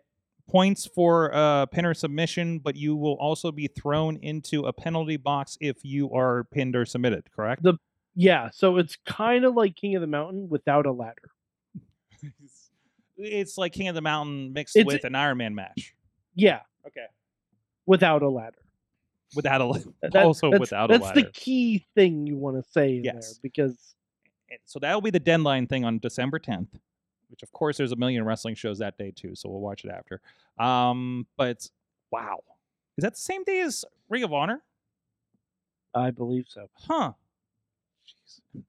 points for uh, pin or submission, but you will also be thrown into a penalty box if you are pinned or submitted, correct? The- Yeah, so it's kind of like King of the Mountain without a ladder. it's like King of the Mountain mixed It's- with an Iron Man match. Yeah, Okay. without a ladder. Without a li- That- also that's, without a that's ladder. the key thing you want to say in there Yes. because And so that'll be the deadline thing on December 10th, which of course there's a million wrestling shows that day too, so we'll watch it after. Um, but wow, is that the same day as Ring of Honor? I believe so. Huh. Jeez.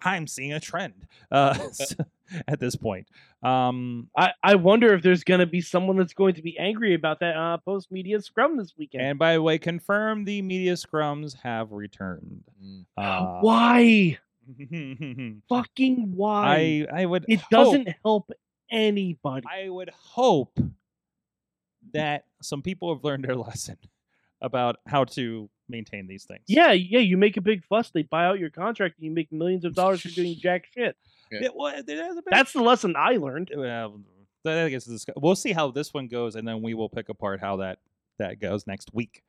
I'm seeing a trend uh, at this point. Um, I, I wonder if there's going to be someone that's going to be angry about that uh, post media scrum this weekend. and by the way, confirm the media scrums have returned. Mm. Uh, why? Fucking why? I Oh. I would it hope- doesn't help anybody. I would hope that some people have learned their lesson about how to maintain these things. yeah, yeah, you make a big fuss, they buy out your contract, and you make millions of dollars for doing jack shit. It wa- there has been- That's the lesson I learned. well, that gets discuss- We'll see how this one goes, and then we will pick apart how that that goes next week.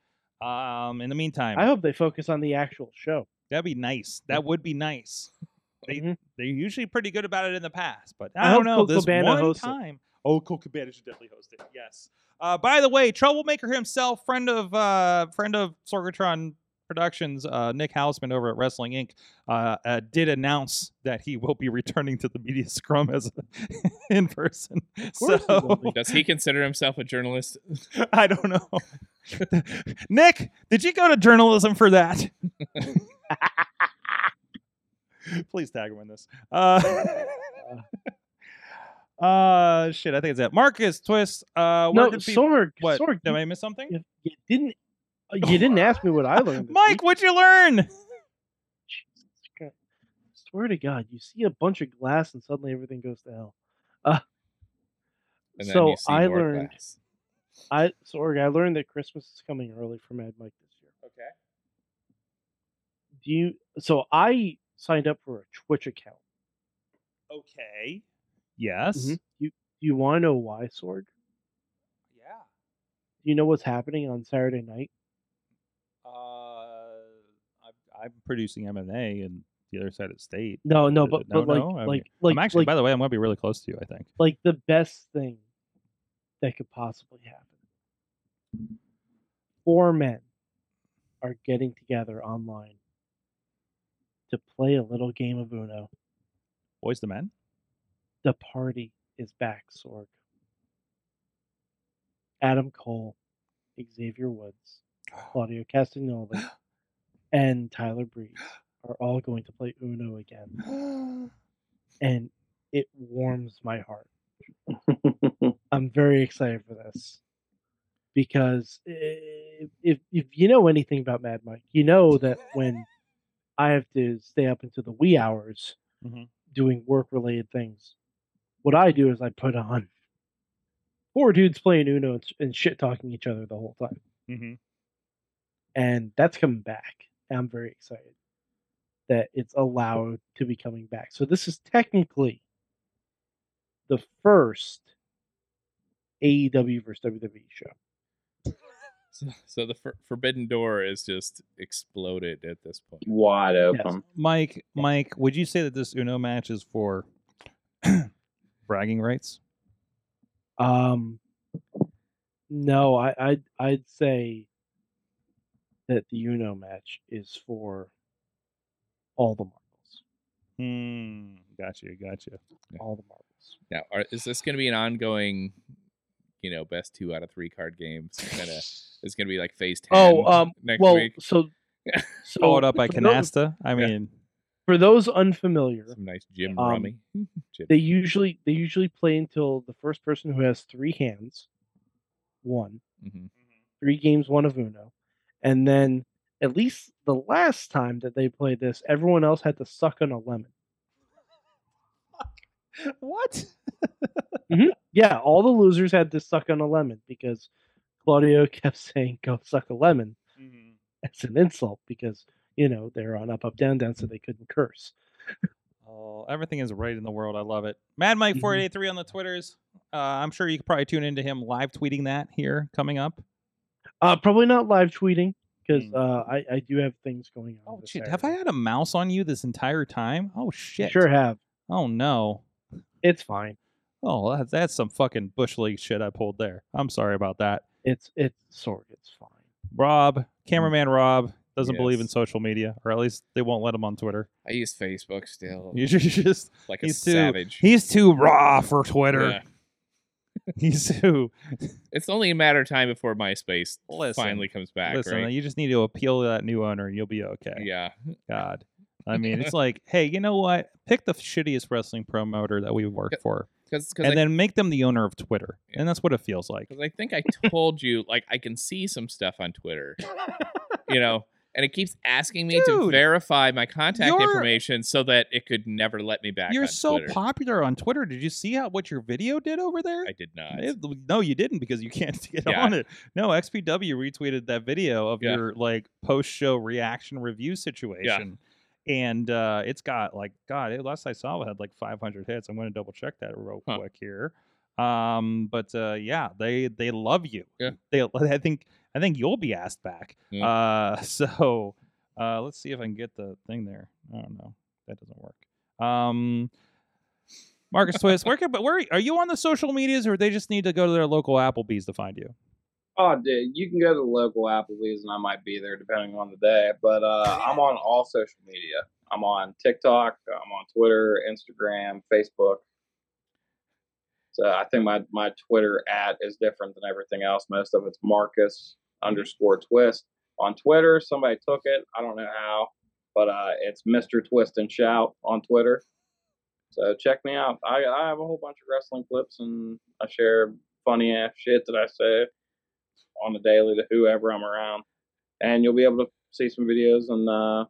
Um, in the meantime, I hope they focus on the actual show. that'd be nice. That would be nice. They Mhm. they're usually pretty good about it in the past, but I I, don't hope know Colt this Cabana one hosts it. time. Oh, Cole Cabana should definitely host it. Yes. Uh, by the way, troublemaker himself, friend of uh, friend of Sorgatron Productions, uh, Nick Hausman over at Wrestling Inc. Uh, uh, did announce that he will be returning to the media scrum as a, in person. course he will so be. Does he consider himself a journalist? I don't know. Nick, did you go to journalism for that? Please tag him in this. Uh, uh, shit, I think it's that. Marcus Twist. Uh, where no, can peop- Sorg, what? Sorg, Did you, I miss something? you- you didn't. uh, You didn't ask me what I learned. this Mike, what'd you learn? Jesus Christ. Swear to God, you see a bunch of glass and suddenly everything goes to hell. Uh, And then so you see I more learned, glass. I sorry, I learned that Christmas is coming early for Mad Mike this year. Okay. Do you? So I signed up for a Twitch account. Okay. Yes. Mhm. You you want to know why, Sorg? Yeah. Do you know what's happening on Saturday night? Uh, I'm, I'm producing M&A and the other side of the state. No, no, Th- but Uh, no, but like no, I mean, like like I'm actually, like, by the way, I'm going to be really close to you, I think. like the best thing that could possibly happen. Four men are getting together online to play a little game of Uno. Boys the men? The party is back, Sorg. Adam Cole, Xavier Woods, Claudio Castagnoli, and Tyler Breeze are all going to play Uno again. Mm-hmm. And it warms my heart. I'm very excited for this because i- if if you know anything about Mad Mike, you know that when I have to stay up into the wee hours Mhm. doing work related things, what I do is I put on four dudes playing Uno and, shit talking each other the whole time, Mm-hmm. and that's coming back. And I'm very excited that it's allowed to be coming back. So this is technically the first AEW versus WWE show. So, so the for- forbidden door is just exploded at this point. Wide open. Mike, Mike, would you say that this Uno match is for bragging rights? Um, no, I, I'd I'd say that the Uno match is for all the marbles, Hmm. Gotcha. Gotcha. all the marbles. Now, are, is this going to be an ongoing, you know, best two out of three card games? Kind of, it's going to be like phase ten. Oh, um, next well, week. so so Followed up by Oh, for those- Canasta. I Yeah. mean, for those unfamiliar, Some nice Jim Um, Rummy. Jim- they usually they usually play until the first person who has three hands, one Mhm. three games, one of Uno, and then at least the last time that they played this, everyone else had to suck on a lemon. What? Yeah, all the losers had to suck on a lemon because Claudio kept saying "go suck a lemon" as an insult because you know they're on up up down down, so they couldn't curse. Oh, everything is right in the world. I love it. Mad Mike Mhm. four eight three on the twitters. Uh, I'm sure you could probably tune into him live tweeting that here coming up. Uh, probably not live tweeting because Mm. uh, I I do have things going on. Oh this shit! Have I Saturday. had a mouse on you this entire time? Oh shit! Sure have. Oh no. It's fine. Oh, that- that's some fucking bush league shit I pulled there. I'm sorry about that, It's it's sorry. It's fine. Rob. Cameraman Rob doesn't believe in Mm. Yes. social media, or at least they won't let him on Twitter. I use Facebook still. He's just like a he's too- savage. he's too raw for Twitter. Yeah. He's too. It's only a matter of time before MySpace Listen, finally comes back, Listen, right? you just need to appeal to that new owner, and you'll be okay. Yeah. God. I mean, it's like, hey, you know what? Pick the shittiest wrestling promoter that we've worked Yep. for, Because and then make them the owner of Twitter, Yeah. and that's what it feels like. because I think I told you like I can see some stuff on Twitter, you know, and it keeps asking me to Dude, verify my contact you're- information so that it could never let me back. You're on so Twitter. popular on Twitter. Did you see how what your video did over there? I did not. It- no, you didn't because you can't get Yeah. on it. No, XPW retweeted that video of Yeah. your like post show reaction review situation. And uh, it's got like God. It, last I saw, it had like 500 hits. I'm going to double check that real Huh. quick here. Um, but uh, yeah, they they love you. Yeah. Mm. They, I think I think you'll be asked back. Yeah. Uh, so uh, let's see if I can get the thing there. I don't know. That doesn't work. Um, Marcus Twist, where can but where are you on the social medias, or they just need to go to their local Applebee's to find you? Oh, dude, you can go to the local Applebee's and I might be there depending on the day. But uh, I'm on all social media. I'm on TikTok. I'm on Twitter, Instagram, Facebook. So I think my my Twitter at is different than everything else. Most of it's Marcus underscore Twist on Twitter. Somebody took it. I don't know how, but uh, it's Mister Twist and Shout on Twitter. So check me out. I, I have a whole bunch of wrestling clips and I share funny ass shit that I say on the daily to whoever I'm around, and you'll be able to see some videos and uh,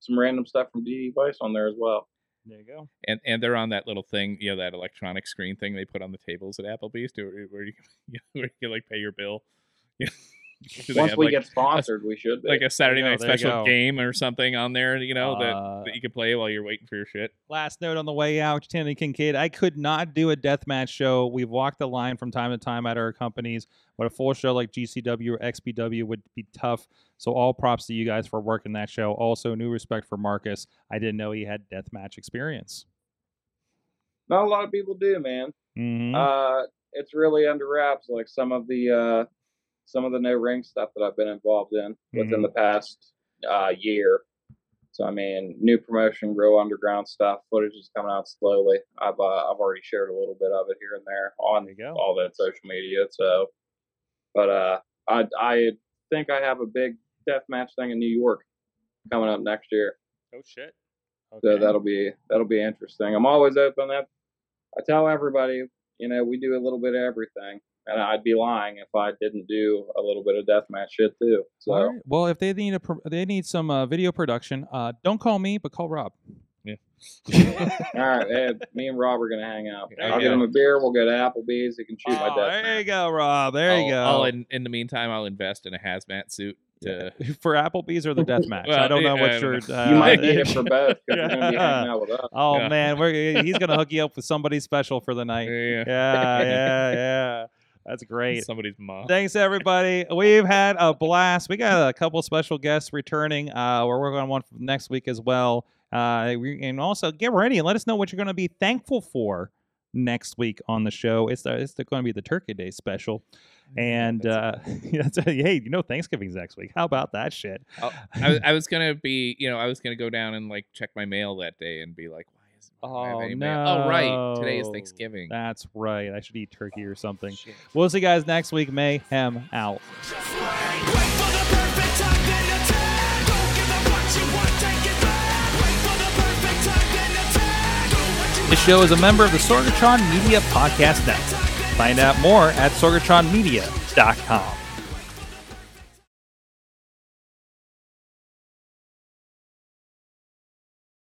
some random stuff from DD Vice on there as well. There you go. and and they're on that little thing, you know, that electronic screen thing they put on the tables at Applebee's, to eh, where you can, where you can like pay your bill. Do they Once have, we like, get sponsored, we should be. like a Saturday you go, night there you special go. game or something on there, you know, that, Uh, that you can play while you're waiting for your shit. Last note on the way out, Tanny Kincaid. I could not do a deathmatch show. We've walked the line from time to time at our companies, but a full show like GCW or XPW would be tough. So all props to you guys for working that show. Also, new respect for Marcus. I didn't know he had deathmatch experience. Not a lot of people do, man. Mhm. Uh, it's really under wraps. Like some of the uh, some of the no ring stuff that I've been involved in Mm-hmm. within the past uh, year. So I mean, new promotion, real underground stuff. Footage is coming out slowly. I've uh, I've already shared a little bit of it here and there on there you go. all that social media. So, but uh, I I think I have a big deathmatch thing in New York coming up next year. Oh shit. So that'll be that'll be interesting. I'm always open. That I tell everybody, you know, we do a little bit of everything, and I'd be lying if I didn't do a little bit of deathmatch shit too. So All right. Well, if they need a pro- they need some uh, video production, uh, don't call me, but call Rob. all right, hey, me and Rob are gonna hang out. There I'll you give go. him a beer. We'll go to Applebee's. He can shoot my Oh, there deathmatch. you go, Rob. There you I'll- I'll go. in, in the meantime, I'll invest in a hazmat suit to for Applebee's or the death match. I Well, don't know yeah, I what your. don't know. Uh, You might Uh, need it for both because you're gonna be yeah. hanging out with us. oh Yeah. man, we're, he's gonna hook you up with somebody special for the night. yeah, Yeah, yeah, yeah. That's great. somebody's mom. Thanks everybody. We've had a blast. We got a couple special guests returning. Uh, we're working on one for next week as well. Uh, we- and also get ready and let us know what you're going to be thankful for next week on the show. It's the, it's going to be the Turkey Day special. And uh, yeah, that's- hey, you know Thanksgiving's next week. How about that shit? Oh, I, was- I was gonna be, you know, I was gonna go down and like check my mail that day and be like, why is why do I have Oh, any mail? Oh right, today is no. Thanksgiving. That's right. I should eat turkey or something. Shit. We'll see you guys next week. Mayhem out. Just wait. Wait for the perfect time, then attack. Don't give up what you want, take it back. Wait for the perfect show is a member of the Sorgatron Media Podcast Network. Find out more at sorgatronmedia.com.